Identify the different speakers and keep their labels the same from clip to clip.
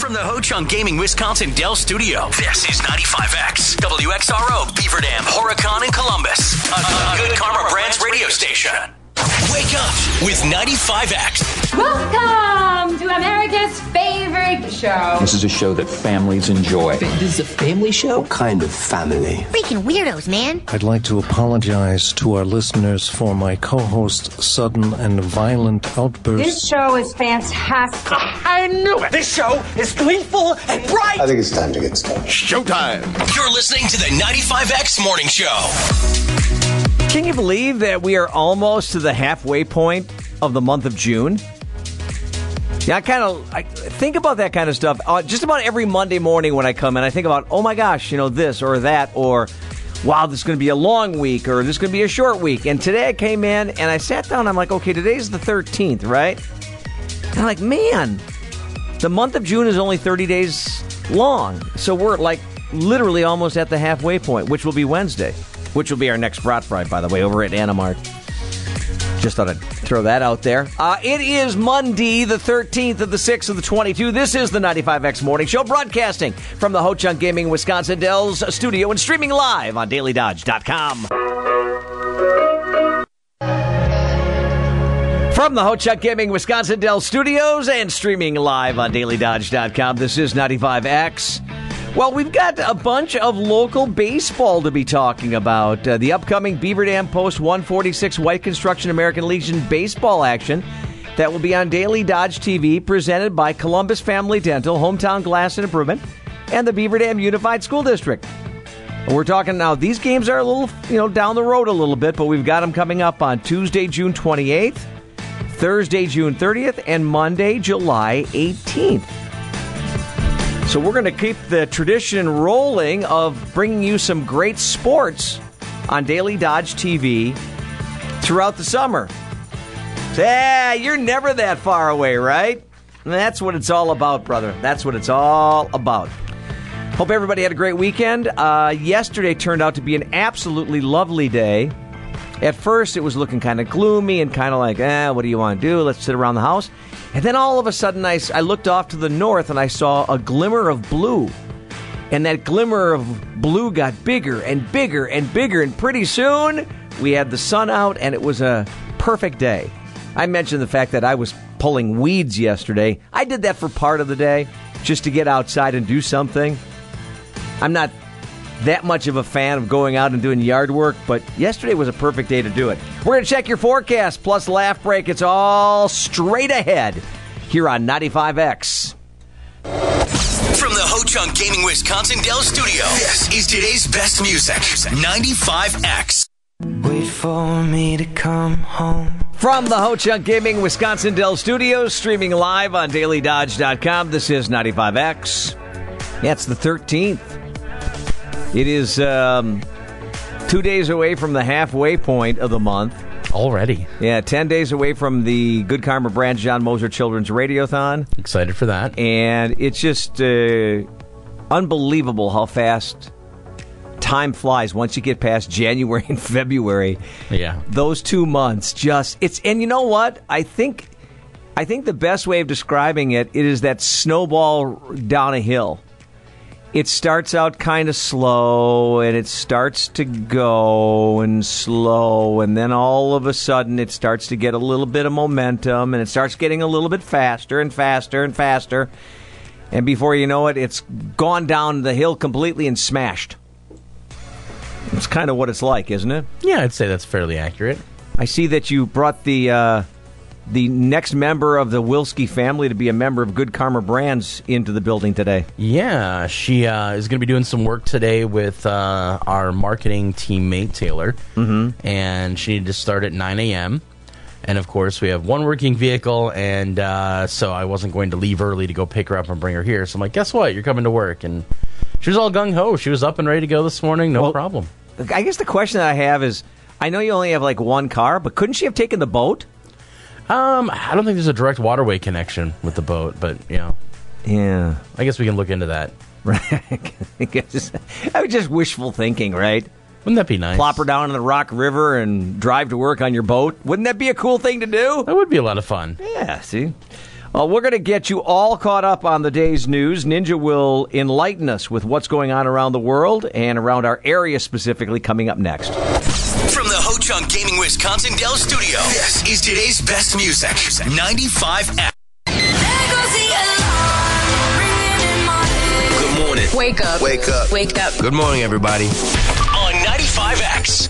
Speaker 1: From the Ho Chunk Gaming Wisconsin Dell Studio, this is 95X, WXRO, Beaverdam, Horicon, and Columbus. A, a good Karma Brands radio station. Wake up with 95X.
Speaker 2: Welcome to America's favorite show.
Speaker 3: This is a show that families enjoy.
Speaker 4: This is a family show?
Speaker 5: kind of family.
Speaker 6: Freaking weirdos, man.
Speaker 7: I'd like to apologize to our listeners for my co host's sudden and violent
Speaker 8: This
Speaker 7: outburst.
Speaker 8: show is fantastic.
Speaker 5: I think it's time to get started.
Speaker 9: Showtime.
Speaker 1: You're listening to the 95X Morning Show.
Speaker 9: Can you believe that we are almost to the halfway point of the month of June? Yeah, I kind of I think about that kind of stuff uh, just about every Monday morning when I come in. I think about, oh my gosh, you know, this or that, or wow, this is going to be a long week, or this is going to be a short week. And today I came in and I sat down. I'm like, okay, today's the 13th, right? And I'm like, man, the month of June is only 30 days long. So we're like literally almost at the halfway point, which will be Wednesday, which will be our next Brat Fry, by the way, over at Anamart. Just thought I'd throw that out there. Uh, it is Monday, the 13th of the 6th of the 22. This is the 95X Morning Show, broadcasting from the Ho Chunk Gaming Wisconsin Dells studio and streaming live on dailydodge.com. From the Ho Chuck Gaming Wisconsin Dell Studios and streaming live on DailyDodge.com, this is 95X. Well, we've got a bunch of local baseball to be talking about. Uh, the upcoming Beaver Dam Post 146 White Construction American Legion baseball action that will be on Daily Dodge TV, presented by Columbus Family Dental, Hometown Glass and Improvement, and the Beaver Dam Unified School District. And We're talking now. These games are a little, you know, down the road a little bit, but we've got them coming up on Tuesday, June 28th. Thursday, June 30th, and Monday, July 18th. So we're going to keep the tradition rolling of bringing you some great sports on Daily Dodge TV throughout the summer. Yeah, you're never that far away, right? And that's what it's all about, brother. That's what it's all about. Hope everybody had a great weekend. Uh, yesterday turned out to be an absolutely lovely day. At first, it was looking kind of gloomy and kind of like, eh, what do you want to do? Let's sit around the house. And then all of a sudden, I, s- I looked off to the north and I saw a glimmer of blue. And that glimmer of blue got bigger and bigger and bigger. And pretty soon, we had the sun out and it was a perfect day. I mentioned the fact that I was pulling weeds yesterday. I did that for part of the day just to get outside and do something. I'm not that much of a fan of going out and doing yard work, but yesterday was a perfect day to do it. We're going to check your forecast plus laugh break. It's all straight ahead here on 95X.
Speaker 1: From the Ho Chunk Gaming Wisconsin Dell Studio, this is today's best music. 95X.
Speaker 10: Wait for me to come home.
Speaker 9: From the Ho Chunk Gaming Wisconsin Dell Studios, streaming live on dailydodge.com, this is 95X. Yeah, it's the 13th. It is um, two days away from the halfway point of the month.
Speaker 11: Already.
Speaker 9: Yeah, 10 days away from the Good Karma Brand John Moser Children's Radiothon.
Speaker 11: Excited for that.
Speaker 9: And it's just uh, unbelievable how fast time flies once you get past January and February.
Speaker 11: Yeah.
Speaker 9: Those two months just it's and you know what? I think I think the best way of describing it, it is that snowball down a hill. It starts out kind of slow and it starts to go and slow and then all of a sudden it starts to get a little bit of momentum and it starts getting a little bit faster and faster and faster. And before you know it, it's gone down the hill completely and smashed. It's kind of what it's like, isn't it?
Speaker 11: Yeah, I'd say that's fairly accurate.
Speaker 9: I see that you brought the uh, the next member of the Wilski family to be a member of Good Karma Brands into the building today.
Speaker 11: Yeah, she uh, is going to be doing some work today with uh, our marketing teammate, Taylor. Mm-hmm. And she needed to start at 9 a.m. And of course, we have one working vehicle. And uh, so I wasn't going to leave early to go pick her up and bring her here. So I'm like, guess what? You're coming to work. And she was all gung ho. She was up and ready to go this morning. No
Speaker 9: Well-
Speaker 11: problem.
Speaker 9: I guess the question that I have is, I know you only have like one car, but couldn't she have taken the boat?
Speaker 11: Um, I don't think there's a direct waterway connection with the boat, but you know,
Speaker 9: Yeah,
Speaker 11: I guess we can look into that.
Speaker 9: right. I guess- I was just wishful thinking, right?
Speaker 11: Wouldn't that be nice?
Speaker 9: Plop her down in the Rock River and drive to work on your boat. Wouldn't that be a cool thing to do?
Speaker 11: That would be a lot of fun.
Speaker 9: Yeah, see. Uh, we're going to get you all caught up on the day's news. Ninja will enlighten us with what's going on around the world and around our area specifically coming up next.
Speaker 1: From the Ho Chunk Gaming Wisconsin Dell Studio, this is today's best music. 95 X.
Speaker 5: Good morning.
Speaker 4: Wake up.
Speaker 5: Wake up.
Speaker 4: Wake up.
Speaker 5: Good morning, everybody.
Speaker 1: On 95X.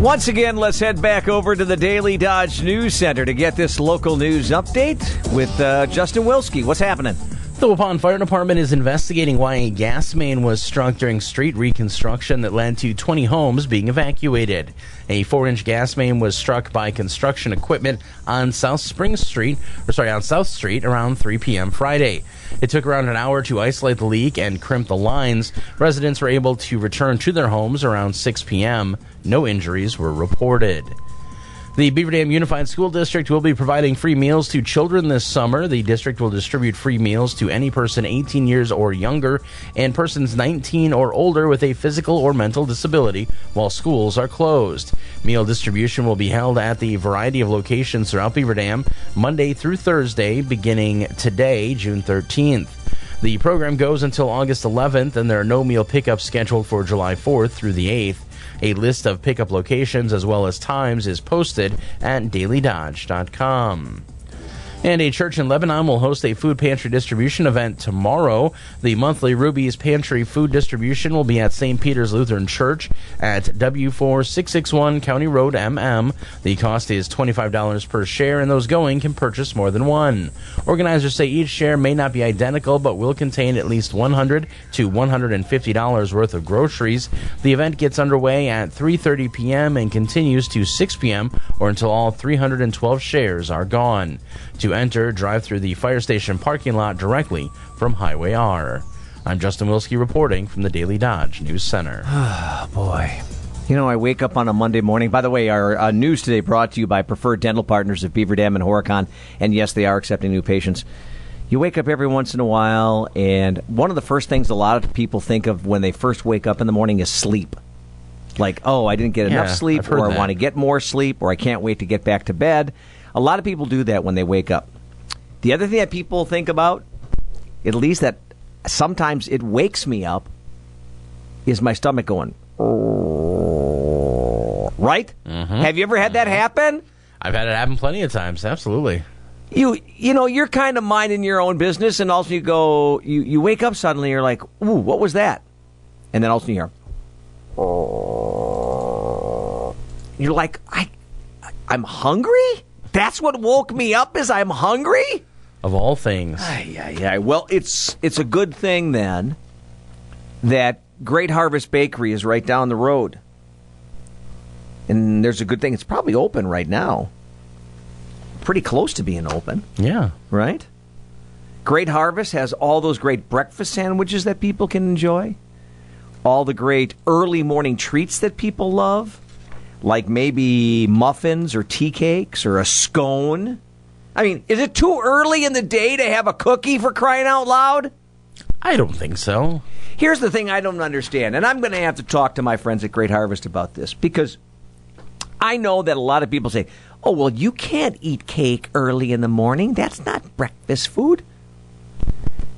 Speaker 9: Once again, let's head back over to the Daily Dodge News Center to get this local news update with uh, Justin Wilski. What's happening?
Speaker 11: The Waupon Fire Department is investigating why a gas main was struck during street reconstruction that led to 20 homes being evacuated. A 4-inch gas main was struck by construction equipment on South Spring Street, or sorry, on South Street around 3 p.m. Friday. It took around an hour to isolate the leak and crimp the lines. Residents were able to return to their homes around 6 p.m. No injuries were reported. The Beaver Dam Unified School District will be providing free meals to children this summer. The district will distribute free meals to any person 18 years or younger and persons 19 or older with a physical or mental disability while schools are closed. Meal distribution will be held at the variety of locations throughout Beaver Dam Monday through Thursday beginning today, June 13th. The program goes until August 11th, and there are no meal pickups scheduled for July 4th through the 8th. A list of pickup locations as well as times is posted at dailydodge.com. And a church in Lebanon will host a food pantry distribution event tomorrow. The monthly Ruby's Pantry food distribution will be at St. Peter's Lutheran Church at W4661 County Road MM. The cost is $25 per share, and those going can purchase more than one. Organizers say each share may not be identical, but will contain at least 100 to $150 worth of groceries. The event gets underway at 3:30 p.m. and continues to 6 p.m. or until all 312 shares are gone. To enter, drive through the fire station parking lot directly from Highway R. I'm Justin Wilski reporting from the Daily Dodge News Center.
Speaker 9: Ah, Boy. You know, I wake up on a Monday morning. By the way, our uh, news today brought to you by Preferred Dental Partners of Beaver Dam and Horicon. And yes, they are accepting new patients. You wake up every once in a while, and one of the first things a lot of people think of when they first wake up in the morning is sleep. Like, oh, I didn't get enough
Speaker 11: Yeah,
Speaker 9: sleep,
Speaker 11: I've heard
Speaker 9: or I
Speaker 11: that.
Speaker 9: want to get more sleep, or I can't wait to get back to bed. A lot of people do that when they wake up. The other thing that people think about, at least that sometimes it wakes me up, is my stomach going, right? Have you ever had that happen?
Speaker 11: I've had it happen plenty of times, absolutely.
Speaker 9: You you know you're kind of minding your own business, and also you go you you wake up suddenly, you're like, ooh, what was that? And then also you hear, "Oh." you're like, I I'm hungry. That's what woke me up is I'm hungry.
Speaker 11: Of all things.
Speaker 9: Yeah, yeah. Well, it's it's a good thing then that Great Harvest Bakery is right down the road. And there's a good thing it's probably open right now. Pretty close to being open,
Speaker 11: Yeah.
Speaker 9: right? Great Harvest has all those great breakfast sandwiches that people can enjoy. All the great early morning treats that people love, like maybe muffins or tea cakes or a scone. I mean, is it too early in the day to have a cookie for crying out loud?
Speaker 11: I don't think so.
Speaker 9: Here's the thing I don't understand, and I'm going to have to talk to my friends at Great Harvest about this because I know that a lot of people say, oh, well, you can't eat cake early in the morning. That's not breakfast food.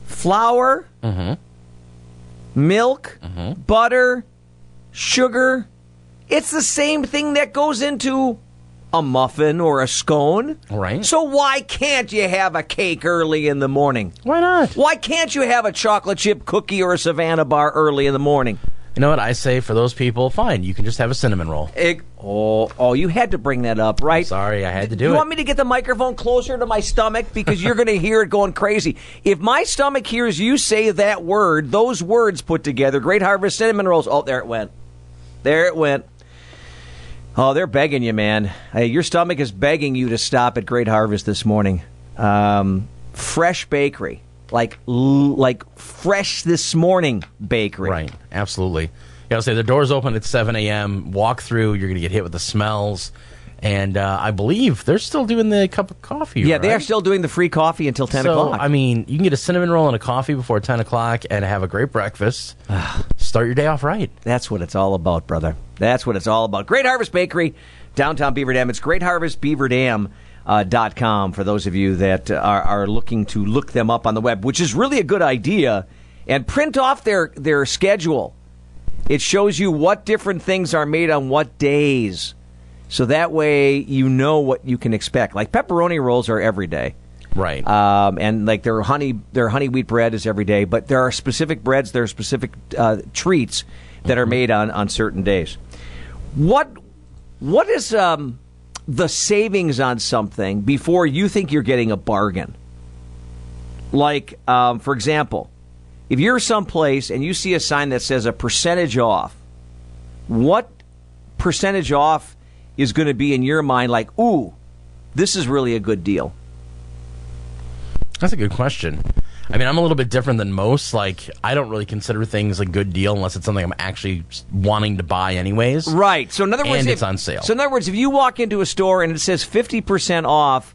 Speaker 9: Flour, milk, butter, sugar. It's the same thing that goes into a muffin or a scone.
Speaker 11: Right.
Speaker 9: So why can't you have a cake early in the morning?
Speaker 11: Why not?
Speaker 9: Why can't you have a chocolate chip cookie or a Savannah bar early in the morning?
Speaker 11: You know what I say for those people? Fine, you can just have a cinnamon roll.
Speaker 9: Egg. Oh, oh, you had to bring that up, right?
Speaker 11: Sorry, I had to do
Speaker 9: you
Speaker 11: it.
Speaker 9: want me to get the microphone closer to my stomach because you're going to hear it going crazy. If my stomach hears you say that word, those words put together, Great Harvest cinnamon rolls. Oh, there it went. There it went. Oh, they're begging you, man. Hey, your stomach is begging you to stop at Great Harvest this morning. Um, fresh bakery, like l- like fresh this morning bakery.
Speaker 11: Right, absolutely. Yeah, I'll say the doors open at 7 a.m. Walk through, you're going to get hit with the smells. And uh, I believe they're still doing the cup of coffee.
Speaker 9: Yeah, they
Speaker 11: right?
Speaker 9: are still doing the free coffee until ten
Speaker 11: so,
Speaker 9: o'clock.
Speaker 11: I mean, you can get a cinnamon roll and a coffee before 10 o'clock and have a great breakfast. Start your day off right.
Speaker 9: That's what it's all about, brother. That's what it's all about. Great Harvest Bakery, downtown Beaver Dam. It's Great Harvest Beaver Dam uh, dot .com for those of you that uh, are, are looking to look them up on the web, which is really a good idea, and print off their, their schedule. It shows you what different things are made on what days. So that way you know what you can expect. Like pepperoni rolls are every day.
Speaker 11: Right.
Speaker 9: Um, and like their honey, their honey wheat bread is every day, but there are specific breads, there are specific uh, treats that are made on, on certain days. What what is um, the savings on something before you think you're getting a bargain? Like, um, for example, if you're someplace and you see a sign that says a percentage off, what percentage off is going to be in your mind like, ooh, this is really a good deal?
Speaker 11: That's a good question. I mean, I'm a little bit different than most. Like, I don't really consider things a good deal unless it's something I'm actually wanting to buy, anyways.
Speaker 9: Right. So in other words,
Speaker 11: And
Speaker 9: if,
Speaker 11: it's on sale.
Speaker 9: So in other words, if you walk into a store and it says fifty percent off,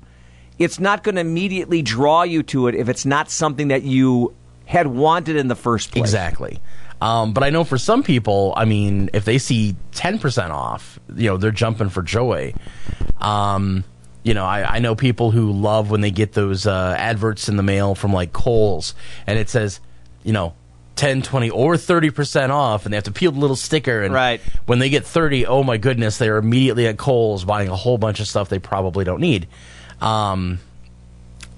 Speaker 9: it's not going to immediately draw you to it if it's not something that you had wanted in the first place.
Speaker 11: Exactly. Um, but I know for some people, I mean, if they see 10% off, you know, they're jumping for joy. Um, you know, I, I know people who love when they get those uh, adverts in the mail from like Kohl's and it says, you know, 10, 20, or 30% off, and they have to peel the little sticker. And
Speaker 9: Right.
Speaker 11: when they get 30, oh my goodness, they're immediately at Kohl's buying a whole bunch of stuff they probably don't need. Um,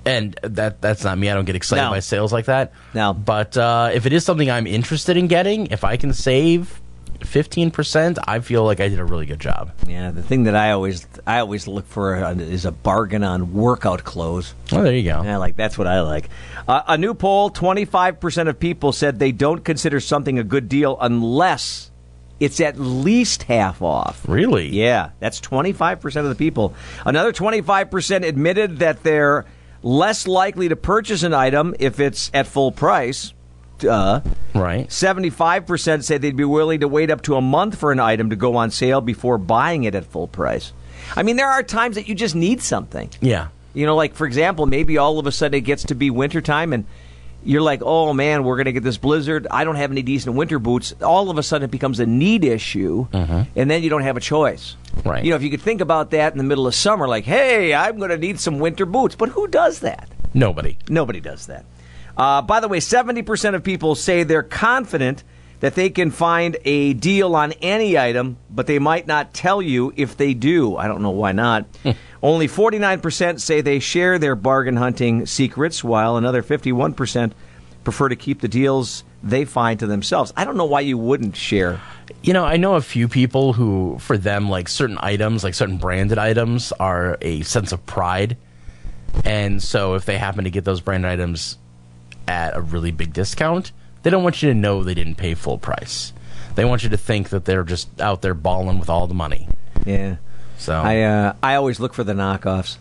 Speaker 11: and that that's not me. I don't get excited
Speaker 9: No.
Speaker 11: by sales like that.
Speaker 9: No.
Speaker 11: But uh, if it is something I'm interested in getting, if I can save 15%, I feel like I did a really good job.
Speaker 9: Yeah. The thing that I always I always look for uh, is a bargain on workout clothes.
Speaker 11: Oh, there you go.
Speaker 9: Yeah, like that's what I like. Uh, a new poll: twenty-five percent of people said they don't consider something a good deal unless it's at least half off.
Speaker 11: Really?
Speaker 9: Yeah, that's twenty-five percent of the people. Another twenty-five percent admitted that they're less likely to purchase an item if it's at full price. Duh.
Speaker 11: Right.
Speaker 9: Uh, Seventy-five percent say they'd be willing to wait up to a month for an item to go on sale before buying it at full price. I mean, there are times that you just need something.
Speaker 11: Yeah.
Speaker 9: You know, like for example, maybe all of a sudden it gets to be wintertime and you're like, oh man, we're going to get this blizzard. I don't have any decent winter boots. All of a sudden it becomes a need issue, and then you don't have a choice.
Speaker 11: Mm. Right.
Speaker 9: You know, if you could think about that in the middle of summer, like, hey, I'm going to need some winter boots. But who does that?
Speaker 11: Nobody.
Speaker 9: Nobody does that. Uh, by the way, 70% of people say they're confident that they can find a deal on any item, but they might not tell you if they do. I don't know why not. Only 49% say they share their bargain hunting secrets, while another 51% prefer to keep the deals they find to themselves. I don't know why you wouldn't share.
Speaker 11: You know, I know a few people who, for them, like certain items, like certain branded items, are a sense of pride. And so if they happen to get those branded items at a really big discount, they don't want you to know they didn't pay full price. They want you to think that they're just out there balling with all the money.
Speaker 9: Yeah.
Speaker 11: So
Speaker 9: I, uh, I always look for the knockoffs.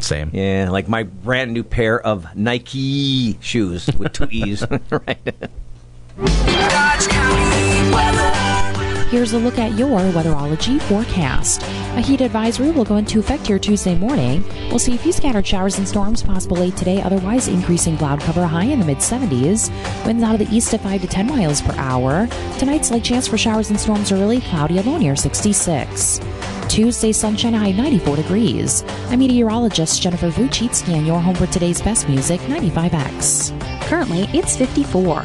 Speaker 11: same.
Speaker 9: Yeah, like my brand new pair of Nike shoes with two E's. right.
Speaker 4: Here's a look at your weatherology forecast. A heat advisory will go into effect here Tuesday morning. We'll see a few scattered showers and storms possible late today, otherwise increasing cloud cover high in the mid 70s. Winds out of the east at 5 to 10 miles per hour. Tonight's light chance for showers and storms early, cloudy alone near 66. Tuesday sunshine high 94 degrees. I'm meteorologist Jennifer Vucicki and your home for today's best music 95X. Currently, it's 54.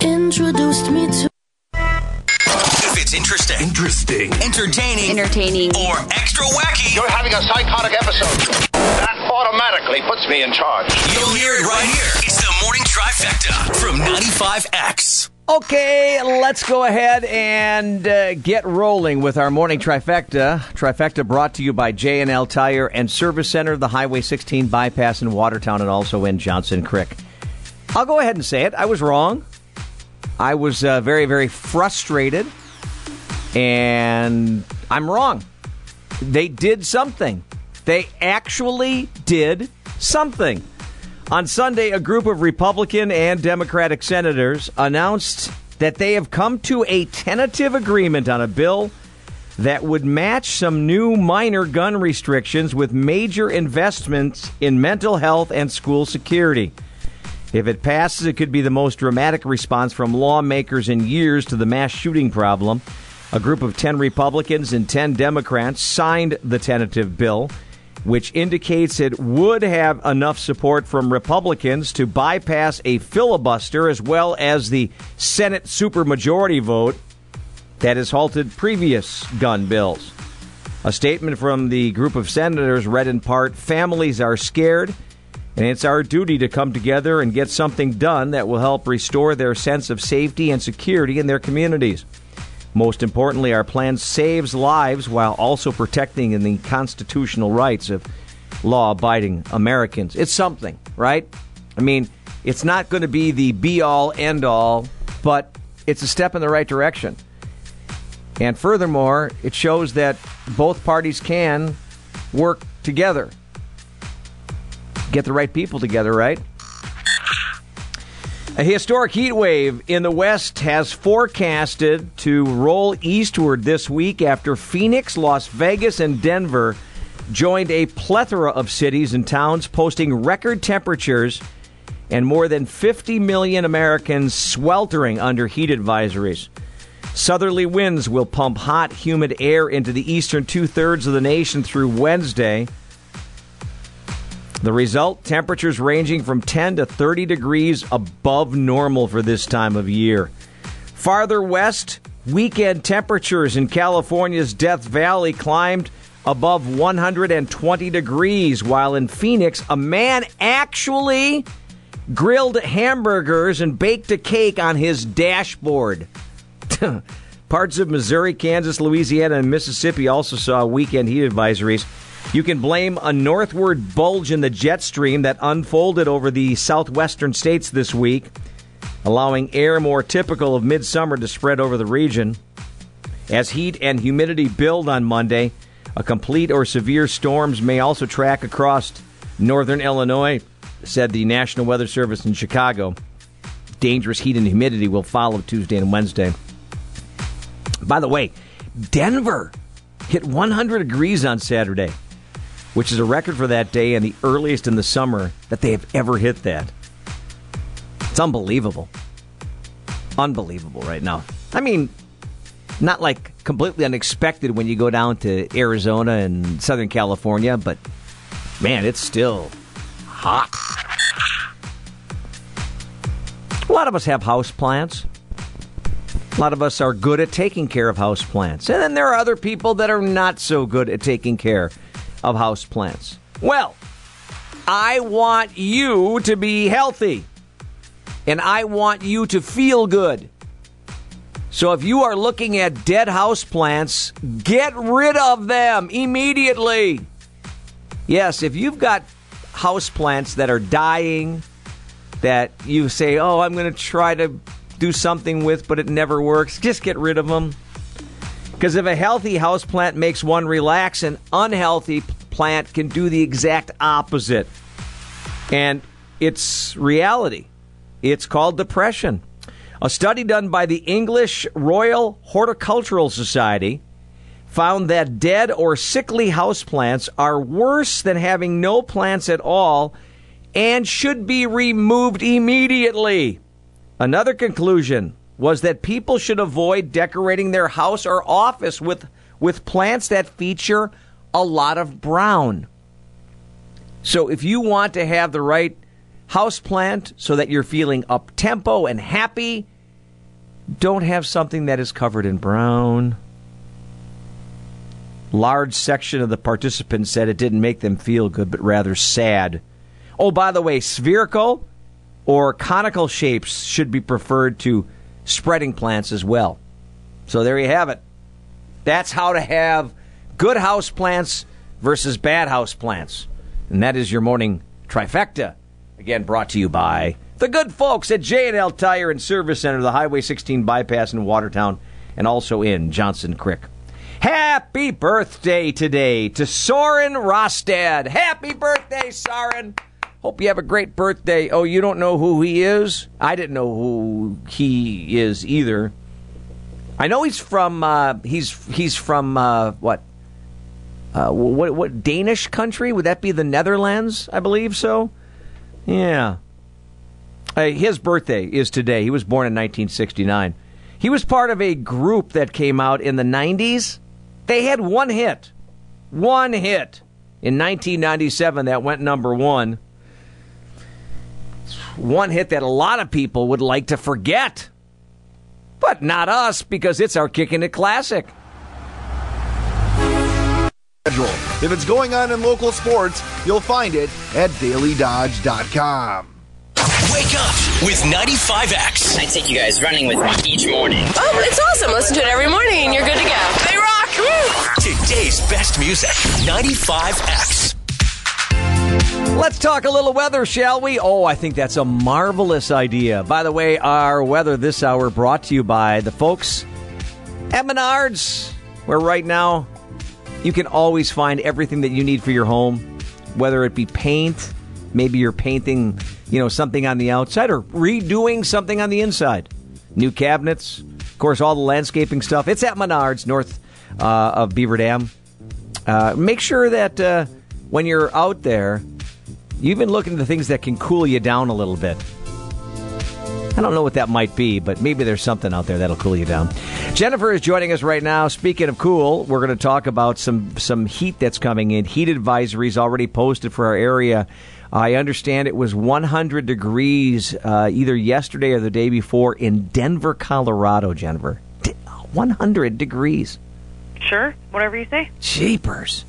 Speaker 6: Introduced me to
Speaker 1: If it's interesting, interesting, entertaining,
Speaker 2: Entertaining.
Speaker 1: or extra wacky,
Speaker 5: You're having a psychotic episode. That automatically puts me in charge.
Speaker 1: you'll hear it right here. It's the morning trifecta from 95X.
Speaker 9: Okay, let's go ahead and uh, get rolling with our morning trifecta. Trifecta brought to you by J&L Tire and Service Center, the Highway 16 bypass in Watertown and also in Johnson Creek. I'll go ahead and say it. I was wrong. I was uh, very, very frustrated, and I'm wrong. They did something. They actually did something. On Sunday, a group of Republican and Democratic senators announced that they have come to a tentative agreement on a bill that would match some new minor gun restrictions with major investments in mental health and school security. If it passes, it could be the most dramatic response from lawmakers in years to the mass shooting problem. A group of 10 Republicans and 10 Democrats signed the tentative bill, which indicates it would have enough support from Republicans to bypass a filibuster as well as the Senate supermajority vote that has halted previous gun bills. A statement from the group of senators read in part Families are scared, and it's our duty to come together and get something done that will help restore their sense of safety and security in their communities. Most importantly, our plan saves lives while also protecting the constitutional rights of law abiding Americans. It's something, right? I mean, it's not going to be the be all end all, but it's a step in the right direction. And furthermore, it shows that both parties can work together. Get the right people together, right? A historic heat wave in the west has forecasted to roll eastward this week after Phoenix, Las Vegas, and Denver joined a plethora of cities and towns posting record temperatures and more than 50 million Americans sweltering under heat advisories. Southerly winds will pump hot, humid air into the eastern two thirds of the nation through Wednesday. The result temperatures ranging from 10 to 30 degrees above normal for this time of year. Farther west, weekend temperatures in California's Death Valley climbed above 120 degrees, while in Phoenix, a man actually grilled hamburgers and baked a cake on his dashboard. Parts of Missouri, Kansas, Louisiana, and Mississippi also saw weekend heat advisories. You can blame a northward bulge in the jet stream that unfolded over the southwestern states this week, allowing air more typical of midsummer to spread over the region. As heat and humidity build on Monday, a complete or severe storms may also track across northern Illinois, said the National Weather Service in Chicago. Dangerous heat and humidity will follow Tuesday and Wednesday. By the way, Denver hit 100 degrees on Saturday, which is a record for that day and the earliest in the summer that they have ever hit that. It's unbelievable. Unbelievable right now. I mean, not like completely unexpected when you go down to Arizona and Southern California, but man, it's still hot. A lot of us have house plants. A lot of us are good at taking care of house plants. And then there are other people that are not so good at taking care of house plants. Well, I want you to be healthy. And I want you to feel good. So if you are looking at dead house plants, get rid of them immediately. Yes, if you've got house plants that are dying that you say, "Oh, I'm going to try to do something with, but it never works. Just get rid of them. Because if a healthy house plant makes one relax, an unhealthy plant can do the exact opposite. And it's reality. It's called depression. A study done by the English Royal Horticultural Society found that dead or sickly houseplants are worse than having no plants at all and should be removed immediately. Another conclusion was that people should avoid decorating their house or office with, with plants that feature a lot of brown. So, if you want to have the right house plant so that you're feeling up tempo and happy, don't have something that is covered in brown. Large section of the participants said it didn't make them feel good, but rather sad. Oh, by the way, spherical or conical shapes should be preferred to spreading plants as well. So there you have it. That's how to have good house plants versus bad house plants. And that is your morning trifecta. Again, brought to you by the good folks at J&L Tire and Service Center, the Highway 16 bypass in Watertown, and also in Johnson Creek. Happy birthday today to Soren Rostad. Happy birthday, Soren. Hope you have a great birthday. Oh, you don't know who he is? I didn't know who he is either. I know he's from uh, he's he's from uh, what? Uh, what what Danish country would that be? The Netherlands, I believe so. Yeah. Uh, his birthday is today. He was born in 1969. He was part of a group that came out in the 90s. They had one hit. One hit in 1997 that went number 1. One hit that a lot of people would like to forget. But not us because it's our kicking it classic.
Speaker 6: If it's going on in local sports, you'll find it at dailydodge.com.
Speaker 1: Wake up with 95X.
Speaker 12: I take you guys running with me each morning.
Speaker 13: Oh, it's awesome. Listen to it every morning and you're good to go. They rock. Woo!
Speaker 1: Today's best music 95X.
Speaker 9: Let's talk a little weather, shall we? Oh, I think that's a marvelous idea. By the way, our weather this hour brought to you by the folks at Menards, where right now you can always find everything that you need for your home, whether it be paint, maybe you're painting, you know, something on the outside or redoing something on the inside. New cabinets, of course, all the landscaping stuff. It's at Menards, north uh, of Beaver Dam. Uh, make sure that uh, when you're out there, you even look into the things that can cool you down a little bit. I don't know what that might be, but maybe there's something out there that'll cool you down. Jennifer is joining us right now. Speaking of cool, we're going to talk about some some heat that's coming in. Heat advisories already posted for our area. I understand it was 100 degrees uh, either yesterday or the day before in Denver, Colorado. Jennifer, D- 100 degrees.
Speaker 10: Sure, whatever you say.
Speaker 9: Jeepers.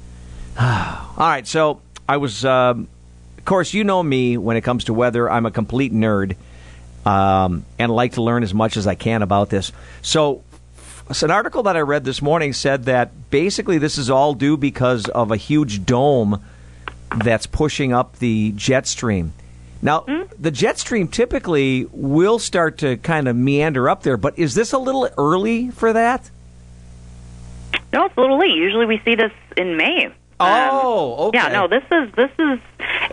Speaker 9: All right, so I was, um, of course, you know me when it comes to weather. I'm a complete nerd um, and like to learn as much as I can about this. So, so, an article that I read this morning said that basically this is all due because of a huge dome that's pushing up the jet stream. Now, the jet stream typically will start to kind of meander up there, but is this a little early for that?
Speaker 10: No, it's a little late. Usually we see this in May. Um,
Speaker 9: Oh, okay.
Speaker 10: Yeah, no, this is this is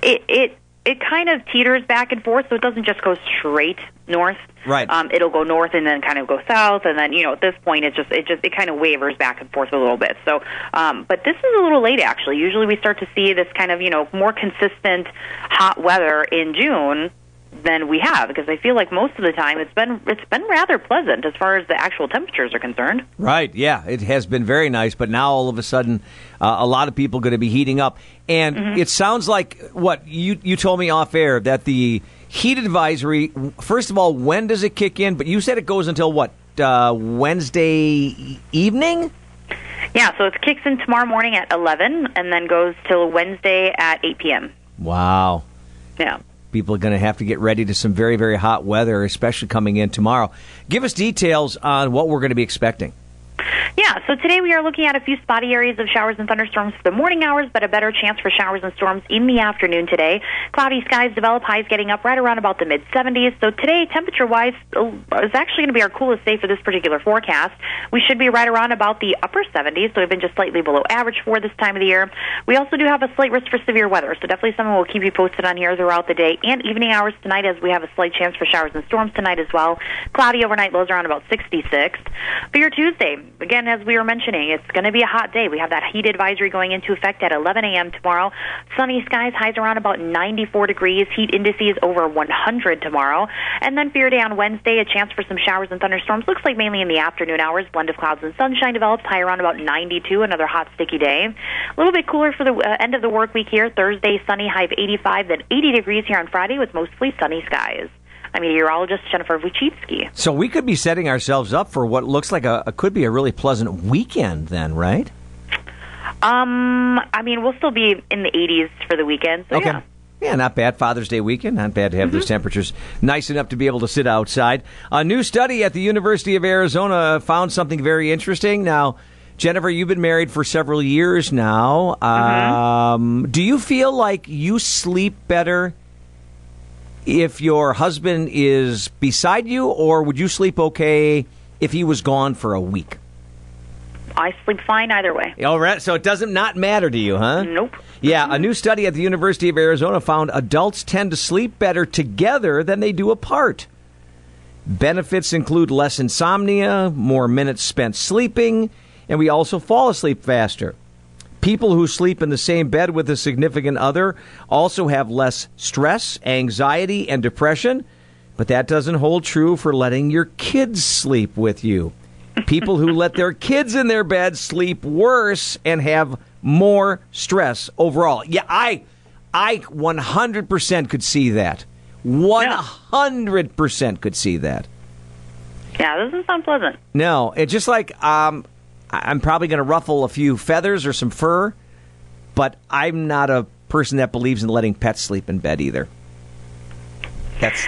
Speaker 10: it it it kind of teeters back and forth, so it doesn't just go straight north.
Speaker 9: Right.
Speaker 10: Um, it'll go north and then kind of go south, and then you know at this point it just it just it kind of wavers back and forth a little bit. So, um, but this is a little late actually. Usually we start to see this kind of you know more consistent hot weather in June than we have because I feel like most of the time it's been it's been rather pleasant as far as the actual temperatures are concerned.
Speaker 9: Right. Yeah, it has been very nice, but now all of a sudden, uh, a lot of people going to be heating up, and it sounds like what you you told me off air that the heat advisory. First of all, when does it kick in? But you said it goes until what uh, Wednesday e- evening.
Speaker 10: Yeah, so it kicks in tomorrow morning at 11 and then goes till Wednesday at 8 p.m.
Speaker 9: Wow.
Speaker 10: Yeah.
Speaker 9: people are going to have to get ready to some very very hot weather especially coming in tomorrow give us details on what we're going to be expecting
Speaker 10: Yeah, so today we are looking at a few spotty areas of showers and thunderstorms for the morning hours, but a better chance for showers and storms in the afternoon today. Cloudy skies develop, highs getting up right around about the mid 70s. So today, temperature wise, is actually going to be our coolest day for this particular forecast. We should be right around about the upper 70s, so even just slightly below average for this time of the year. We also do have a slight risk for severe weather, so definitely something we'll keep you posted on here throughout the day and evening hours tonight as we have a slight chance for showers and storms tonight as well. Cloudy overnight lows around about 66. For your Tuesday, again, as we were mentioning, it's going to be a hot day. We have that heat advisory going into effect at 11 a.m. tomorrow. Sunny skies, highs around about 94 degrees, heat indices over 100 tomorrow. And then for your day on Wednesday, a chance for some showers and thunderstorms. Looks like mainly in the afternoon hours. Blend of clouds and sunshine develops, high around about 92, another hot, sticky day. A little bit cooler for the uh, end of the work week here. Thursday, sunny, high of 85, then 80 degrees here on Friday with mostly sunny skies. I'm meteorologist Jennifer Vuchitsky.
Speaker 9: so we could be setting ourselves up for what looks like a, a could be a really pleasant weekend then right
Speaker 10: Um, I mean, we'll still be in the 80s for the weekend. So yeah. Mm-hmm.
Speaker 9: Yeah, not bad. Father's Day weekend, not bad to have those temperatures nice enough to be able to sit outside. A new study at the University of Arizona found something very interesting. Now, Jennifer, you've been married for several years now.
Speaker 10: Mm-hmm.
Speaker 9: Um, do you feel like you sleep better if your husband is beside you, or would you sleep okay if he was gone for a week?
Speaker 10: I sleep fine either way.
Speaker 9: All right, so it doesn't not matter to you, huh?
Speaker 10: Nope.
Speaker 9: Yeah, a new study at the University of Arizona found adults tend to sleep better together than they do apart. Benefits include less insomnia, more minutes spent sleeping, and we also fall asleep faster. People who sleep in the same bed with a significant other also have less stress, anxiety, and depression. But that doesn't hold true for letting your kids sleep with you. People who let their kids in their bed sleep worse and have more stress overall. Yeah, I I 100% could see that. 100% could see that.
Speaker 14: Yeah, this doesn't sound pleasant.
Speaker 9: No, it's just like um, I- I'm probably going to ruffle a few feathers or some fur, but I'm not a person that believes in letting pets sleep in bed either. That's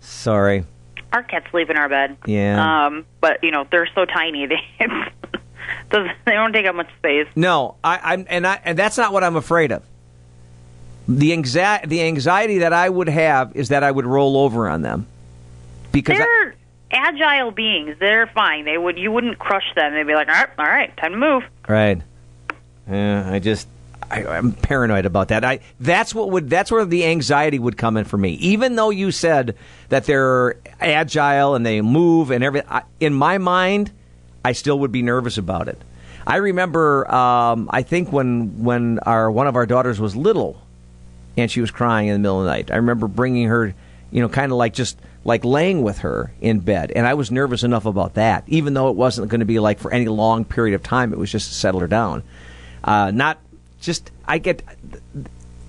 Speaker 9: sorry.
Speaker 14: our cats sleep in our bed.
Speaker 9: Yeah.
Speaker 14: Um, but you know they're so tiny they doesn't- they don't take up much space.
Speaker 9: No, I, I'm and I and that's not what I'm afraid of. The anxiety, the anxiety that I would have is that I would roll over on them because I-
Speaker 14: They're agile beings. They're fine. They would you wouldn't crush them. They'd be like, all right, all right, time to move.
Speaker 9: Right. Yeah, I just I, I'm paranoid about that. I that's what would that's where the anxiety would come in for me. Even though you said that they're agile and they move and everything, I, in my mind, I still would be nervous about it. I remember, um, I think when when our one of our daughters was little, and she was crying in the middle of the night. I remember bringing her, you know, kind of like just like laying with her in bed, and I was nervous enough about that, even though it wasn't going to be like for any long period of time. It was just to settle her down. Uh, not just I get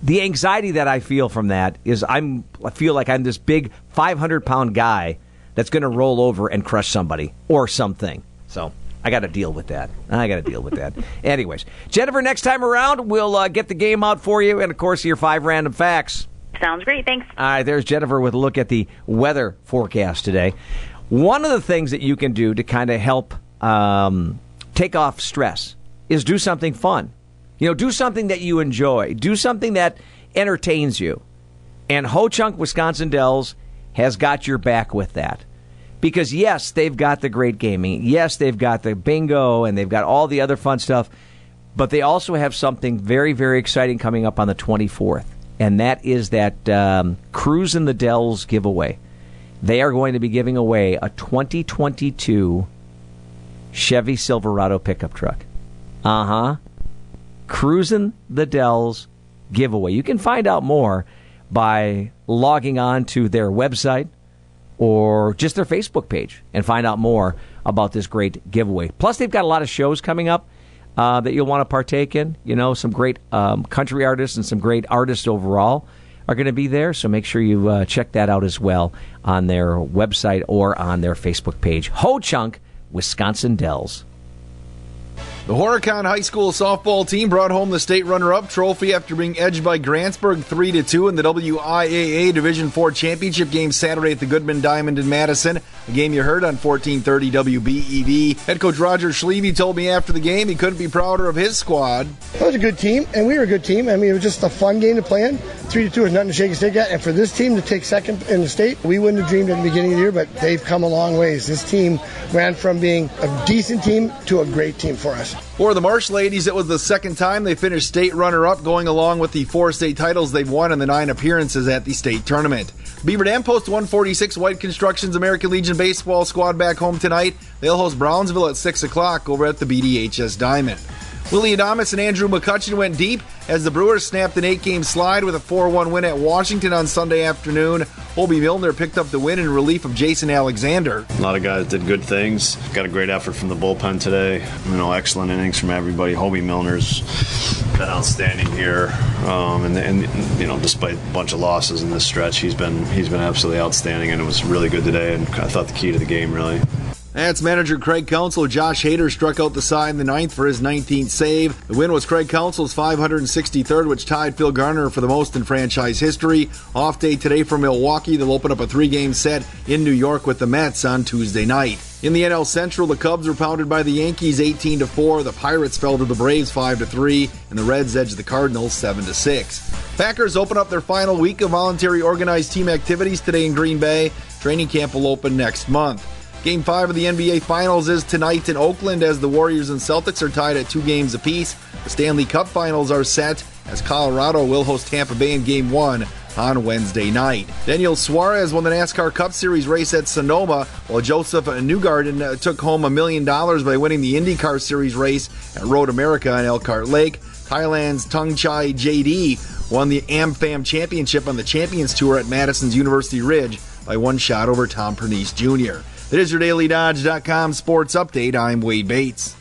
Speaker 9: the anxiety that I feel from that is I'm I feel like I'm this big 500 pound guy that's going to roll over and crush somebody or something. So. I got to deal with that. I got to deal with that. Anyways, Jennifer, next time around, we'll uh, get the game out for you and, of course, your five random facts.
Speaker 14: Sounds great. Thanks.
Speaker 9: All right, there's Jennifer with a look at the weather forecast today. One of the things that you can do to kind of help um, take off stress is do something fun. You know, do something that you enjoy, do something that entertains you. And Ho Chunk Wisconsin Dells has got your back with that. Because, yes, they've got the great gaming. Yes, they've got the bingo and they've got all the other fun stuff. But they also have something very, very exciting coming up on the 24th. And that is that um, Cruise in the Dells giveaway. They are going to be giving away a 2022 Chevy Silverado pickup truck. Uh huh. Cruising the Dells giveaway. You can find out more by logging on to their website or just their Facebook page and find out more about this great giveaway. Plus, they've got a lot of shows coming up uh, that you'll want to partake in. You know, some great um, country artists and some great artists overall are going to be there. So make sure you uh, check that out as well on their website or on their Facebook page. Ho Chunk, Wisconsin Dells.
Speaker 6: The Horicon High School softball team brought home the state runner-up trophy after being edged by Grantsburg 3-2 in the WIAA Division IV Championship game Saturday at the Goodman Diamond in Madison, a game you heard on 1430 WBEV. E Head coach Roger Schlieve told me after the game he couldn't be prouder of his squad.
Speaker 15: That was a good team, and we were a good team. I mean, it was just a fun game to play in. Three to two is nothing to shake a stick at, and for this team to take second in the state, we wouldn't have dreamed at the beginning of the year, but they've come a long ways. This team ran from being a decent team to a great team for us.
Speaker 6: For the Marsh ladies, it was the second time they finished state runner up, going along with the four state titles they've won in the nine appearances at the state tournament. Beaver Dam Post 146 White Construction's American Legion Baseball squad back home tonight. They'll host Brownsville at 6 o'clock over at the BDHS Diamond. Willie Adamas and Andrew McCutcheon went deep as the Brewers snapped an eight game slide with a 4 1 win at Washington on Sunday afternoon. Obie Milner picked up the win in relief of Jason Alexander.
Speaker 16: A lot of guys did good things. Got a great effort from the bullpen today. You know, excellent innings from everybody. Hobie Milner's been outstanding here, um, and, and you know, despite a bunch of losses in this stretch, he's been he's been absolutely outstanding, and it was really good today. And I thought the key to the game really.
Speaker 6: That's manager Craig Council. Josh Hader struck out the side in the ninth for his 19th save. The win was Craig Council's 563rd, which tied Phil Garner for the most in franchise history. Off day today for Milwaukee. They'll open up a three game set in New York with the Mets on Tuesday night. In the NL Central, the Cubs were pounded by the Yankees 18 to 4, the Pirates fell to the Braves 5 to 3, and the Reds edged the Cardinals 7 to 6. Packers open up their final week of voluntary organized team activities today in Green Bay. Training camp will open next month. Game five of the NBA Finals is tonight in Oakland as the Warriors and Celtics are tied at two games apiece. The Stanley Cup Finals are set as Colorado will host Tampa Bay in Game one on Wednesday night. Daniel Suarez won the NASCAR Cup Series race at Sonoma, while Joseph Newgarden uh, took home a million dollars by winning the IndyCar Series race at Road America in Elkhart Lake. Thailand's Tung Chai JD won the AmFam Championship on the Champions Tour at Madison's University Ridge by one shot over Tom Pernice Jr. That is your DailyDodge.com sports update. I'm Wade Bates.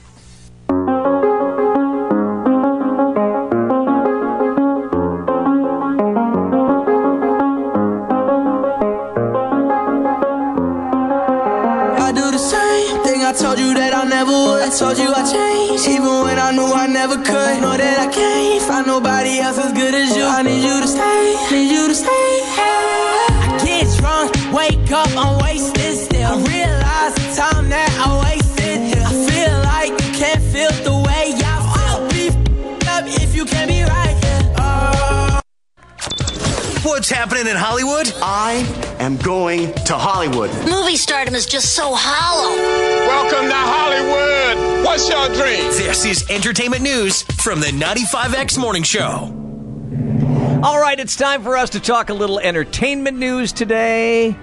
Speaker 13: I do the same thing I told you that I never would. I told you I changed, even when I knew I never could. Know that I can't find nobody else as good as you. I need you to stay, need you to stay. I get drunk, wake up, I'm wasted still. I realize the time that I wasted. here. I feel like you can't feel the way I feel. I'll be f***ed up if you can't be right. here. Oh.
Speaker 1: What's happening in Hollywood? I am going to Hollywood.
Speaker 17: Movie stardom is just so hollow. Welcome to
Speaker 1: Hollywood. What's your dream? This is entertainment news from the 95X Morning Show.
Speaker 9: All right, it's time for us to talk a little entertainment news today.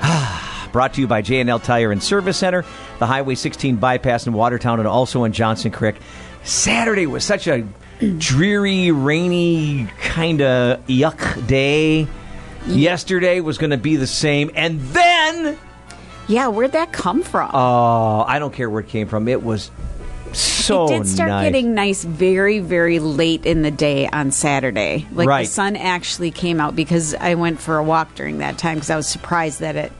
Speaker 9: Brought to you by JNL Tire and Service Center, the Highway 16 bypass in Watertown, and also in Johnson Creek. Saturday was such a dreary, rainy, kind of yuck day. Yesterday was going to be the same, and then
Speaker 18: Yeah, where'd that come from?
Speaker 9: oh, I don't care where it came from. It was so
Speaker 18: it did start
Speaker 9: nice.
Speaker 18: getting nice very, very late in the day on Saturday. Like
Speaker 9: Right.
Speaker 18: the sun actually came out because I went for a walk during that time because I was surprised that it.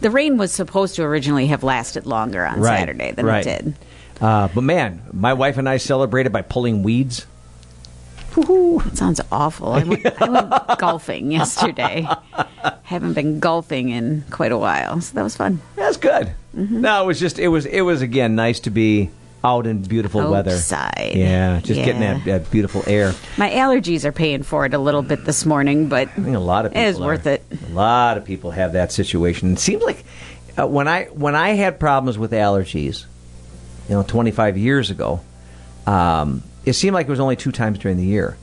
Speaker 18: The rain was supposed to originally have lasted longer on
Speaker 9: Right,
Speaker 18: Saturday than
Speaker 9: right.
Speaker 18: it did.
Speaker 9: Uh, but man, my wife and I celebrated by pulling weeds.
Speaker 18: That sounds awful. I went, I went golfing yesterday. Haven't been golfing in quite a while, so that was fun.
Speaker 9: That's good.
Speaker 18: Mm-hmm.
Speaker 9: No, it was just it was it was again nice to be out in beautiful weather.
Speaker 18: Outside.
Speaker 9: Yeah, just getting
Speaker 18: Yeah.
Speaker 9: that, that beautiful air.
Speaker 18: My allergies are paying for it a little bit this morning, but
Speaker 9: I think a lot of people
Speaker 18: it is worth
Speaker 9: are.
Speaker 18: it.
Speaker 9: A lot of people have that situation. It seems like uh, when I when I had problems with allergies, you know, 25 years ago, um, it seemed like it was only two times during the year.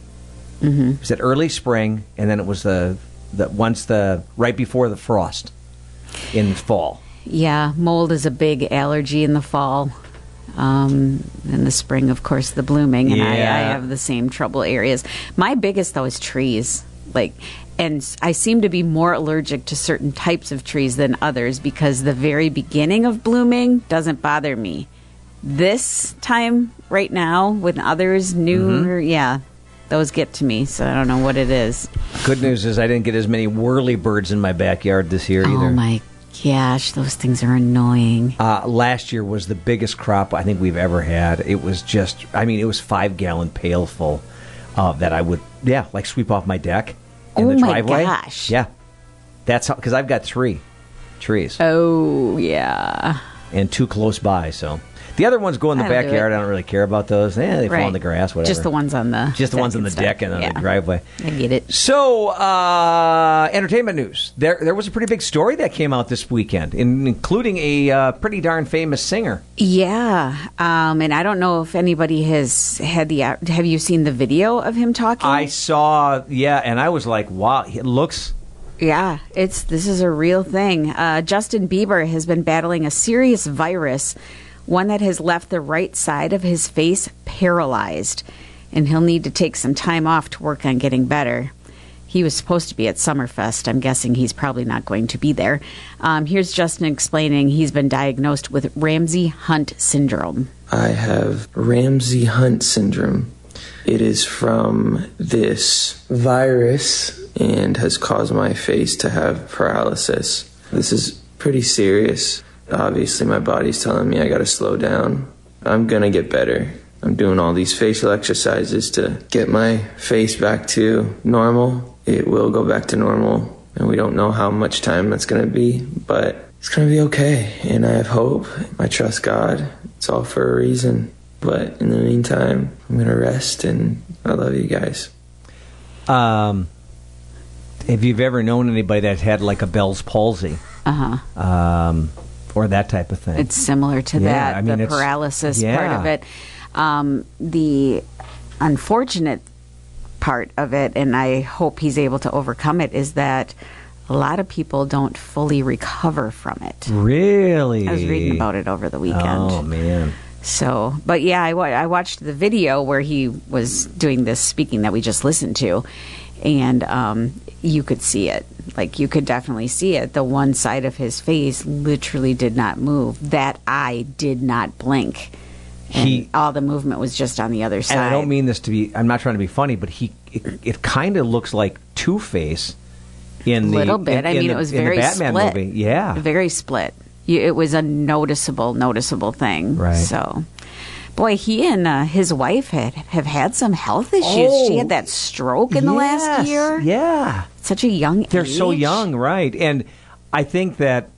Speaker 9: Mm-hmm. It was that early spring, and then it was the the once the right before the frost in fall.
Speaker 18: Yeah, mold is a big allergy in the fall. Um, in the spring, of course, the blooming, and I, I
Speaker 19: Yeah.
Speaker 18: have the same trouble areas. My biggest though is trees, like, and I seem to be more allergic to certain types of trees than others because the very beginning of blooming doesn't bother me. This time, right now, when others newer,
Speaker 9: Mm-hmm.
Speaker 18: yeah, those get to me. So I don't know what it is.
Speaker 9: Good news is I didn't get as many whirly birds in my backyard this year either.
Speaker 18: Oh my gosh, those things are annoying.
Speaker 9: Uh, last year was the biggest crop I think we've ever had. It was just, I mean, it was five gallon pail full of that I would, yeah, like sweep off my deck in
Speaker 18: Oh
Speaker 9: the
Speaker 18: my
Speaker 9: driveway.
Speaker 18: gosh.
Speaker 9: Yeah. That's how, because I've got three trees.
Speaker 18: Oh, yeah.
Speaker 9: And two close by, so. The other ones go in the
Speaker 18: That'll do it.
Speaker 9: backyard. I don't really care about those. Eh, they fall
Speaker 18: Right.
Speaker 9: on the grass, whatever.
Speaker 18: Just the ones on the
Speaker 9: Just the
Speaker 18: deck
Speaker 9: ones on
Speaker 18: and
Speaker 9: the
Speaker 18: stuff.
Speaker 9: deck and on
Speaker 18: Yeah.
Speaker 9: the driveway.
Speaker 18: I get it.
Speaker 9: So, uh, entertainment news. There, there was a pretty big story that came out this weekend, in, including a uh, pretty darn famous singer.
Speaker 18: Yeah, um, and I don't know if anybody has had the. op- Have you seen the video of him talking?
Speaker 9: I saw, yeah, and I was like, wow, it looks.
Speaker 18: Yeah, it's this is a real thing. Uh, Justin Bieber has been battling a serious virus, one that has left the right side of his face paralyzed, and he'll need to take some time off to work on getting better. He was supposed to be at Summerfest. I'm guessing he's probably not going to be there. Um, here's Justin explaining he's been diagnosed with Ramsey Hunt syndrome.
Speaker 20: I have Ramsey Hunt syndrome. It is from this virus and has caused my face to have paralysis. This is pretty serious. Obviously, my body's telling me I gotta slow down. I'm gonna get better. I'm doing all these facial exercises to get my face back to normal. It will go back to normal, and we don't know how much time that's gonna be, but it's gonna be okay. And I have hope. I trust God. It's all for a reason. But in the meantime, I'm gonna rest, and I love you guys.
Speaker 9: Um, if you've ever known anybody that's had like a Bell's palsy,
Speaker 18: Uh huh.
Speaker 9: um, or that type of thing,
Speaker 18: It's similar to
Speaker 9: Yeah,
Speaker 18: that,
Speaker 9: I mean,
Speaker 18: the
Speaker 9: it's-
Speaker 18: paralysis part
Speaker 9: yeah.
Speaker 18: of it. Um, the unfortunate part of it, and I hope he's able to overcome it, is that a lot of people don't fully recover from it.
Speaker 9: Really,
Speaker 18: I was reading about it over the weekend.
Speaker 9: Oh man,
Speaker 18: So, but yeah, I, wa- I watched the video where he was doing this speaking that we just listened to, and um, you could see it. Like, you could definitely see it. The one side of his face literally did not move. That eye did not blink. And
Speaker 9: He-
Speaker 18: all the movement was just on the other side.
Speaker 9: And I don't mean this to be. I'm not trying to be funny, but he it, it kind of looks like Two Face in the
Speaker 18: little bit.
Speaker 9: in-
Speaker 18: I
Speaker 9: in
Speaker 18: mean,
Speaker 9: the-
Speaker 18: it was
Speaker 9: in the
Speaker 18: very
Speaker 9: Batman
Speaker 18: split.
Speaker 9: movie. Yeah,
Speaker 18: very split. You, it was a noticeable, noticeable thing.
Speaker 9: Right.
Speaker 18: So, boy, he and uh, his wife had have had some health issues. she
Speaker 9: Oh.
Speaker 18: had that stroke in the last
Speaker 9: Yes.
Speaker 18: year.
Speaker 9: Yeah,
Speaker 18: such a young.
Speaker 9: they're so
Speaker 18: age.
Speaker 9: young, right? And I think that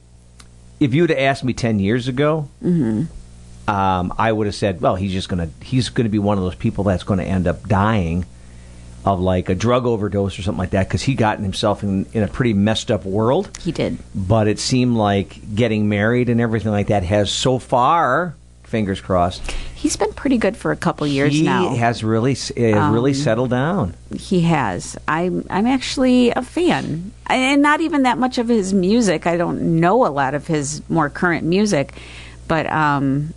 Speaker 9: if you'd have asked me ten years ago,
Speaker 18: Mhm.
Speaker 9: um, I would have said, "Well, he's just gonna he's gonna be one of those people that's going to end up dying of like a drug overdose or something like that," because he gotten himself in, in a pretty messed up world.
Speaker 18: He did,
Speaker 9: but it seemed like getting married and everything like that has so far, fingers crossed,
Speaker 18: He's been pretty good for a couple years
Speaker 9: he
Speaker 18: now.
Speaker 9: has really s- uh, really
Speaker 18: Um,
Speaker 9: settled down.
Speaker 18: he has. I'm I'm actually a fan, and not even that much of his music. I don't know a lot of his more current music, but um,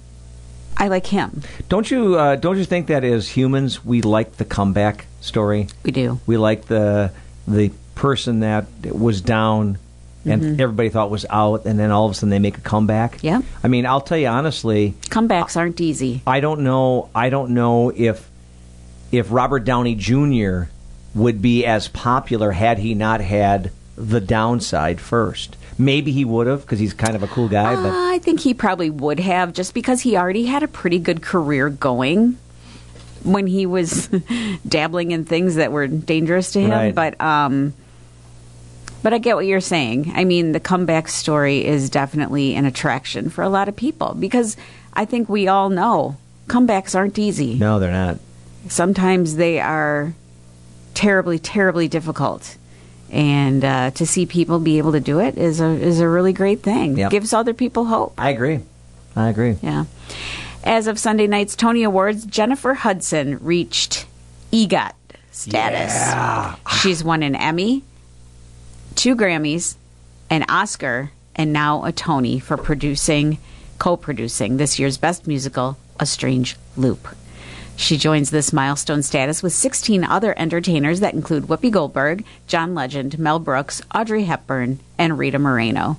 Speaker 18: I like him.
Speaker 9: Don't you uh, don't you think that as humans we like the comeback story?
Speaker 18: We do.
Speaker 9: We like the the person that was down and
Speaker 18: Mhm.
Speaker 9: everybody thought was out, and then all of a sudden they make a comeback.
Speaker 18: Yeah.
Speaker 9: I mean, I'll tell you honestly,
Speaker 18: Comebacks aren't easy.
Speaker 9: I don't know. I don't know if if Robert Downey Jr. would be as popular had he not had the downside first. Maybe he would have because he's kind of a cool guy, but.
Speaker 18: I think he probably would have just because he already had a pretty good career going when he was dabbling in things that were dangerous to him.
Speaker 9: Right.
Speaker 18: But um but I get what you're saying. I mean, the comeback story is definitely an attraction for a lot of people because I think we all know comebacks aren't easy.
Speaker 9: No, they're not.
Speaker 18: Sometimes they are terribly, terribly difficult. And uh, to see people be able to do it is a is a really great thing.
Speaker 9: Yep.
Speaker 18: Gives other people hope.
Speaker 9: I agree. I agree.
Speaker 18: Yeah. As of Sunday night's Tony Awards, Jennifer Hudson reached EGOT status. She's won an Emmy, two Grammys, an Oscar, and now a Tony for producing, co producing this year's best musical, A Strange Loop. She joins this milestone status with 16 other entertainers that include Whoopi Goldberg, John Legend, Mel Brooks, Audrey Hepburn, and Rita Moreno.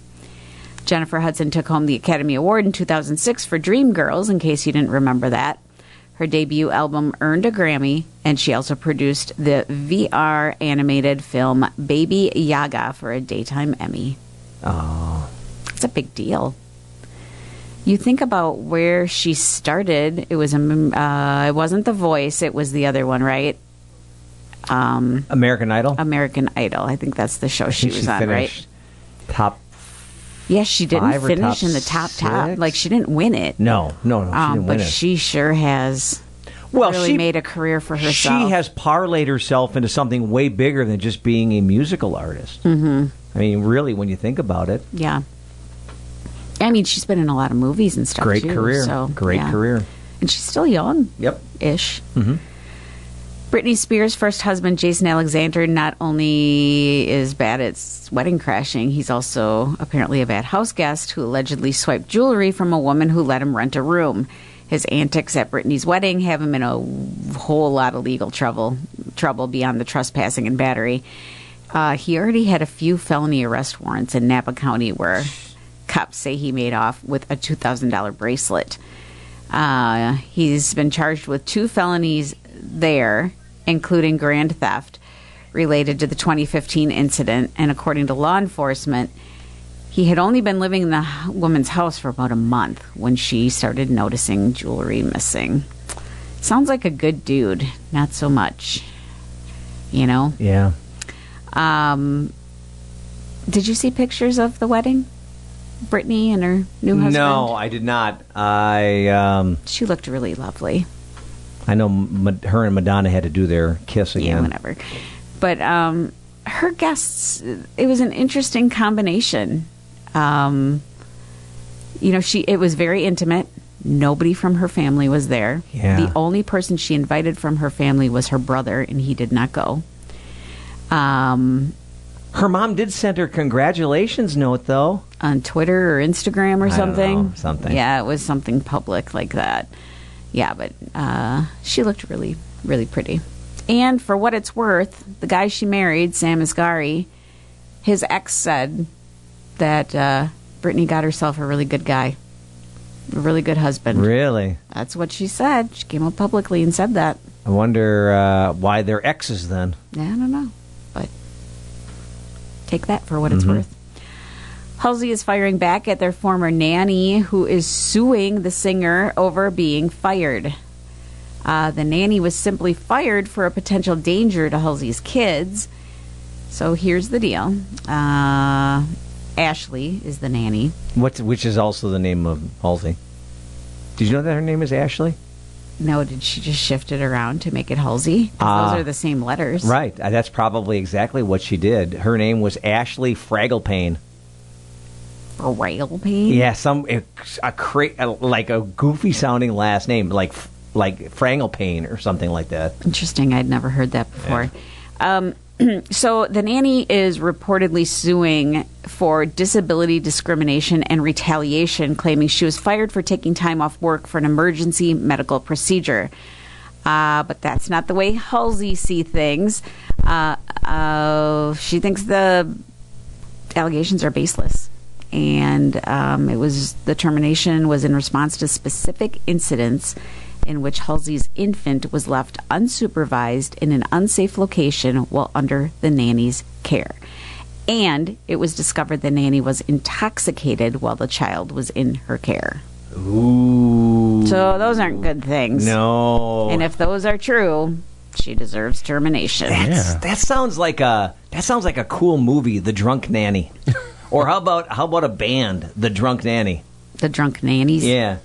Speaker 18: Jennifer Hudson took home the Academy Award in 2006 for Dreamgirls, in case you didn't remember that. Her debut album earned a Grammy, and she also produced the VR animated film Baby Yaga for a Daytime Emmy.
Speaker 9: Oh.
Speaker 18: It's a big deal. You think about where she started. It was a, m- uh, it wasn't The Voice. It was the other one, right? Um,
Speaker 9: American Idol.
Speaker 18: American Idol. I think that's the show she was on, right?
Speaker 9: Top.
Speaker 18: Yes, she didn't
Speaker 9: Five or
Speaker 18: finish
Speaker 9: top
Speaker 18: in the top top.
Speaker 9: six?
Speaker 18: Like she didn't win it.
Speaker 9: No, no, no. She
Speaker 18: Um,
Speaker 9: didn't
Speaker 18: but
Speaker 9: win it.
Speaker 18: she sure has
Speaker 9: Well,
Speaker 18: really
Speaker 9: she-
Speaker 18: made a career for herself.
Speaker 9: she has parlayed herself into something way bigger than just being a musical artist.
Speaker 18: hmm
Speaker 9: I mean, really, when you think about it,
Speaker 18: Yeah. I mean, she's been in a lot of movies and stuff.
Speaker 9: great
Speaker 18: too,
Speaker 9: career.
Speaker 18: So,
Speaker 9: great
Speaker 18: yeah.
Speaker 9: career.
Speaker 18: And she's still young.
Speaker 9: Yep.
Speaker 18: Ish.
Speaker 9: hmm
Speaker 18: Britney Spears' first husband, Jason Alexander, not only is bad at s- wedding crashing, he's also apparently a bad house guest who allegedly swiped jewelry from a woman who let him rent a room. His antics at Britney's wedding have him in a whole lot of legal trouble, trouble beyond the trespassing and battery. Uh, he already had a few felony arrest warrants in Napa County where cops say he made off with a $2,000 bracelet. Uh, he's been charged with two felonies there, including grand theft related to the 2015 incident. And according to law enforcement, he had only been living in the h- woman's house for about a month when she started noticing jewelry missing. Sounds like a good dude, not so much. You know?
Speaker 9: Yeah.
Speaker 18: Um, did you see pictures of the wedding? Brittany and her new husband?
Speaker 9: No, I did not. I. Um,
Speaker 18: She looked really lovely.
Speaker 9: I know Ma- her and Madonna had to do their kiss again.
Speaker 18: Yeah, whatever. But um, her guests, it was an interesting combination. Um, you know, she it was very intimate. Nobody from her family was there.
Speaker 9: Yeah.
Speaker 18: The only person she invited from her family was her brother, and he did not go. Um,
Speaker 9: Her mom did send her congratulations note, though.
Speaker 18: on Twitter or Instagram or
Speaker 21: I don't
Speaker 18: something.
Speaker 21: know, something.
Speaker 18: Yeah, it was something public like that. Yeah, but uh, she looked really, really pretty. And for what it's worth, the guy she married, Sam Asghari, his ex said that uh, Brittany got herself a really good guy, a really good husband.
Speaker 9: Really?
Speaker 18: That's what she said. She came out publicly and said that.
Speaker 9: I wonder uh, why they're exes then.
Speaker 18: Yeah, I don't know, but take that for what it's
Speaker 9: Mhm.
Speaker 18: worth. Halsey is firing back at their former nanny, who is suing the singer over being fired. Uh, the nanny was simply fired for a potential danger to Halsey's kids. So here's the deal uh, Ashley is the nanny.
Speaker 9: What, which is also the name of Halsey. Did you know that her name is Ashley?
Speaker 18: No, did she just shift it around to make it Halsey? 'Cause
Speaker 9: Ah.
Speaker 18: those are the same letters.
Speaker 9: Right. Uh, That's probably exactly what she did. Her name was Ashley Fragglepane.
Speaker 18: Fragglepane?
Speaker 9: Yeah, some a, a cra- a- like a goofy sounding last name, like like Franglepane or something like that.
Speaker 18: Interesting. I'd never heard that before. Um, so the nanny is reportedly suing for disability discrimination and retaliation, claiming she was fired for taking time off work for an emergency medical procedure. Uh, but that's not the way Halsey see things. Uh, uh, she thinks the allegations are baseless. And um, it was the termination was in response to specific incidents in which Halsey's infant was left unsupervised in an unsafe location while under the nanny's care. And it was discovered the nanny was intoxicated while the child was in her care.
Speaker 9: Ooh.
Speaker 18: So those aren't good things.
Speaker 9: No.
Speaker 18: And if those are true, she deserves termination.
Speaker 9: That's- That sounds like a that sounds like a cool movie, The Drunk Nanny. or how about how about a band, The Drunk Nanny?
Speaker 18: The Drunk Nannies.
Speaker 9: Yeah.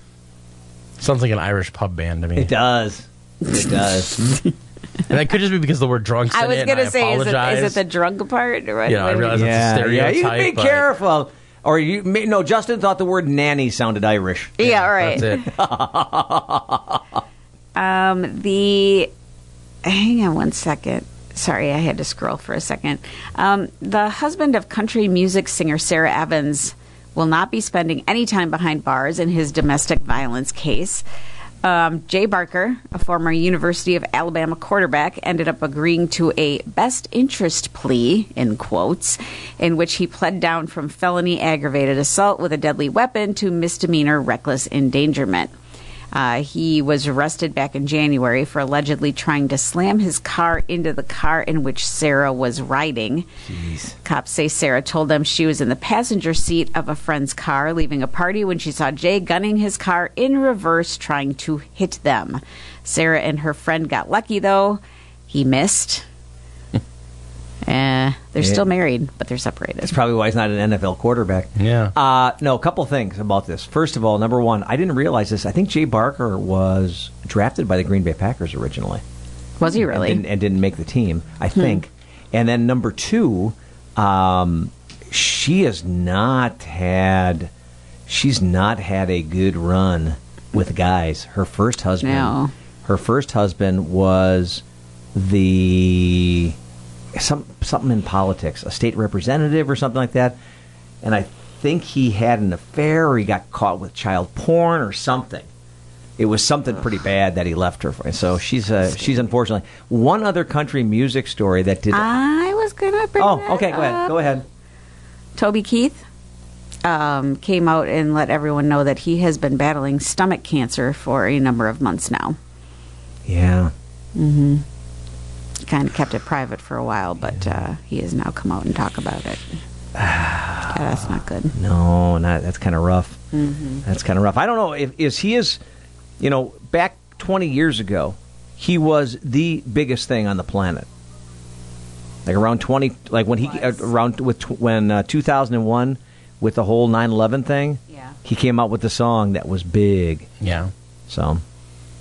Speaker 11: Sounds like an Irish pub band to me. It
Speaker 9: does. It does.
Speaker 11: and that could just be because the word drunk's
Speaker 18: I
Speaker 11: in
Speaker 18: was
Speaker 11: it.
Speaker 18: going to say, is it,
Speaker 11: apologize.
Speaker 18: is it the drunk part? Or what-
Speaker 11: Yeah, I
Speaker 18: what do we-
Speaker 11: realize that's a
Speaker 9: yeah, you
Speaker 11: stereotype,
Speaker 9: be
Speaker 11: but-
Speaker 9: careful. Or you may- no, Justin thought the word nanny sounded Irish.
Speaker 18: Yeah, all right. Um, the hang on one second. Sorry, I had to scroll for a second. Um, the husband of country music singer Sarah Evans will not be spending any time behind bars in his domestic violence case. Um, Jay Barker, a former University of Alabama quarterback, ended up agreeing to a best interest plea, in quotes, in which he pled down from felony aggravated assault with a deadly weapon to misdemeanor reckless endangerment. Uh, he was arrested back in January for allegedly trying to slam his car into the car in which Sarah was riding. Cops say Sarah told them she was in the passenger seat of a friend's car leaving a party when she saw Jay gunning his car in reverse trying to hit them. Sarah and her friend got lucky though. He missed. uh, they're still married, but they're separated.
Speaker 9: That's probably why he's not an NFL quarterback. Yeah. Uh, no, a couple things about this. First of all, number one, I didn't realize this. I think Jay Barker was drafted by the Green Bay Packers originally.
Speaker 18: Was he really?
Speaker 9: And didn't, and didn't make the team, I
Speaker 18: Hmm.
Speaker 9: think. And then number two, um, she has not had. She's not had a good run with guys. Her first husband.
Speaker 18: No.
Speaker 9: Her first husband was the some something in politics, a state representative or something like that. And I think he had an affair or he got caught with child porn or something. It was something pretty bad that he left her for. So she's uh, she's unfortunately one other country music story that did
Speaker 18: I was gonna bring.
Speaker 9: Oh,
Speaker 18: that
Speaker 9: okay, go ahead,
Speaker 18: up.
Speaker 9: go ahead.
Speaker 18: Toby Keith um, came out and let everyone know that he has been battling stomach cancer for a number of months now.
Speaker 9: Yeah.
Speaker 18: Mm-hmm. Kind of kept it private for a while, but uh, he has now come out and talk about it. Yeah, that's not good.
Speaker 9: No, not that's kind of rough.
Speaker 18: Mhm.
Speaker 9: That's kind of rough. I don't know if is he is, you know, back 20 years ago, he was the biggest thing on the planet. Like around 20, like when he uh, around with tw- when uh, 2001 with the whole 9/11 thing.
Speaker 18: Yeah.
Speaker 9: He came out with the song that was big.
Speaker 11: Yeah.
Speaker 9: So,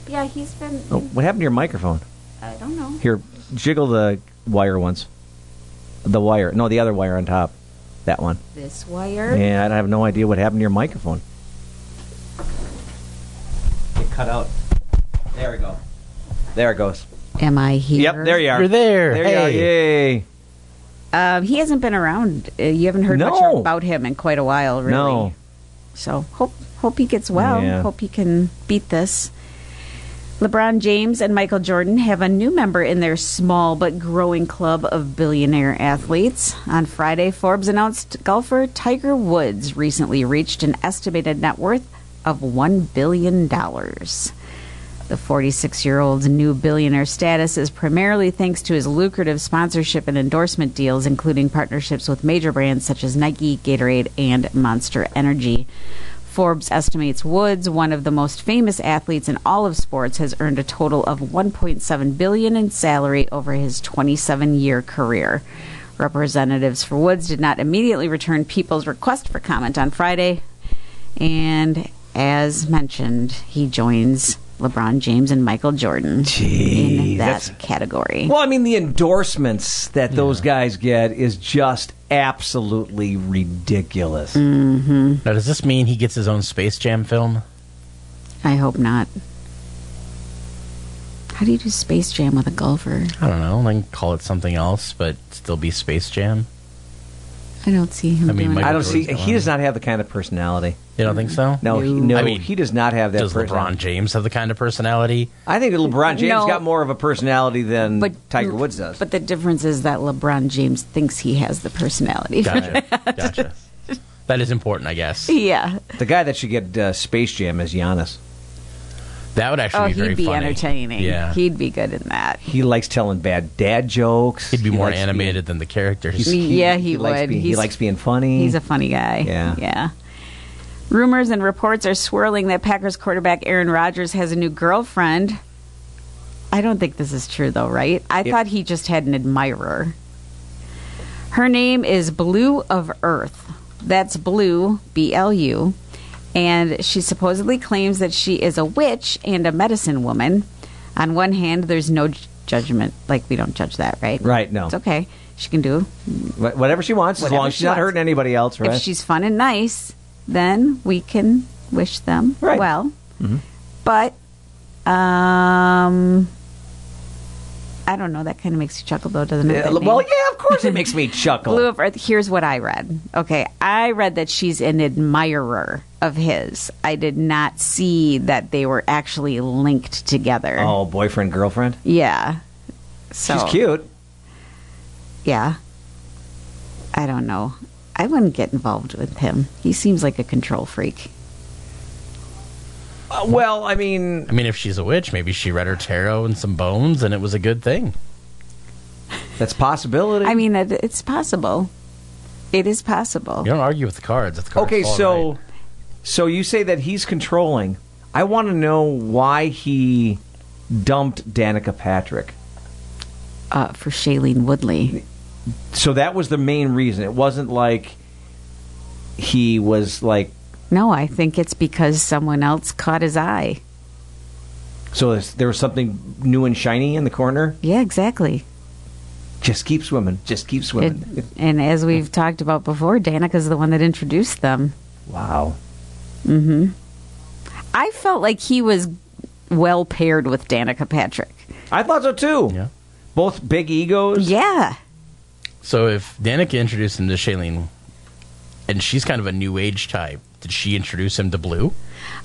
Speaker 18: Yeah, he's been.
Speaker 9: oh, what happened to your microphone?
Speaker 18: I don't know.
Speaker 9: Here, jiggle the wire once. The wire, no, the other wire on top. That one.
Speaker 18: This wire.
Speaker 9: Yeah, I have no idea what happened to your microphone. It cut out. There we go. There it goes.
Speaker 18: Am I here?
Speaker 9: Yep, there you are.
Speaker 18: You're there.
Speaker 9: There you are.
Speaker 18: Hey.
Speaker 9: Yay.
Speaker 18: Um, he hasn't been around. Uh, you haven't heard much
Speaker 9: No.
Speaker 18: about him in quite a while, really.
Speaker 9: No.
Speaker 18: So hope hope he gets well.
Speaker 9: Yeah.
Speaker 18: Hope he can beat this. LeBron James and Michael Jordan have a new member in their small but growing club of billionaire athletes. On Friday, Forbes announced golfer Tiger Woods recently reached an estimated net worth of $1 billion. The 46 year old's new billionaire status is primarily thanks to his lucrative sponsorship and endorsement deals, including partnerships with major brands such as Nike, Gatorade, and Monster Energy. Forbes estimates Woods, one of the most famous athletes in all of sports, has earned a total of 1.7 billion in salary over his 27-year career. Representatives for Woods did not immediately return people's request for comment on Friday, and as mentioned, he joins LeBron James and Michael Jordan in that
Speaker 9: that's-
Speaker 18: category.
Speaker 9: Well, I mean, the endorsements that those guys get is just absolutely ridiculous.
Speaker 18: Mm-hmm.
Speaker 11: Now, does this mean he gets his own Space Jam film?
Speaker 18: I hope not. How do you do Space Jam with a golfer?
Speaker 11: I don't know. Then call it something else, but still be Space Jam.
Speaker 18: I don't see him.
Speaker 11: I mean,
Speaker 18: doing
Speaker 11: Michael
Speaker 18: it.
Speaker 9: I don't see.
Speaker 11: Jordan's
Speaker 9: He does not have the kind of personality.
Speaker 11: You don't think so?
Speaker 9: No, he,
Speaker 11: No.
Speaker 9: no.
Speaker 11: I mean,
Speaker 9: he does not have that.
Speaker 11: Does LeBron
Speaker 9: personality.
Speaker 11: James have the kind of personality?
Speaker 9: I think LeBron James
Speaker 18: No.
Speaker 9: got more of a personality than
Speaker 18: But
Speaker 9: Tiger Woods does.
Speaker 18: But the difference is that LeBron James thinks he has the personality.
Speaker 11: Gotcha. gotcha. That is important, I guess.
Speaker 18: yeah.
Speaker 9: The guy that should get uh, Space Jam is Giannis.
Speaker 11: That would
Speaker 18: oh,
Speaker 11: actually be very
Speaker 18: he'd be
Speaker 11: funny.
Speaker 18: entertaining.
Speaker 11: Yeah.
Speaker 18: He'd be good in that.
Speaker 9: He likes telling bad dad jokes. He'd
Speaker 11: be more
Speaker 9: likes
Speaker 11: animated than the characters.
Speaker 9: being-
Speaker 18: Yeah, he
Speaker 9: likes
Speaker 18: would.
Speaker 9: being- he
Speaker 18: He's-
Speaker 9: likes being funny.
Speaker 18: He's a funny guy.
Speaker 9: Yeah.
Speaker 18: Yeah. Rumors and reports are swirling that Packers quarterback Aaron Rodgers has a new girlfriend. I don't think this is true, though, right? I
Speaker 9: It-
Speaker 18: thought he just had an admirer. Her name is Blue of Earth. That's Blue, B L U. And she supposedly claims that she is a witch and a medicine woman. On one hand, there's no j- judgment. Like, we don't judge that, right?
Speaker 9: Right, no.
Speaker 18: It's okay. She can do
Speaker 9: Wha- Whatever she wants, as long
Speaker 18: Whatever
Speaker 9: as
Speaker 18: she
Speaker 9: she's not
Speaker 18: wants.
Speaker 9: hurting anybody else, right?
Speaker 18: if she's fun and nice, then we can wish them well.
Speaker 9: Mhm.
Speaker 18: But um, I don't know. That kind of makes you chuckle, though, doesn't it?
Speaker 9: Yeah,
Speaker 18: that name?
Speaker 9: well, yeah, of course it makes me chuckle.
Speaker 18: Blue of Earth. Here's what I read. Okay, I read that she's an admirer of his. I did not see that they were actually linked together.
Speaker 9: Oh, boyfriend, girlfriend.
Speaker 18: Yeah. So
Speaker 9: She's cute.
Speaker 18: Yeah. I don't know. I wouldn't get involved with him. He seems like a control freak.
Speaker 9: Uh, well, I mean,
Speaker 11: I mean, if she's a witch, maybe she read her tarot and some bones, and it was a good thing.
Speaker 9: That's possibility.
Speaker 18: I mean, it, it's possible. It is possible.
Speaker 11: You don't argue with the cards. If the cards
Speaker 9: Okay,
Speaker 11: fall
Speaker 9: so
Speaker 11: right.
Speaker 9: so you say that he's controlling. I want to know why he dumped Danica Patrick.
Speaker 18: Uh, for Shailene Woodley.
Speaker 9: So that was the main reason. It wasn't like he was like
Speaker 18: No, I think it's because someone else caught his eye.
Speaker 9: so there's- there was something new and shiny in the corner.
Speaker 18: Yeah, exactly.
Speaker 9: Just keep swimming. Just keep swimming.
Speaker 18: It- and as we've talked about before, Danica's the one that introduced them.
Speaker 9: wow.
Speaker 18: hmm I felt like he was well paired with Danica Patrick.
Speaker 9: I thought so too.
Speaker 11: Yeah.
Speaker 9: Both big egos.
Speaker 18: Yeah.
Speaker 11: So if Danica introduced him to Shailene, and she's kind of a new age type, did she introduce him to Blue?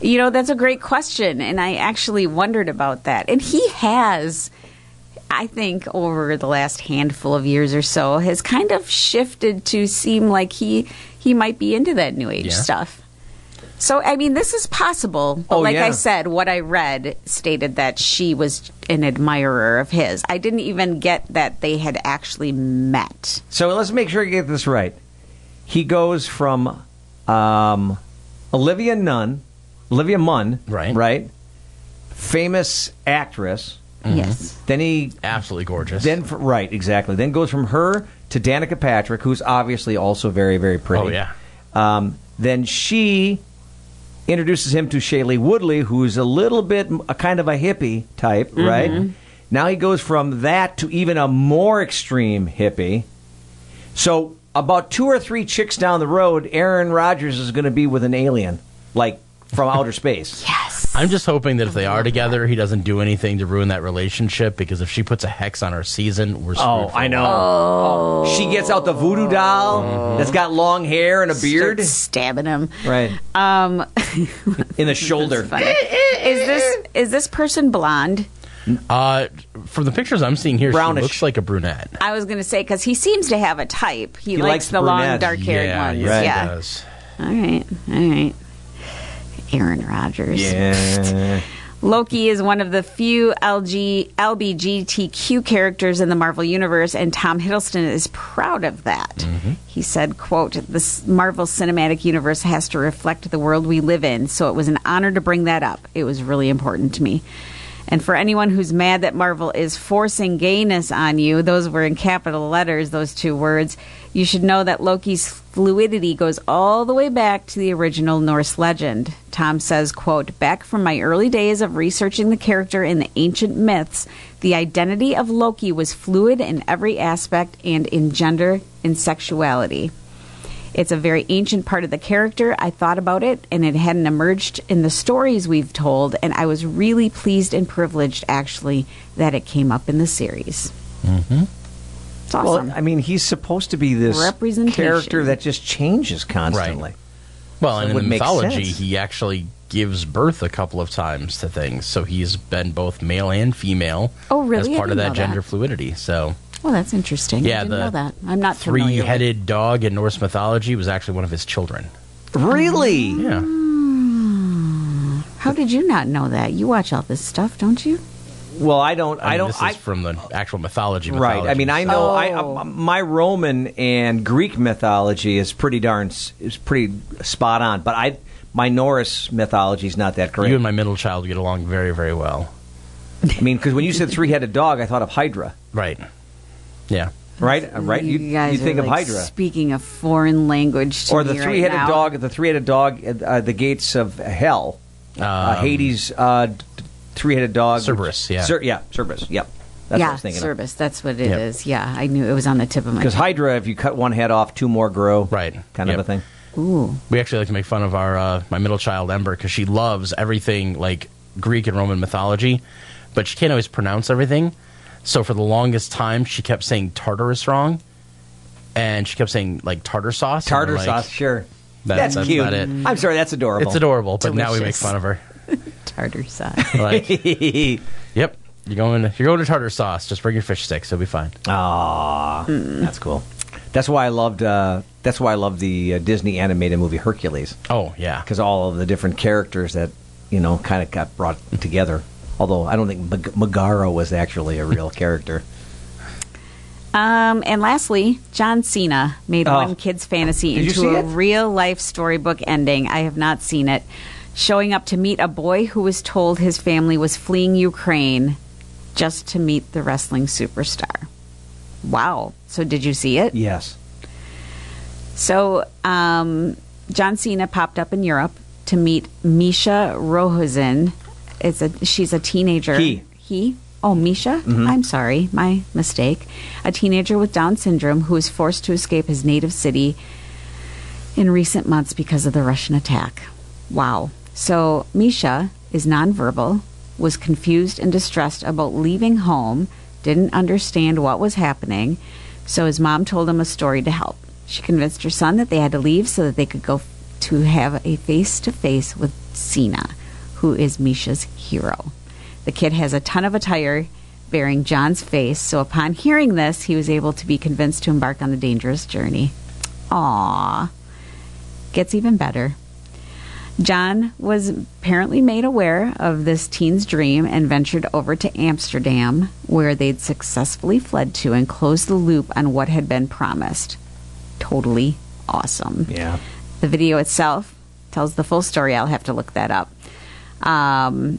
Speaker 18: You know, that's a great question. And I actually wondered about that. And he has, I think, over the last handful of years or so, has kind of shifted to seem like he he might be into that new age
Speaker 9: Yeah.
Speaker 18: stuff. So I mean, this is possible. But
Speaker 9: Oh,
Speaker 18: like I
Speaker 9: yeah.
Speaker 18: said, what I read stated that she was an admirer of his. I didn't even get that they had actually met.
Speaker 9: So let's make sure I get this right. He goes from um, Olivia Nunn, Olivia Munn, right? Right, famous actress.
Speaker 18: Yes.
Speaker 9: Then he
Speaker 11: Mm-hmm. absolutely gorgeous.
Speaker 9: Then fr- right, exactly. Then goes from her to Danica Patrick, who's obviously also very, very pretty.
Speaker 11: Oh, yeah.
Speaker 9: Um, then she introduces him to Shaylee Woodley, who's a little bit m- a kind of a hippie type, right?
Speaker 18: Mhm.
Speaker 9: Now he goes from that to even a more extreme hippie. So about two or three chicks down the road, Aaron Rodgers is going to be with an alien, like from outer space.
Speaker 18: Yes.
Speaker 11: I'm just hoping that if they are together, he doesn't do anything to ruin that relationship because if she puts a hex on our season, we're screwed.
Speaker 22: Oh,
Speaker 11: for
Speaker 22: I
Speaker 11: a
Speaker 22: know.
Speaker 11: while. Mm-hmm.
Speaker 22: Oh. She gets out the voodoo doll that's got long hair and a beard.
Speaker 18: stabbing him.
Speaker 9: Right.
Speaker 18: Um,
Speaker 22: In the shoulder.
Speaker 18: funny. is this is this person blonde?
Speaker 11: Uh, from the pictures I'm seeing here,
Speaker 22: Brownish.
Speaker 11: she looks like a brunette.
Speaker 18: I was going to say because he seems to have a type. He,
Speaker 11: He
Speaker 18: likes,
Speaker 11: likes
Speaker 18: the long
Speaker 11: brunettes.
Speaker 18: dark haired
Speaker 11: Yeah,
Speaker 18: ones.
Speaker 11: yeah, he
Speaker 18: yeah.
Speaker 11: does.
Speaker 18: All right. All right. Aaron Rodgers.
Speaker 9: Yeah.
Speaker 18: Loki is one of the few LG, LBGTQ characters in the Marvel Universe, and Tom Hiddleston is proud of that.
Speaker 11: Mm-hmm.
Speaker 18: He said, quote, the Marvel Cinematic Universe has to reflect the world we live in, so it was an honor to bring that up. It was really important to me. And for anyone who's mad that Marvel is forcing gayness on you, those were in capital letters, those two words, you should know that Loki's fluidity goes all the way back to the original Norse legend. Tom says, quote, Back from my early days of researching the character in the ancient myths, the identity of Loki was fluid in every aspect and in gender and sexuality. It's a very ancient part of the character. I thought about it, and it hadn't emerged in the stories we've told, and I was really pleased and privileged, actually, that it came up in the series.
Speaker 9: Mm-hmm.
Speaker 18: It's awesome.
Speaker 9: Well, I mean, he's supposed to be this
Speaker 18: Representation.
Speaker 9: character that just changes constantly.
Speaker 11: Well,
Speaker 9: So
Speaker 11: and
Speaker 9: it
Speaker 11: in
Speaker 9: would
Speaker 11: the
Speaker 9: make
Speaker 11: mythology,
Speaker 9: sense.
Speaker 11: he actually gives birth a couple of times to things, so he's been both male and female.
Speaker 18: Oh, really?
Speaker 11: As
Speaker 18: I
Speaker 11: part of
Speaker 18: didn't
Speaker 11: that
Speaker 18: know
Speaker 11: gender
Speaker 18: that.
Speaker 11: fluidity, so
Speaker 18: Well, that's interesting. I
Speaker 11: Yeah,
Speaker 18: didn't
Speaker 11: the
Speaker 18: know that. I'm not familiar. with-
Speaker 11: three-headed dog in Norse mythology was actually one of his children.
Speaker 9: Really?
Speaker 11: Yeah.
Speaker 18: How did you not know that? You watch all this stuff, don't you?
Speaker 9: Well, I don't. I,
Speaker 11: mean,
Speaker 9: don't.
Speaker 11: This
Speaker 9: I,
Speaker 11: is from the actual mythology.
Speaker 9: Right. I mean, I know. I,
Speaker 18: Oh.
Speaker 9: I my Roman and Greek mythology is pretty darn s- is pretty spot on, but I my Norse mythology is not that great.
Speaker 11: You and my middle child get along very, very well.
Speaker 9: I mean, because when you said three headed dog, I thought of Hydra.
Speaker 11: Right. Yeah.
Speaker 9: Right. Uh, Right. You,
Speaker 18: You
Speaker 9: you
Speaker 18: guys
Speaker 9: think
Speaker 18: are,
Speaker 9: of
Speaker 18: like,
Speaker 9: Hydra.
Speaker 18: Speaking a foreign language to
Speaker 9: or the
Speaker 18: me right
Speaker 9: three-headed
Speaker 18: now.
Speaker 9: dog, the three-headed dog at uh, the gates of hell, uh,
Speaker 11: Um,
Speaker 9: Hades, uh, d- three-headed dog,
Speaker 11: Cerberus, yeah.
Speaker 9: Cer- yeah, Cerberus, yep. That's
Speaker 18: yeah,
Speaker 9: what I was thinking of.
Speaker 18: Cerberus. That's what it is.
Speaker 9: Yep.
Speaker 18: Yeah, I knew it was on the tip of my.
Speaker 9: Because
Speaker 18: tongue.
Speaker 9: Hydra, if you cut one head off, two more grow, right? Kind of
Speaker 11: Yep.
Speaker 9: a thing.
Speaker 18: Ooh.
Speaker 11: We actually like to make fun of our uh, my middle child Ember because she loves everything like Greek and Roman mythology, but she can't always pronounce everything. So for the longest time, she kept saying Tartarus wrong, and she kept saying like tartar sauce. and
Speaker 9: Tartar
Speaker 11: we're like,
Speaker 9: sauce, sure.
Speaker 11: that-
Speaker 9: that's,
Speaker 11: that's
Speaker 9: cute.
Speaker 11: not it.
Speaker 9: I'm sorry, that's adorable.
Speaker 11: It's adorable, but now we make fun of her.
Speaker 18: Tartar sauce.
Speaker 11: Like, yep, you're going. To, you're going to tartar sauce. Just bring your fish sticks. It'll be fine.
Speaker 9: Aw, that's cool. That's why I loved. Uh, that's why I love the uh, Disney animated movie Hercules.
Speaker 11: Oh yeah,
Speaker 9: because all of the different characters that you know kind of got brought together. Although I don't think Mag- Magaro was actually a real character.
Speaker 18: Um, and lastly, John Cena made
Speaker 9: Oh.
Speaker 18: one kid's fantasy
Speaker 9: Did you
Speaker 18: into
Speaker 9: see
Speaker 18: a
Speaker 9: it?
Speaker 18: real life storybook ending. I have not seen it. Showing up to meet a boy who was told his family was fleeing Ukraine just to meet the wrestling superstar. Wow. So, did you see it?
Speaker 9: Yes.
Speaker 18: So, um, John Cena popped up in Europe to meet Misha Rohozen. It's a she's a teenager.
Speaker 9: He.
Speaker 18: He. Oh, Misha.
Speaker 9: Mhm.
Speaker 18: I'm sorry, my mistake. A teenager with Down syndrome who was forced to escape his native city in recent months because of the Russian attack. Wow. So Misha is nonverbal, was confused and distressed about leaving home, didn't understand what was happening, so his mom told him a story to help. She convinced her son that they had to leave so that they could go f- to have a face to face with Sina, who is Misha's hero. The kid has a ton of attire bearing John's face, so upon hearing this, he was able to be convinced to embark on the dangerous journey. Aww. Gets even better. John was apparently made aware of this teen's dream and ventured over to Amsterdam, where they'd successfully fled to and closed the loop on what had been promised. Totally awesome.
Speaker 9: Yeah.
Speaker 18: The video itself tells the full story. I'll have to look that up. Um,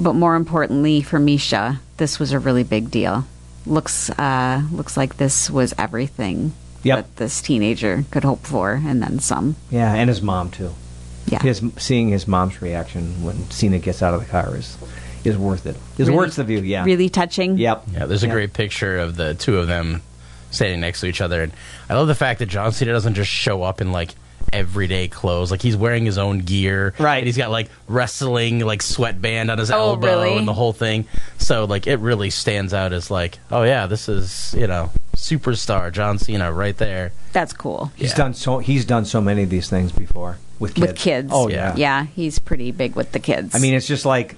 Speaker 18: but more importantly for Misha, this was a really big deal. Looks uh, looks like this was everything
Speaker 9: Yep.
Speaker 18: that this teenager could hope for, and then some.
Speaker 9: Yeah, and his mom too.
Speaker 18: Yeah.
Speaker 9: His seeing his mom's reaction when Cena gets out of the car is is worth it. Is
Speaker 18: Really-
Speaker 9: worth the view. Yeah.
Speaker 18: Really touching.
Speaker 9: Yep.
Speaker 11: Yeah, there's a
Speaker 9: Yep.
Speaker 11: great picture of the two of them standing next to each other, and I love the fact that John Cena doesn't just show up and like everyday clothes. Like he's wearing his own gear. Right. And he's got like wrestling like sweatband on his
Speaker 18: Oh,
Speaker 11: elbow
Speaker 18: really?
Speaker 11: and the whole thing. So like it really stands out as like, oh yeah, this is, you know, superstar John Cena right there.
Speaker 18: That's cool.
Speaker 9: He's done so. He's done so many of these things before with kids.
Speaker 18: With kids.
Speaker 9: Oh yeah.
Speaker 18: Yeah, he's pretty big with the kids.
Speaker 9: I mean, it's just like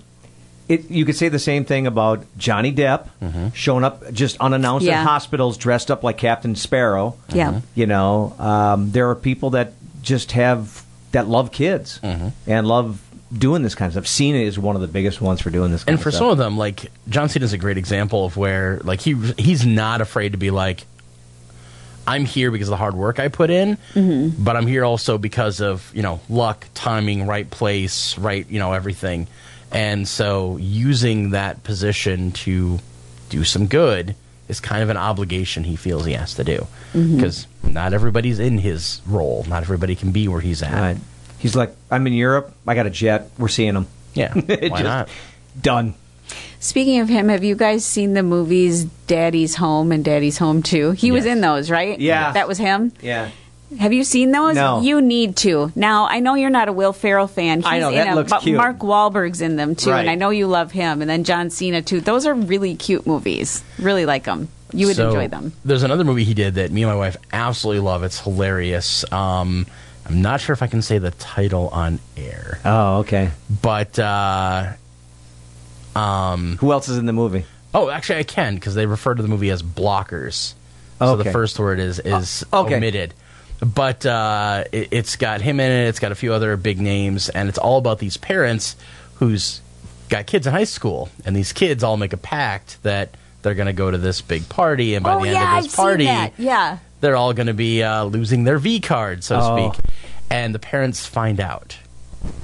Speaker 9: it. You could say the same thing about Johnny Depp showing up just unannounced
Speaker 18: Yeah.
Speaker 9: in hospitals, dressed up like Captain Sparrow.
Speaker 18: Yeah. Mhm.
Speaker 9: You know, um, there are people that just have that love kids and love doing this kind of stuff. Cena is one of the biggest ones for doing this. Kind
Speaker 11: And for
Speaker 9: of
Speaker 11: some
Speaker 9: stuff.
Speaker 11: of them, like John Cena's a great example of where like he he's not afraid to be like, I'm here because of the hard work I put in,
Speaker 9: Mm-hmm.
Speaker 11: but I'm here also because of you know luck, timing, right place, right you know everything, and so using that position to do some good is kind of an obligation he feels he has to do
Speaker 9: Mhm.
Speaker 11: because not everybody's in his role, not everybody can be where he's at.
Speaker 9: Right. He's like, I'm in Europe. I got a jet. We're seeing him.
Speaker 11: Yeah. Why not?
Speaker 9: Done.
Speaker 18: Speaking of him, have you guys seen the movies Daddy's Home and Daddy's Home 2? He was in those, right?
Speaker 9: Yeah.
Speaker 18: That was him?
Speaker 9: Yeah.
Speaker 18: Have you seen those?
Speaker 9: No.
Speaker 18: You need to. Now, I know you're not a Will Ferrell fan. He's
Speaker 9: I know,
Speaker 18: in
Speaker 9: that
Speaker 18: them,
Speaker 9: looks
Speaker 18: but
Speaker 9: cute.
Speaker 18: Mark Wahlberg's in them too,
Speaker 11: Right.
Speaker 18: and I know you love him. And then John Cena too. Those are really cute movies. Really like them. You would
Speaker 11: So,
Speaker 18: enjoy them.
Speaker 11: There's another movie he did that me and my wife absolutely love. It's hilarious. Um, I'm not sure if I can say the title on air,
Speaker 9: Oh, okay.
Speaker 11: but uh, um,
Speaker 9: who else is in the movie?
Speaker 11: Oh, actually, I can because they refer to the movie as blockers. So the
Speaker 9: Okay.
Speaker 11: first word is is
Speaker 9: Uh, okay.
Speaker 11: omitted. But uh, it, it's got him in it. It's got a few other big names, and it's all about these parents who's got kids in high school, and these kids all make a pact that they're going to go to this big party, and by
Speaker 18: oh
Speaker 11: the end
Speaker 18: yeah,
Speaker 11: of
Speaker 18: I've
Speaker 11: this party,
Speaker 18: seen that. Yeah.
Speaker 11: they're all going to be uh, losing their V card, so to
Speaker 18: Oh.
Speaker 11: speak. And the parents find out.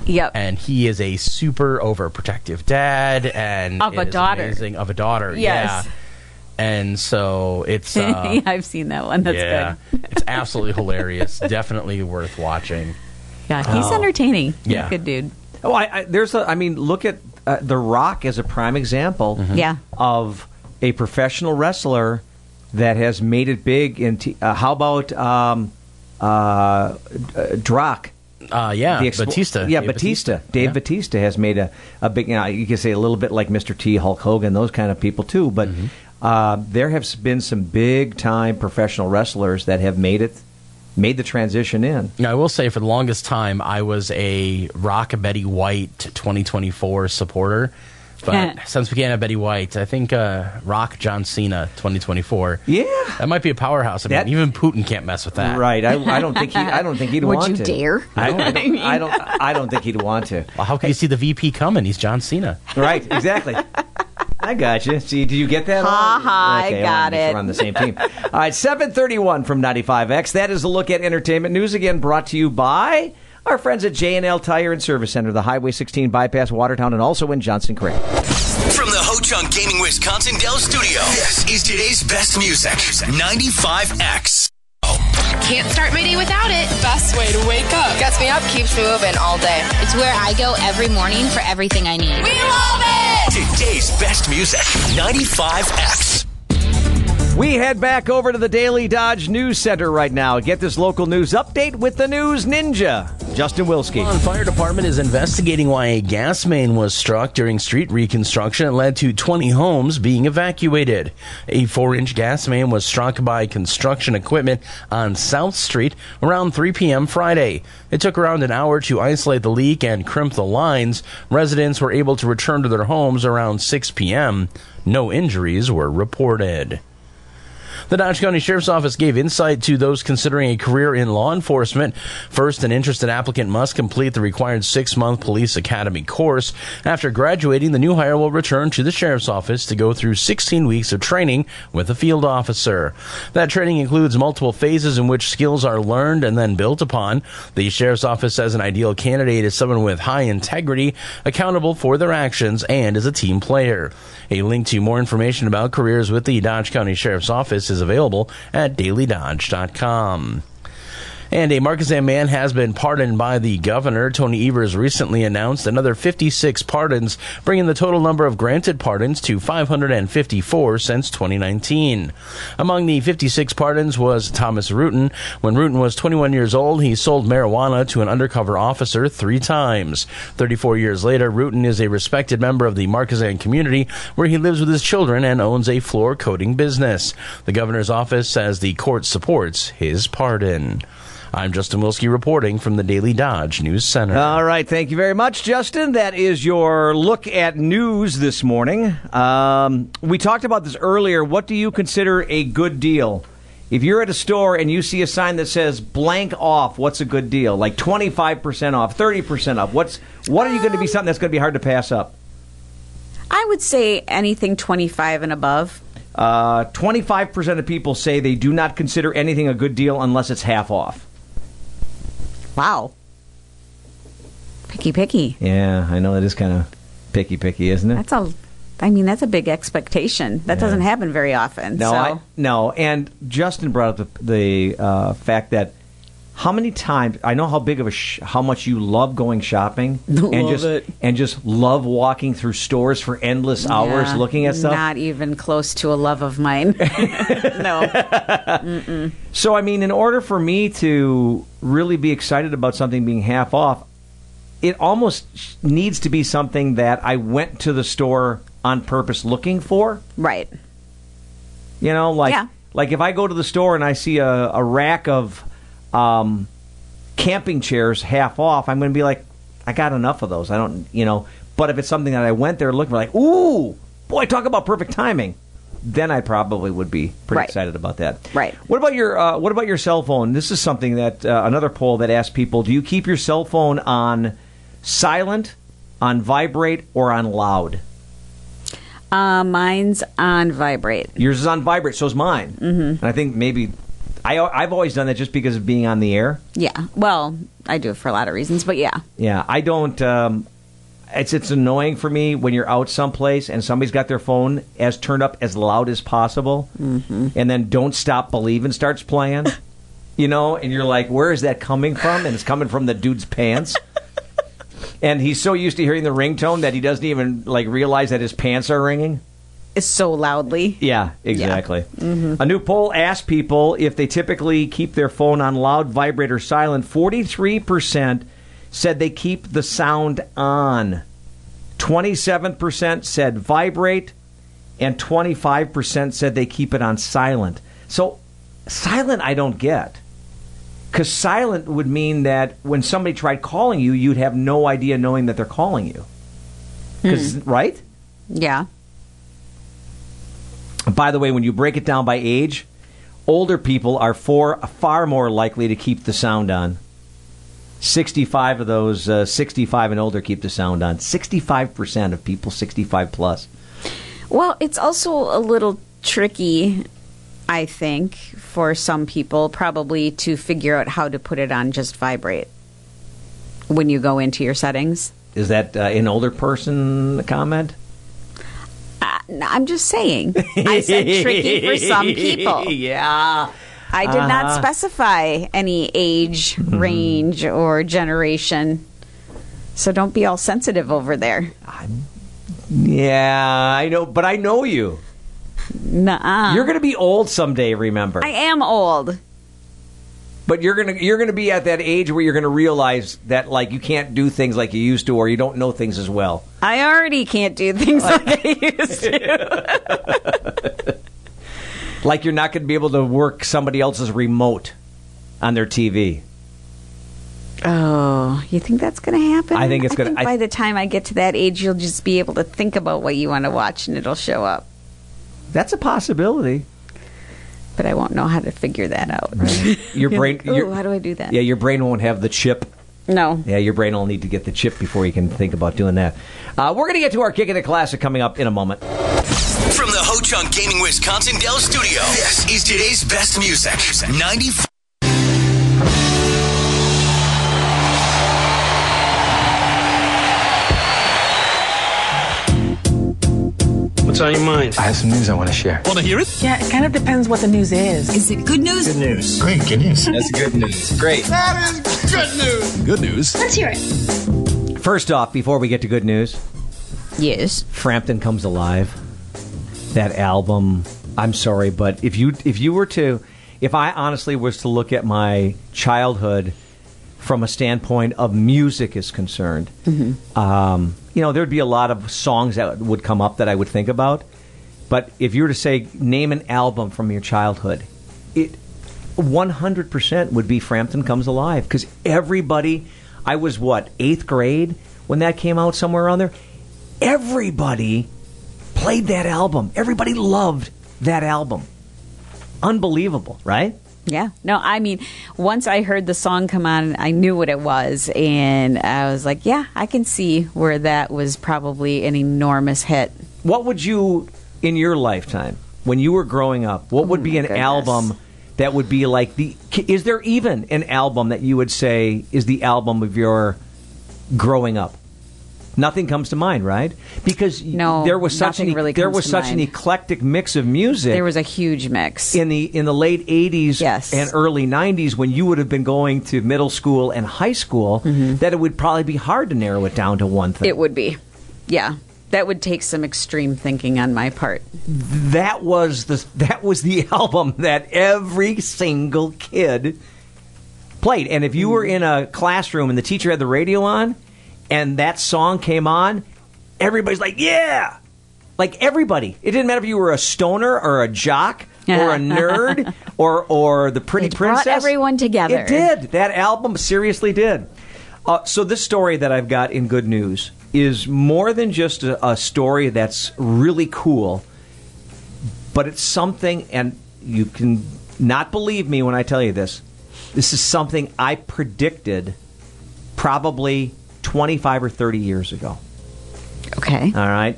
Speaker 18: Yep.
Speaker 11: And he is a super overprotective dad, and
Speaker 18: Of a
Speaker 11: it is
Speaker 18: daughter.
Speaker 11: amazing- of a daughter. Yeah.
Speaker 18: Yes.
Speaker 11: And so it's uh,
Speaker 18: yeah, I've seen that one. That's
Speaker 11: yeah,
Speaker 18: good.
Speaker 11: it's absolutely hilarious. Definitely worth watching.
Speaker 18: Yeah, he's
Speaker 9: Oh.
Speaker 18: entertaining. He's
Speaker 9: Yeah.
Speaker 18: a good dude.
Speaker 9: Oh, I, I there's a. I mean, look at uh, The Rock as a prime example.
Speaker 18: Yeah.
Speaker 9: Of a professional wrestler that has made it big. In t- uh, how about um, uh, uh, Drock?
Speaker 11: Uh, yeah,
Speaker 9: The expl-
Speaker 11: Batista.
Speaker 9: Yeah,
Speaker 11: Dave
Speaker 9: Batista.
Speaker 11: Batista.
Speaker 9: Dave Batista has made a, a big, you, know, you can say a little bit like Mr. T, Hulk Hogan, those kind of people too. But
Speaker 11: Mm-hmm.
Speaker 9: uh, there have been some big time professional wrestlers that have made it, made the transition in.
Speaker 11: Now, I will say, for the longest time, I was a Rock Betty White 2024 supporter. But since we can't have Betty White, I think uh, Rock John Cena 2024.
Speaker 9: Yeah,
Speaker 11: that might be a powerhouse. I mean, even Putin can't mess with that.
Speaker 9: Right. I, I don't think he. I don't think he'd
Speaker 11: Would
Speaker 9: want
Speaker 11: you
Speaker 9: to.
Speaker 11: dare?
Speaker 9: I don't. I don't. I don't, I don't think he'd want to.
Speaker 11: Well, how can you see the VP coming? He's John Cena.
Speaker 9: Right. Exactly. I got you. See, do you get that?
Speaker 18: Ha ha, I
Speaker 9: Okay, wanted to
Speaker 18: got
Speaker 9: make sure
Speaker 18: it.
Speaker 9: We're on the same team. All right, seven thirty-one from ninety-five X. That is a look at entertainment news again, brought to you by our friends at J and L Tire and Service Center, the Highway 16 bypass, Watertown, and also in Johnson Creek.
Speaker 1: From the Ho Chunk Gaming Wisconsin Dell Studio, this is today's best music. 95X.
Speaker 4: Can't start my day without it. Best way to wake up. Gets me up, keeps me moving all day.
Speaker 23: It's where I go every morning for everything I need.
Speaker 4: We love it!
Speaker 1: Today's best music. 95X.
Speaker 9: We head back over to the Daily Dodge News Center right now. Get this local news update with the news ninja, Justin Wilski.
Speaker 11: Well, Fire department is investigating why a gas main was struck during street reconstruction and led to 20 homes being evacuated. A 4-inch gas main was struck by construction equipment on South Street around 3 p.m. Friday. It took around an hour to isolate the leak and crimp the lines. Residents were able to return to their homes around 6 p.m. No injuries were reported. The Dodge County Sheriff's Office gave insight to those considering a career in law enforcement. First, an interested applicant must complete the required six month police academy course. After graduating, the new hire will return to the Sheriff's Office to go through 16 weeks of training with a field officer. That training includes multiple phases in which skills are learned and then built upon. The Sheriff's Office says an ideal candidate is someone with high integrity, accountable for their actions, and is a team player. A link to more information about careers with the Dodge County Sheriff's Office is available at dailydodge.com. And a Marquezan man has been pardoned by the governor. Tony Evers recently announced another 56 pardons, bringing the total number of granted pardons to 554 since 2019. Among the 56 pardons was Thomas Rutan. When Rutan was 21 years old, he sold marijuana to an undercover officer three times. 34 years later, Rutan is a respected member of the Marquezan community where he lives with his children and owns a floor coating business. The governor's office says the court supports his pardon. I'm Justin Wilski reporting from the Daily Dodge News Center.
Speaker 9: All right, thank you very much, Justin. That is your look at news this morning. Um, we talked about this earlier. What do you consider a good deal? If you're at a store and you see a sign that says blank off, what's a good deal? Like 25% off, 30% off. What's what are you going to be something that's going to be hard to pass up?
Speaker 18: I would say anything 25 and above.
Speaker 9: Uh, 25% of people say they do not consider anything a good deal unless it's half off.
Speaker 18: Wow. Picky, picky.
Speaker 19: Yeah, I know that is kind of picky, picky, isn't it?
Speaker 18: That's a, I mean, that's a big expectation. That
Speaker 19: Yeah.
Speaker 18: doesn't happen very often.
Speaker 9: No,
Speaker 18: so.
Speaker 9: I, no, and Justin brought up the, the uh, fact that how many times I know how big of a sh- how much you love going shopping and
Speaker 18: Love
Speaker 9: just
Speaker 18: it.
Speaker 9: and just love walking through stores for endless hours
Speaker 18: Yeah,
Speaker 9: looking at stuff.
Speaker 18: Not even close to a love of mine.
Speaker 9: So I mean, in order for me to really be excited about something being half off, it almost sh- needs to be something that I went to the store on purpose looking for.
Speaker 18: Right.
Speaker 9: You know, like
Speaker 18: Yeah.
Speaker 9: like if I go to the store and I see a, a rack of um, camping chairs half off, I'm going to be like, I got enough of those. I don't, you know. But if it's something that I went there looking for, like, ooh, boy, talk about perfect timing, then I probably would be pretty
Speaker 18: Right.
Speaker 9: excited about that.
Speaker 18: Right.
Speaker 9: What about your uh, What about your cell phone? This is something that uh, another poll that asked people: Do you keep your cell phone on silent, on vibrate, or on loud?
Speaker 18: Uh, mine's on vibrate.
Speaker 9: Yours is on vibrate, so is mine. And I think maybe I I've always done that just because of being on the air.
Speaker 18: Yeah. Well, I do it for a lot of reasons, but yeah.
Speaker 9: Yeah, I don't. Um, it's it's annoying for me when you're out someplace and somebody's got their phone as turned up as loud as possible, and then "Don't Stop Believing" starts playing. you know, and you're like, "Where is that coming from?" And it's coming from the dude's pants. and he's so used to hearing the ringtone that he doesn't even like realize that his pants are ringing.
Speaker 18: It's so loudly.
Speaker 9: Yeah, exactly.
Speaker 18: Mhm.
Speaker 9: A new poll asked people if they typically keep their phone on loud, vibrate, or silent. 43% said they keep the sound on. 27% said vibrate, and 25% said they keep it on silent. So, silent, I don't get. Because silent would mean that when somebody tried calling you, you'd have no idea knowing that they're calling you. 'Cause- Right?
Speaker 18: Yeah.
Speaker 9: By the way, when you break it down by age, older people are for, far more likely to keep the sound on. 65 of those uh, 65 and older keep the sound on. 65% of people 65 plus.
Speaker 18: Well, it's also a little tricky, I think, for some people probably to figure out how to put it on just vibrate when you go into your settings.
Speaker 9: Is that uh, an older person comment?
Speaker 18: Uh, I'm just saying. I said tricky for some people.
Speaker 9: Yeah.
Speaker 18: I did
Speaker 9: Uh-huh. Hmm.
Speaker 18: not specify any age, range, or generation. So don't be all sensitive over there.
Speaker 9: Yeah, I know, but I know you.
Speaker 18: Nuh-uh.
Speaker 9: You're going to be old someday, remember.
Speaker 18: I am old.
Speaker 9: But you're going to you're going to be at that age where you're going to realize that like you can't do things like you used to or you don't know things as well.
Speaker 18: I already can't do things like I used to.
Speaker 9: like you're not going to be able to work somebody else's remote on their TV.
Speaker 18: Oh, you think that's going to happen?
Speaker 9: I think it's gonna- I-
Speaker 18: by the time I get to that age, you'll just be able to think about what you want to watch, and it'll show up.
Speaker 9: That's a possibility.
Speaker 18: But I won't know how to figure that out.
Speaker 9: Your brain.
Speaker 18: Ooh,
Speaker 9: your-
Speaker 18: how do I do that?
Speaker 9: Yeah, your brain won't have the chip.
Speaker 18: No.
Speaker 9: Yeah, your brain will need to get the chip before you can think about doing that. Uh, we're going to get to our kick in the classic coming up in a moment.
Speaker 1: From the Ho Chunk Gaming Wisconsin Dell Studio, this is today's best music. 95.
Speaker 6: What's on your mind?
Speaker 1: I have some news I want to share.
Speaker 6: Want to hear it?
Speaker 4: Yeah, it kind of depends what the news is.
Speaker 24: Is it good news?
Speaker 1: Good news. Great, good news. That's good news. Great.
Speaker 6: That is good news. Good news.
Speaker 24: Let's hear it.
Speaker 9: First off, before we get to good news,
Speaker 24: Yes.
Speaker 9: Frampton Comes Alive. That album. I'm sorry, but if you if you were to, if I honestly was to look at my childhood from a standpoint of music is concerned, um, you know, there'd be a lot of songs that would come up that I would think about. But if you were to say name an album from your childhood, it 100% would be Frampton Comes Alive because everybody, I was what eighth grade when that came out somewhere around there. Everybody played that album. Everybody loved that album. Unbelievable, right?
Speaker 18: Yeah. No, I mean, once I heard the song come on, I knew what it was. And I was like, yeah, I can see where that was probably an enormous hit.
Speaker 9: What would you, in your lifetime, when you were growing up, what would be an album that would be like the? Is there even an album that you would say is the album of your growing up? Nothing comes to mind, right? Because
Speaker 18: No,
Speaker 9: there was such
Speaker 18: nothing
Speaker 9: an e,
Speaker 18: really
Speaker 9: there
Speaker 18: comes
Speaker 9: was
Speaker 18: to
Speaker 9: such an
Speaker 18: mind.
Speaker 9: eclectic mix of music.
Speaker 18: There was a huge mix
Speaker 9: in the in the late 80s and early 90s when you would have been going to middle school and high school that it would probably be hard to narrow it down to one thing.
Speaker 18: Mm-hmm. It would be. Yeah. That would take some extreme thinking on my part.
Speaker 9: that was the that was the album that every single kid played. And if you were in a classroom and the teacher had the radio on and that song came on, everybody's like, "Yeah!" Like everybody. It didn't matter if you were a stoner or a jock or a nerd or or the pretty princess.
Speaker 18: Brought everyone together.
Speaker 9: It did. That album seriously did. Uh, so this story that I've got in good news is more than just a, a story that's really cool, but it's something, and you can not believe me when I tell you this. This is something I predicted probably 25 or 30 years ago.
Speaker 18: Okay.
Speaker 9: All right.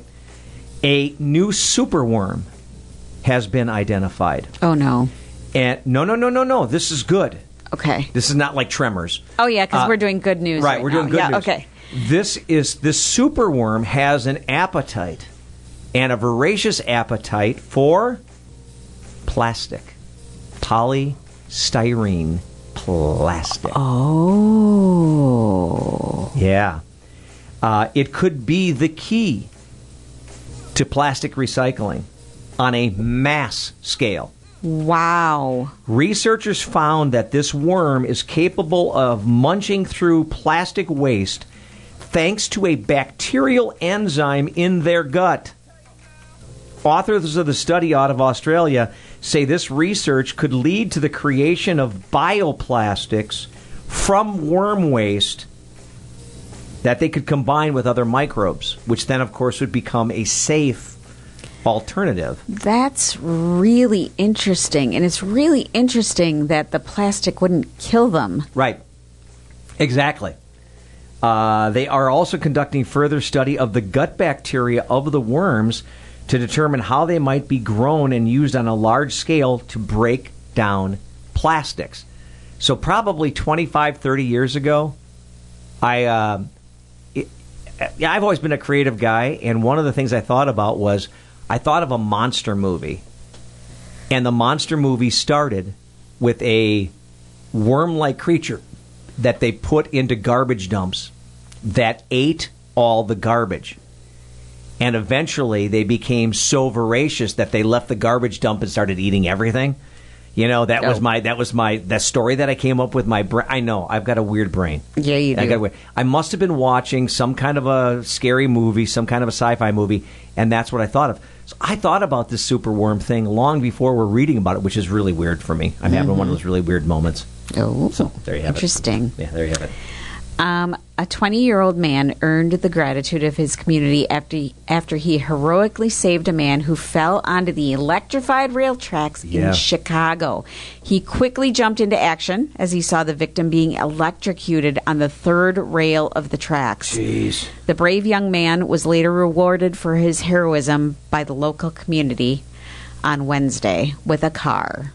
Speaker 9: A new superworm has been identified.
Speaker 18: Oh, no.
Speaker 9: And no, no, no, no, no. This is good.
Speaker 18: Okay.
Speaker 9: This is not like tremors.
Speaker 18: Oh, yeah, because
Speaker 9: Uh,
Speaker 18: we're doing good news. Right,
Speaker 9: we're doing
Speaker 18: now.
Speaker 9: good
Speaker 18: yeah,
Speaker 9: news.
Speaker 18: Okay.
Speaker 9: This is this superworm has an appetite and a voracious appetite for plastic, polystyrene plastic.
Speaker 18: Oh.
Speaker 9: Yeah. Uh, it could be the key to plastic recycling on a mass scale.
Speaker 18: Wow.
Speaker 9: Researchers found that this worm is capable of munching through plastic waste thanks to a bacterial enzyme in their gut. Authors of the study out of Australia say this research could lead to the creation of bioplastics from worm waste that they could combine with other microbes, which then, of course, would become a safe alternative.
Speaker 18: That's really interesting. And it's really interesting that the plastic wouldn't kill them.
Speaker 9: Right. Exactly. Uh, they are also conducting further study of the gut bacteria of the worms to determine how they might be grown and used on a large scale to break down plastics. So, probably 25, 30 years ago, I. Uh, it, yeah, I've always been a creative guy, and one of the things I thought about was I thought of a monster movie. And the monster movie started with a worm like creature that they put into garbage dumps that ate all the garbage. And eventually they became so voracious that they left the garbage dump and started eating everything. You know, that was
Speaker 18: Oh.
Speaker 9: my that was my that story that I came up with my brain. I know, I've got a weird brain.
Speaker 18: Yeah, you
Speaker 9: I,
Speaker 18: do.
Speaker 9: got- I must have been watching some kind of a scary movie, some kind of a sci-fi movie, and that's what I thought of. So I thought about this superworm thing long before we're reading about it, which is really weird for me. I'm having one of those really weird moments.
Speaker 18: Mm-hmm. Oh,
Speaker 9: so there you have
Speaker 18: interesting.
Speaker 9: it. Interesting. Yeah, there you have it.
Speaker 18: Um, a 20 year old man earned the gratitude of his community after, after he heroically saved a man who fell onto the electrified rail tracks
Speaker 16: Yeah.
Speaker 18: in Chicago. He quickly jumped into action as he saw the victim being electrocuted on the third rail of the tracks.
Speaker 16: Jeez.
Speaker 18: The brave young man was later rewarded for his heroism by the local community on Wednesday with a car.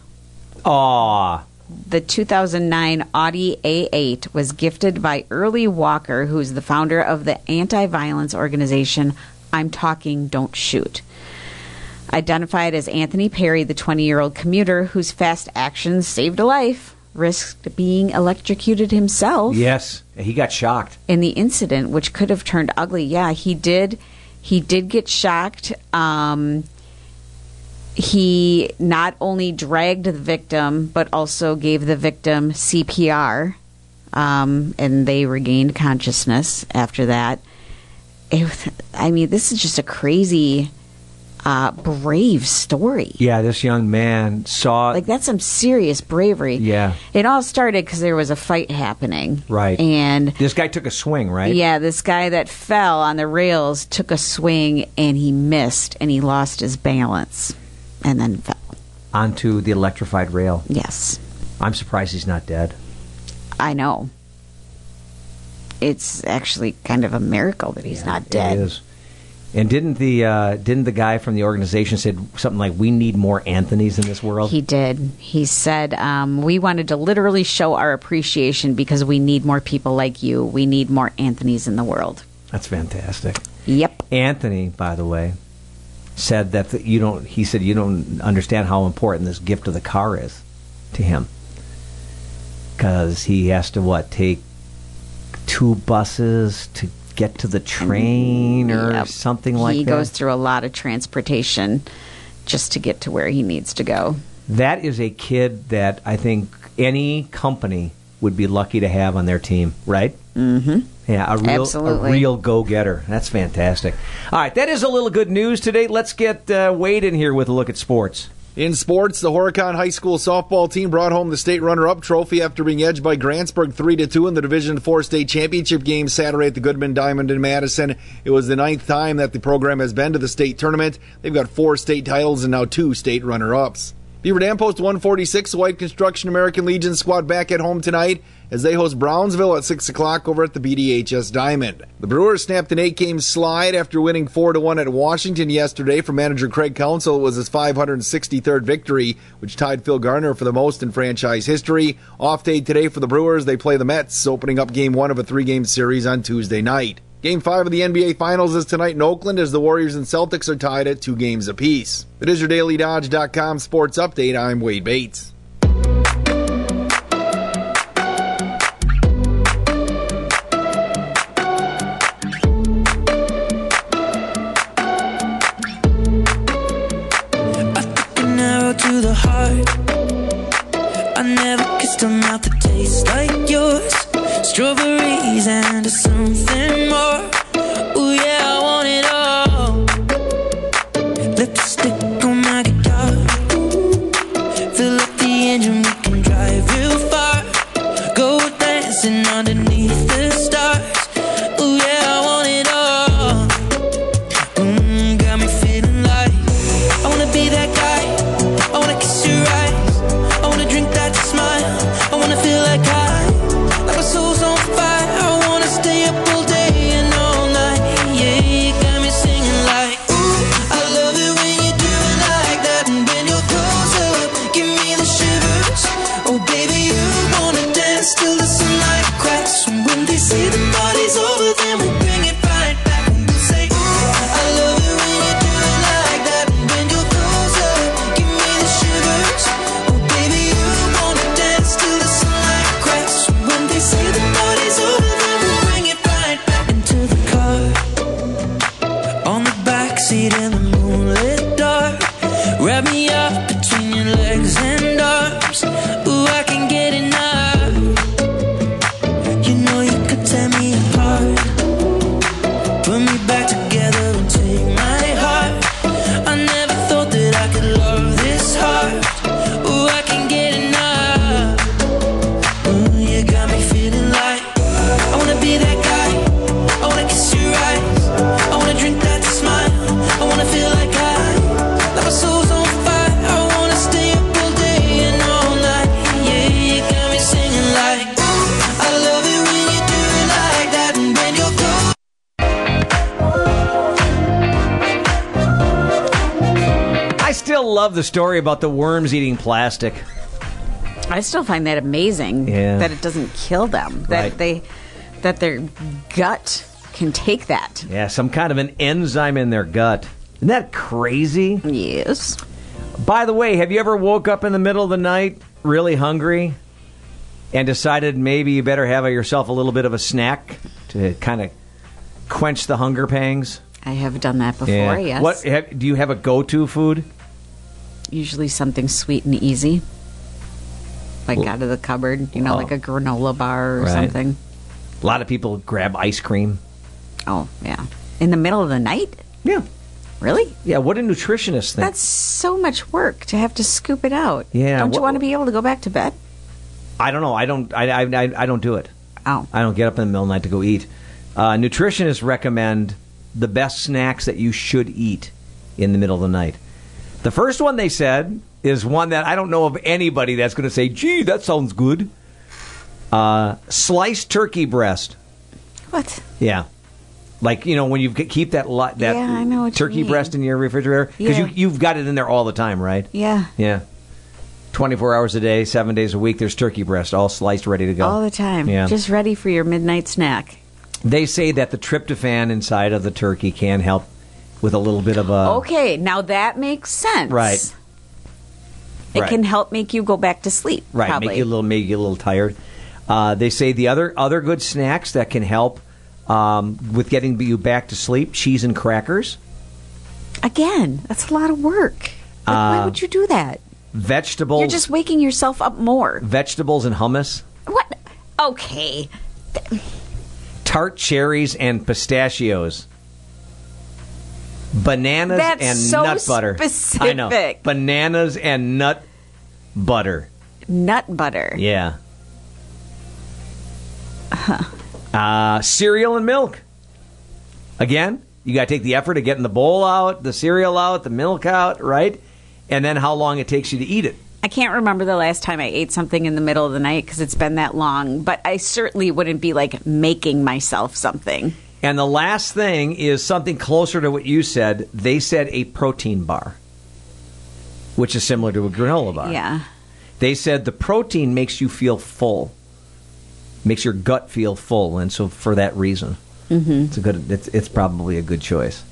Speaker 9: Aw.
Speaker 18: The 2009 Audi A8 was gifted by Early Walker, who's the founder of the anti violence organization I'm Talking Don't Shoot. identified as Anthony Perry, the 20 year old commuter whose fast actions saved a life, risked being electrocuted himself
Speaker 19: Yes, he got shocked.
Speaker 18: in the incident, which could have turned ugly. Yeah, he did. He did get shocked. Um, he not only dragged the victim, but also gave the victim CPR, um, and they regained consciousness after that. It, was- I mean, this is just a crazy, uh, brave story.
Speaker 19: Yeah, this young man saw.
Speaker 18: Like that's some serious bravery.
Speaker 19: yeah,
Speaker 18: It all started because there was a fight happening.
Speaker 19: right.
Speaker 18: And
Speaker 19: this guy took a swing, right?
Speaker 18: Yeah, this guy that fell on the rails took a swing and he missed and he lost his balance and then fell.
Speaker 19: Onto the electrified rail.
Speaker 18: Yes.
Speaker 19: I'm surprised he's not dead.
Speaker 18: I know. It's actually kind of a miracle that he's not dead.
Speaker 19: It is. And didn't the uh, didn't the guy from the organization said something like, "We need more Anthony's in this world"?
Speaker 18: He did. He said, um, We wanted to literally show our appreciation because we need more people like you. We need more Anthony's in the world.
Speaker 19: That's fantastic.
Speaker 18: Yep.
Speaker 19: Anthony, by the way, said that the, you don't. He said you don't understand how important this gift of the car is to him, because he has to what take two buses to get to the train or
Speaker 18: Yep.
Speaker 19: something like
Speaker 18: he
Speaker 19: that.
Speaker 18: goes through a lot of transportation just to get to where he needs to go.
Speaker 19: that is a kid that I think any company would be lucky to have on their team, right?
Speaker 18: Mm-hmm.
Speaker 19: Yeah, a real,
Speaker 18: Absolutely.
Speaker 19: a real go-getter. That's fantastic. All right, that is a little good news today. Let's get uh, Wade in here with a look at sports.
Speaker 6: In sports, the Horicon High School softball team brought home the state runner-up trophy after being edged by Grantsburg 3-2 in the Division 4 state championship game Saturday at the Goodman Diamond in Madison. It was the ninth time that the program has been to the state tournament. They've got four state titles and now two state runner-ups. Beaver Dam Post 146, the White Construction American Legion squad back at home tonight as they host Brownsville at 6 o'clock over at the BDHS Diamond. The Brewers snapped an eight game slide after winning 4 to 1 at Washington yesterday. For manager Craig Council, it was his 563rd victory, which tied Phil Garner for the most in franchise history. Off day today for the Brewers, they play the Mets, opening up game one of a three game series on Tuesday night. Game five of the NBA Finals is tonight in Oakland as the Warriors and Celtics are tied at two games apiece. It is your Daily Dodge.com sports update. I'm Wade Bates.
Speaker 13: an arrow to the heart. I never kissed a mouth that tastes like yours. Strawberries and something more. Ooh yeah, I want it all. Lipstick on my guitar. Fill up the engine, we can drive real far. Go dancing underneath the stars. Ooh yeah, I want it all. Mm, got me feeling like. I wanna be that guy. I wanna kiss your eyes. I wanna drink that smile. I wanna feel like I, like my soul's on fire. I wanna stay up all day and all night. Yeah, you got me singing like. Ooh, I love it when you do it like that. And when your close up, give me the shivers. Oh, baby, you wanna dance till the sunlight cracks. And when they say the party's over, then we'll bring it right back. And we'll say, Ooh, I love it when you do it like that. And when you're close up, give me the shivers. Oh, baby, you wanna dance till the sunlight cracks. And when they say the party's over, then we'll bring it right back into the car. On the backseat in the moonlit dark. Wrap me up between your legs and arms. Ooh, I can get enough. You know you could tear me apart. Put me back together and take my heart. I never thought that I could love this hard. Ooh, I can get enough. Ooh, you got me feeling like I wanna be that guy. I wanna kiss your eyes. I wanna drink that smile. I wanna feel like I, like my soul's on fire. I wanna stay up all day and all night. Yeah, you got me singing like. Ooh, I love it when you do it like that, and when you're close.
Speaker 9: I still love the story about the worms eating plastic.
Speaker 18: I still find that amazing
Speaker 9: Yeah.
Speaker 18: that it doesn't kill them. That
Speaker 9: Right.
Speaker 18: they that their gut can take that.
Speaker 19: Yeah, some kind of an enzyme in their gut. Isn't that crazy?
Speaker 18: Yes.
Speaker 9: By the way, have you ever woke up in the middle of the night really hungry and decided maybe you better have yourself a little bit of a snack to kind of quench the hunger pangs?
Speaker 18: I have done that before, yes.
Speaker 9: What have, do you have a go-to food?
Speaker 18: Usually something sweet and easy. Like out of the cupboard, you know, like a granola bar or
Speaker 9: Right.
Speaker 18: something.
Speaker 9: A lot of people grab ice cream.
Speaker 18: Oh, yeah. In the middle of the night?
Speaker 9: Yeah.
Speaker 18: Really?
Speaker 9: Yeah, what a nutritionist thing.
Speaker 18: That's so much work to have to scoop it out.
Speaker 9: Yeah,
Speaker 18: Don't you
Speaker 9: what-
Speaker 18: want to be able to go back to bed?
Speaker 9: I don't know. I don't. I. I. I, I don't do it.
Speaker 18: Oh.
Speaker 9: I don't get up in the middle of the night to go eat. Uh, nutritionists recommend the best snacks that you should eat in the middle of the night. The first one they said is one that I don't know of anybody that's going to say, "Gee, that sounds good." Uh, sliced turkey breast.
Speaker 18: What?
Speaker 9: Yeah. Like you know when you g- keep that li- that
Speaker 18: Yeah, I know what you
Speaker 9: turkey
Speaker 18: mean.
Speaker 9: breast in your refrigerator because
Speaker 18: Yeah.
Speaker 9: you you've got it in there all the time, right?
Speaker 18: Yeah.
Speaker 9: Yeah. 24 hours a day, seven days a week, there's turkey breast all sliced, ready to go.
Speaker 18: All the time.
Speaker 9: Yeah.
Speaker 18: Just ready for your midnight snack.
Speaker 9: they say that the tryptophan inside of the turkey can help with a little bit of a.
Speaker 18: okay, now that makes sense.
Speaker 9: Uh, Right.
Speaker 18: It
Speaker 9: Right.
Speaker 18: can help make you go back to sleep.
Speaker 9: Right.
Speaker 18: Probably.
Speaker 9: Make you a little, make you a little tired. Uh, they say the other other good snacks that can help um, with getting you back to sleep cheese and crackers,
Speaker 18: Again, that's a lot of work. Like, why
Speaker 9: Uh,
Speaker 18: would you do that?
Speaker 9: vegetables,
Speaker 18: You're just waking yourself up more.
Speaker 9: vegetables and hummus,
Speaker 18: What? Okay.
Speaker 9: tart cherries and pistachios, bananas
Speaker 18: That's
Speaker 9: and
Speaker 18: so
Speaker 9: nut butter. I know.
Speaker 18: specific.
Speaker 9: Bananas and nut butter.
Speaker 18: Nut butter.
Speaker 9: Yeah. Uh, cereal and milk. Again, you got to take the effort of getting the bowl out, the cereal out, the milk out, right? And then how long it takes you to eat it.
Speaker 18: I can't remember the last time I ate something in the middle of the night because it's been that long, but I certainly wouldn't be like making myself something.
Speaker 9: And the last thing is something closer to what you said. They said a protein bar, which is similar to a granola bar.
Speaker 18: Yeah.
Speaker 9: They said the protein makes you feel full, makes your gut feel full, and so for that reason,
Speaker 18: Mhm.
Speaker 9: it's a good. It's, it's probably a good choice.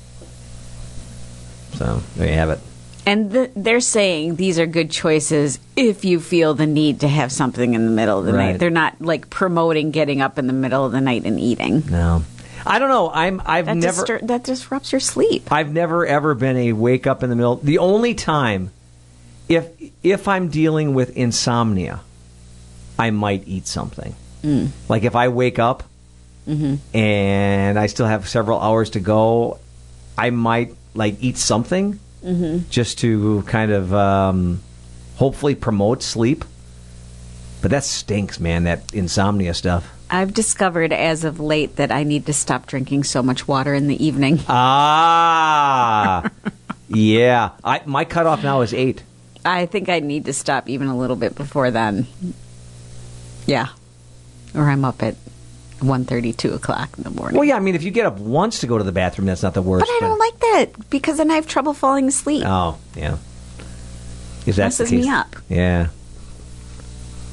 Speaker 9: So there you have it.
Speaker 18: And th- they're saying these are good choices if you feel the need to have something in the middle of the
Speaker 9: Right.
Speaker 18: night. They're not like promoting getting up in the middle of the night and eating.
Speaker 9: No, I don't know. I'm. I've
Speaker 18: That,
Speaker 9: never.
Speaker 18: distur- that disrupts your sleep.
Speaker 9: I've never ever been a wake up in the middle. The only time, if if I'm dealing with insomnia, I might eat something.
Speaker 18: Mm.
Speaker 9: Like if I wake up
Speaker 18: Mm-hmm.
Speaker 9: and I still have several hours to go, I might like eat something
Speaker 18: Mm-hmm.
Speaker 9: just to kind of um, hopefully promote sleep. But that stinks, man. That insomnia stuff.
Speaker 18: I've discovered as of late that I need to stop drinking so much water in the evening.
Speaker 9: Ah, yeah. I, my cutoff now is eight.
Speaker 18: I think I need to stop even a little bit before then. Yeah, or I'm up at one thirty, two o'clock in the morning.
Speaker 9: Well, yeah. I mean, if you get up once to go to the bathroom, that's not the worst.
Speaker 18: But I don't like that because then I have trouble falling asleep.
Speaker 9: Oh, yeah. Is that the
Speaker 18: Messes me
Speaker 9: case-
Speaker 18: up.
Speaker 9: Yeah.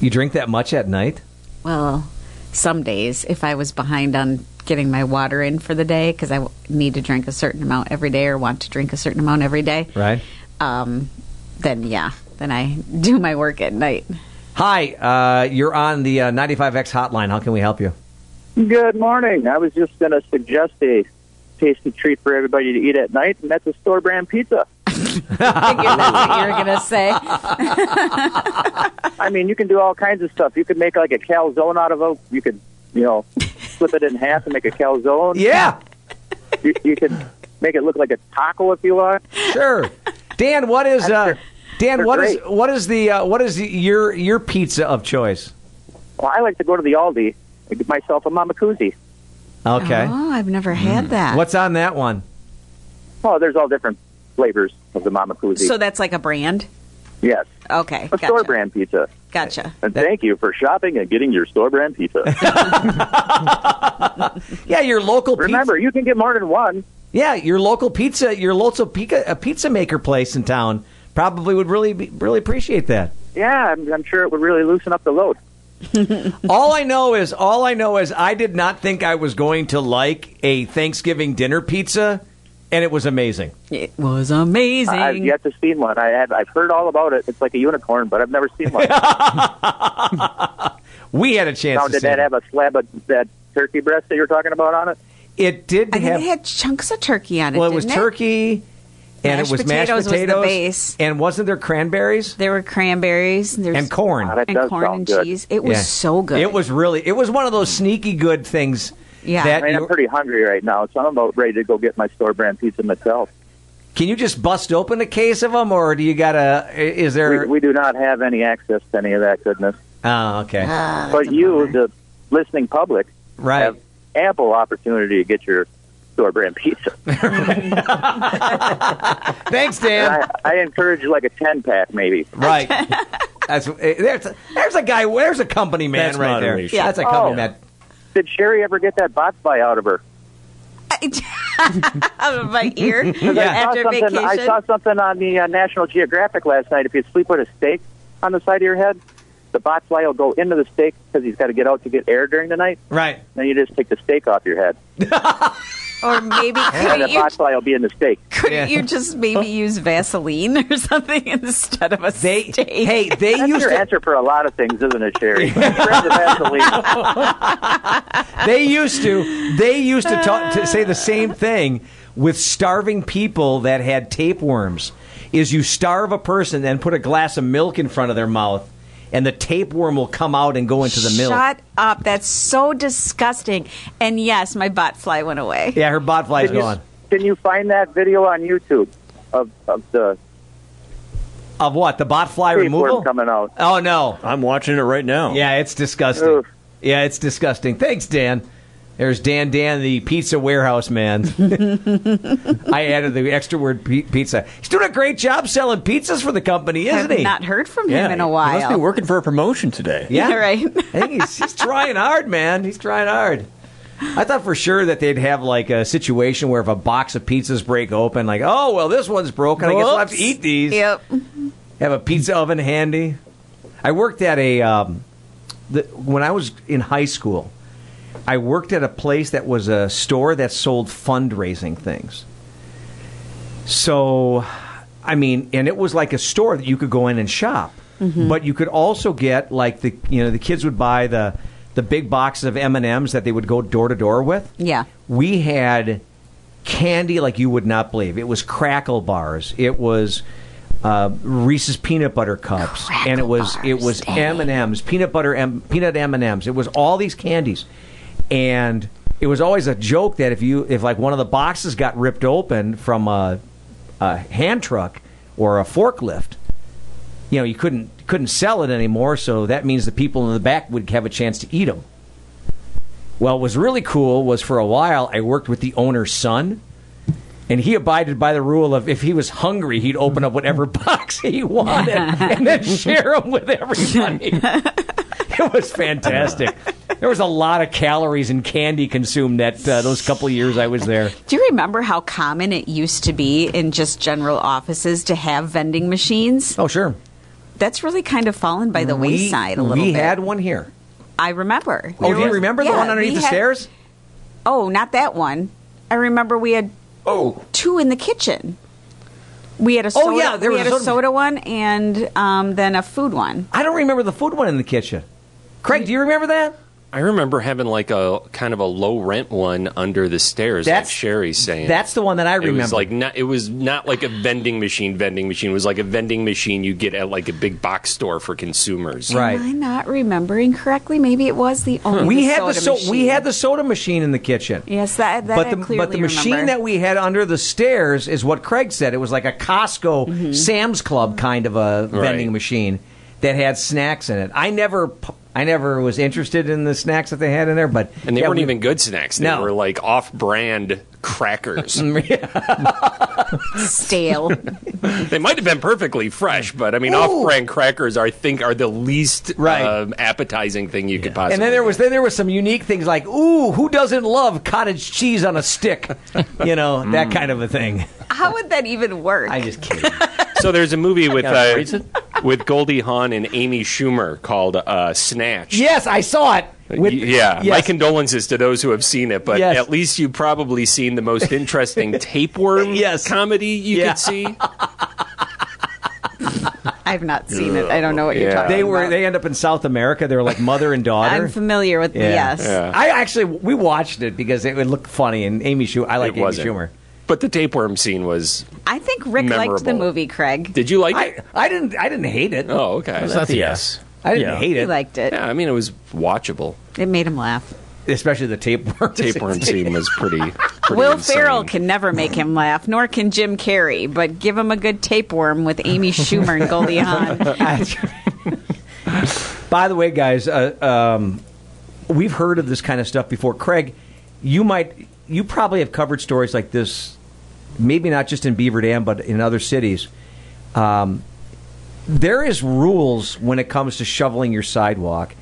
Speaker 9: You drink that much at night?
Speaker 18: Well, some days if I was behind on getting my water in for the day because I w- need to drink a certain amount every day or want to drink a certain amount every day,
Speaker 9: Right.
Speaker 18: um, then yeah, then I do my work at night.
Speaker 9: Hi, uh, you're on the uh, 95X hotline. How can we help you?
Speaker 2: Good morning. I was just going to suggest a tasty treat for everybody to eat at night, and that's a store brand pizza.
Speaker 18: Figured that's what you were gonna say.
Speaker 2: I mean, you can do all kinds of stuff. You could make like a calzone out of a. You could, you know, flip it in half and make a calzone.
Speaker 9: Yeah.
Speaker 2: You, you could make it look like a taco if you want.
Speaker 9: Sure. Dan, what is uh, Dan?
Speaker 2: They're
Speaker 9: What is
Speaker 2: great.
Speaker 9: what is the uh, what is the, your your pizza of choice?
Speaker 2: Well, I like to go to the Aldi and get myself a mama koozie.
Speaker 9: Okay.
Speaker 18: Oh, I've never had that.
Speaker 9: What's on that one?
Speaker 2: Oh, there's all different flavors of the mama koozie.
Speaker 18: So that's like a brand.
Speaker 2: yes,
Speaker 18: Okay,
Speaker 2: a
Speaker 18: gotcha.
Speaker 2: store brand pizza.
Speaker 18: Gotcha.
Speaker 2: And thank you for shopping and getting your store brand pizza.
Speaker 9: Yeah, your local.
Speaker 2: Remember, you can get more than one.
Speaker 9: Yeah, your local pizza, your local pizza, a pizza maker place in town probably would really be, really appreciate that.
Speaker 2: Yeah, I'm, I'm sure it would really loosen up the load.
Speaker 9: all I know is all I know is I did not think I was going to like a Thanksgiving dinner pizza and it was amazing.
Speaker 18: It was amazing.
Speaker 2: I've yet to see one. I have, I've heard all about it. It's like a unicorn, but I've never seen one.
Speaker 9: We had a chance.
Speaker 2: now,
Speaker 9: to
Speaker 2: did
Speaker 9: see
Speaker 2: that
Speaker 9: it.
Speaker 2: have a slab of that turkey breast that you're talking about on it?
Speaker 9: It did
Speaker 18: I think
Speaker 9: have-
Speaker 18: it had chunks of turkey on it.
Speaker 9: Well, it was
Speaker 18: didn't
Speaker 9: turkey, and
Speaker 18: Mashed
Speaker 9: it was mashed
Speaker 18: potatoes was the
Speaker 9: potatoes.
Speaker 18: base.
Speaker 9: And wasn't there cranberries?
Speaker 18: There were cranberries and, there's-
Speaker 9: And corn. Wow, that
Speaker 18: and
Speaker 9: does
Speaker 18: corn
Speaker 9: sound
Speaker 18: and
Speaker 9: good.
Speaker 18: cheese. It was
Speaker 9: Yeah.
Speaker 18: so good.
Speaker 9: It was really. It was one of those sneaky good things. That
Speaker 2: I mean,
Speaker 9: you-
Speaker 2: I'm pretty hungry right now, so I'm about ready to go get my store brand pizza myself.
Speaker 9: can you just bust open a case of them, or do you gotta? i- Is there?
Speaker 2: We, we do not have any access to any of that goodness.
Speaker 9: oh, okay.
Speaker 2: but you, the listening public,
Speaker 9: right.
Speaker 2: have ample opportunity to get your store brand pizza.
Speaker 9: Thanks, Dan.
Speaker 2: I, I encourage like a ten pack, maybe.
Speaker 9: Right. That's eh, there's there's a guy. There's a company man
Speaker 2: That's
Speaker 9: right there.
Speaker 2: moderation.
Speaker 9: Yeah, that's a
Speaker 2: Oh.
Speaker 9: company man.
Speaker 2: Did Sherry ever get that box buy out of her?
Speaker 18: out of my ear
Speaker 2: 'Cause
Speaker 18: after
Speaker 2: I saw something-
Speaker 18: vacation.
Speaker 2: I saw something on the uh, National Geographic last night. If you sleep with a steak on the side of your head, the botfly will go into the steak because he's got to get out to get air during the night.
Speaker 9: Right.
Speaker 2: Then you just take the steak off your head,
Speaker 18: or maybe
Speaker 2: and the
Speaker 18: couldn't you,
Speaker 2: botfly will be in the steak.
Speaker 18: couldn't you just maybe use Vaseline or something instead of a they, steak? Hey,
Speaker 9: they
Speaker 2: That's your answer for a lot of things, isn't it, Sherry? Grab the Vaseline.
Speaker 9: they used to they used to talk to say the same thing with starving people that had tapeworms is you starve a person and put a glass of milk in front of their mouth and the tapeworm will come out and go into the milk
Speaker 18: Shut up! That's so disgusting. And yes, my bot fly went away.
Speaker 9: yeah her botfly's
Speaker 2: Can you-
Speaker 9: gone
Speaker 2: Can you find that video on YouTube of, of the
Speaker 9: of what the botfly
Speaker 2: tapeworm
Speaker 9: removal
Speaker 2: coming out?
Speaker 9: oh no
Speaker 4: I'm watching it right now.
Speaker 9: yeah it's disgusting yeah it's disgusting thanks dan there's Dan Dan, the pizza warehouse man. I added the extra word pi- pizza. He's doing a great job selling pizzas for the company, isn't
Speaker 18: I've
Speaker 9: he?
Speaker 18: not heard from him in a
Speaker 4: He must
Speaker 18: while.
Speaker 4: be working for a promotion today.
Speaker 9: Yeah,
Speaker 18: right.
Speaker 9: I think he's, he's trying hard, man. He's trying hard. I thought for sure that they'd have like a situation where if a box of pizzas break open, like, oh well, this one's broken. I guess we'll have to
Speaker 18: Whoops.
Speaker 9: eat these.
Speaker 18: Yep.
Speaker 9: Have a pizza oven handy. I worked at a um, the, when I was in high school. I worked at a place that was a store that sold fundraising things. So, I mean, and it was like a store that you could go in and shop,
Speaker 5: Mhm.
Speaker 9: but you could also get like the you know the kids would buy the the big boxes of M and M's that they would go door to door with.
Speaker 18: Yeah.
Speaker 9: We had candy like you would not believe. It was crackle bars. It was uh, Reese's peanut butter cups, and it was it was M and M's, peanut butter M, peanut M and M's. It was all these candies, and it was always a joke that if you if like one of the boxes got ripped open from a, a hand truck or a forklift, you know you couldn't couldn't sell it anymore. So that means the people in the back would have a chance to eat them. Well, what was really cool was for a while I worked with the owner's son, and he abided by the rule of if he was hungry, he'd open up whatever box he wanted and then share them with everybody. it was fantastic. There was a lot of calories and candy consumed that uh, those couple years I was there.
Speaker 18: Do you remember how common it used to be in just general offices to have vending machines?
Speaker 9: Oh, sure.
Speaker 18: That's really kind of fallen by the
Speaker 9: We-
Speaker 18: wayside a little
Speaker 9: we
Speaker 18: bit.
Speaker 9: had one here.
Speaker 18: I remember.
Speaker 9: Oh, do you remember the
Speaker 18: Yeah,
Speaker 9: one underneath
Speaker 18: we
Speaker 9: the
Speaker 18: had-
Speaker 9: stairs?
Speaker 18: Oh, not that one. I remember we had
Speaker 9: oh
Speaker 18: two in the kitchen. We had a
Speaker 9: Oh,
Speaker 18: soda,
Speaker 9: yeah, there
Speaker 18: we
Speaker 9: was
Speaker 18: had
Speaker 9: a
Speaker 18: a
Speaker 9: soda-
Speaker 18: soda one and um, then a food one.
Speaker 9: I don't remember the food one in the kitchen. Craig, do you remember that?
Speaker 7: I remember having like a kind of a low rent one under the stairs. That's
Speaker 9: That's-
Speaker 7: like Sherry's saying.
Speaker 9: that's the one that I
Speaker 7: It was
Speaker 9: remember.
Speaker 7: like not. It was not like a vending machine. Vending machine it was like a vending machine you get at like a big box store for consumers.
Speaker 18: Am I not remembering correctly? Maybe it was the only
Speaker 9: we had
Speaker 18: soda
Speaker 9: the so- we
Speaker 18: machine.
Speaker 9: had the soda machine in the kitchen.
Speaker 18: Yes, that, that
Speaker 9: but
Speaker 18: I
Speaker 9: the,
Speaker 18: clearly
Speaker 9: but the machine
Speaker 18: remember.
Speaker 9: that we had under the stairs is what Craig said. It was like a Costco,
Speaker 18: Mm-hmm.
Speaker 9: Sam's Club kind of a vending machine that had snacks in it. I never, p- I never was interested in the snacks that they had in there, but
Speaker 7: And they
Speaker 9: yeah,
Speaker 7: weren't
Speaker 9: we-
Speaker 7: even good snacks. They
Speaker 9: No.
Speaker 7: were like off-brand crackers.
Speaker 18: stale.
Speaker 7: they might have been perfectly fresh, but I mean, off-brand crackers are, I think are the least um, appetizing thing you could possibly.
Speaker 9: And then there was then there was some unique things like ooh, who doesn't love cottage cheese
Speaker 7: Mm.
Speaker 9: on a stick? you know that kind of a thing.
Speaker 18: How would that even work?
Speaker 9: I just
Speaker 7: So there's a movie with
Speaker 16: gotta freeze
Speaker 7: uh,
Speaker 16: it.
Speaker 7: with Goldie Hawn and Amy Schumer called uh, Snatch.
Speaker 16: Yes, I saw it. With,
Speaker 7: Y- yeah, my
Speaker 16: yes.
Speaker 7: condolences to those who have seen it, but
Speaker 16: Yes.
Speaker 7: at least you've probably seen the most interesting tapeworm comedy you could see.
Speaker 18: I've not seen it. I don't know what you're talking
Speaker 9: They were.
Speaker 18: about.
Speaker 9: They end up in South America. They were like mother and daughter.
Speaker 18: I'm familiar with yes.
Speaker 9: I actually we watched it because it would look funny and Amy Schumer. I like
Speaker 7: It
Speaker 9: Amy
Speaker 7: wasn't.
Speaker 9: Schumer.
Speaker 7: But the tapeworm scene was.
Speaker 18: I think Rick liked the
Speaker 7: Memorable.
Speaker 18: movie, Craig.
Speaker 7: Did you like it?
Speaker 9: I didn't. I didn't hate it.
Speaker 7: Oh, okay.
Speaker 9: It was not the yes. I didn't hate it.
Speaker 18: He liked it.
Speaker 7: Yeah, I mean it was watchable.
Speaker 18: It made him laugh.
Speaker 9: Especially the tapeworm.
Speaker 7: Tapeworm scene was pretty. pretty
Speaker 18: Will
Speaker 7: insane.
Speaker 18: Farrell can never make him laugh, nor can Jim Carrey, but give him a good tapeworm with Amy Schumer and Goldie Hawn.
Speaker 9: By the way, guys, uh, um, we've heard of this kind of stuff before. Craig, you might, you probably have covered stories like this, maybe not just in Beaver Dam, but in other cities. Um, there is rules when it comes to shoveling your sidewalk,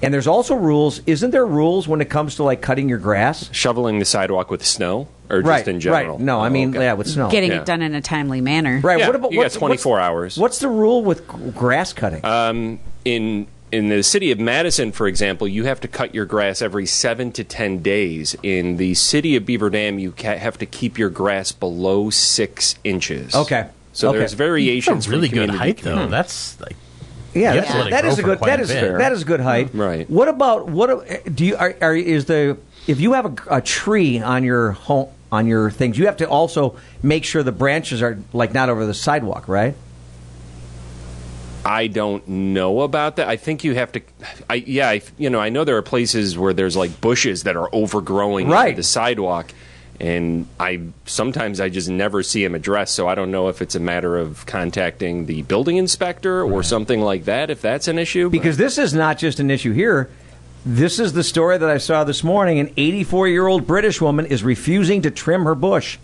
Speaker 9: and there's also rules. Isn't there rules when it comes to like cutting your grass?
Speaker 7: Shoveling the sidewalk with snow, or just
Speaker 9: Right,
Speaker 7: in general?
Speaker 9: right. No, I mean, yeah, with snow.
Speaker 18: Getting
Speaker 7: Yeah.
Speaker 18: it done in a timely manner.
Speaker 9: Oh, Right. what about
Speaker 7: you got
Speaker 9: what's-
Speaker 7: 24
Speaker 9: what's-
Speaker 7: hours.
Speaker 9: What's the rule with g- grass cutting?
Speaker 7: Um, in in the city of Madison, for example, you have to cut your grass every seven to ten days. In the city of Beaver Dam, you ca- have to keep your grass below six inches.
Speaker 9: Okay.
Speaker 7: So
Speaker 9: Okay.
Speaker 7: there's variations.
Speaker 9: That's a really
Speaker 7: from
Speaker 9: good
Speaker 7: community
Speaker 9: height,
Speaker 7: to
Speaker 9: though.
Speaker 7: community.
Speaker 11: That's like
Speaker 9: Yeah,
Speaker 11: You
Speaker 9: that's-
Speaker 11: have to let it
Speaker 9: that
Speaker 11: grow
Speaker 9: is a
Speaker 11: for
Speaker 9: good
Speaker 11: quite
Speaker 9: that
Speaker 11: a
Speaker 9: is
Speaker 11: bit.
Speaker 9: that is a good height. Mm, Right. What about what a- do you are, are is the if you have a, a tree on your home on your things you have to also make sure the branches are like not over the sidewalk, right?
Speaker 7: I don't know about that. I think you have to. I yeah, I, you know, I know there are places where there's like bushes that are overgrowing into
Speaker 9: Right.
Speaker 7: the sidewalk, and I sometimes I just never see them addressed. So I don't know if it's a matter of contacting the building inspector or something like that if that's an issue. but-
Speaker 9: Because this is not just an issue here. This is the story that I saw this morning. An 84 year old British woman is refusing to trim her bush.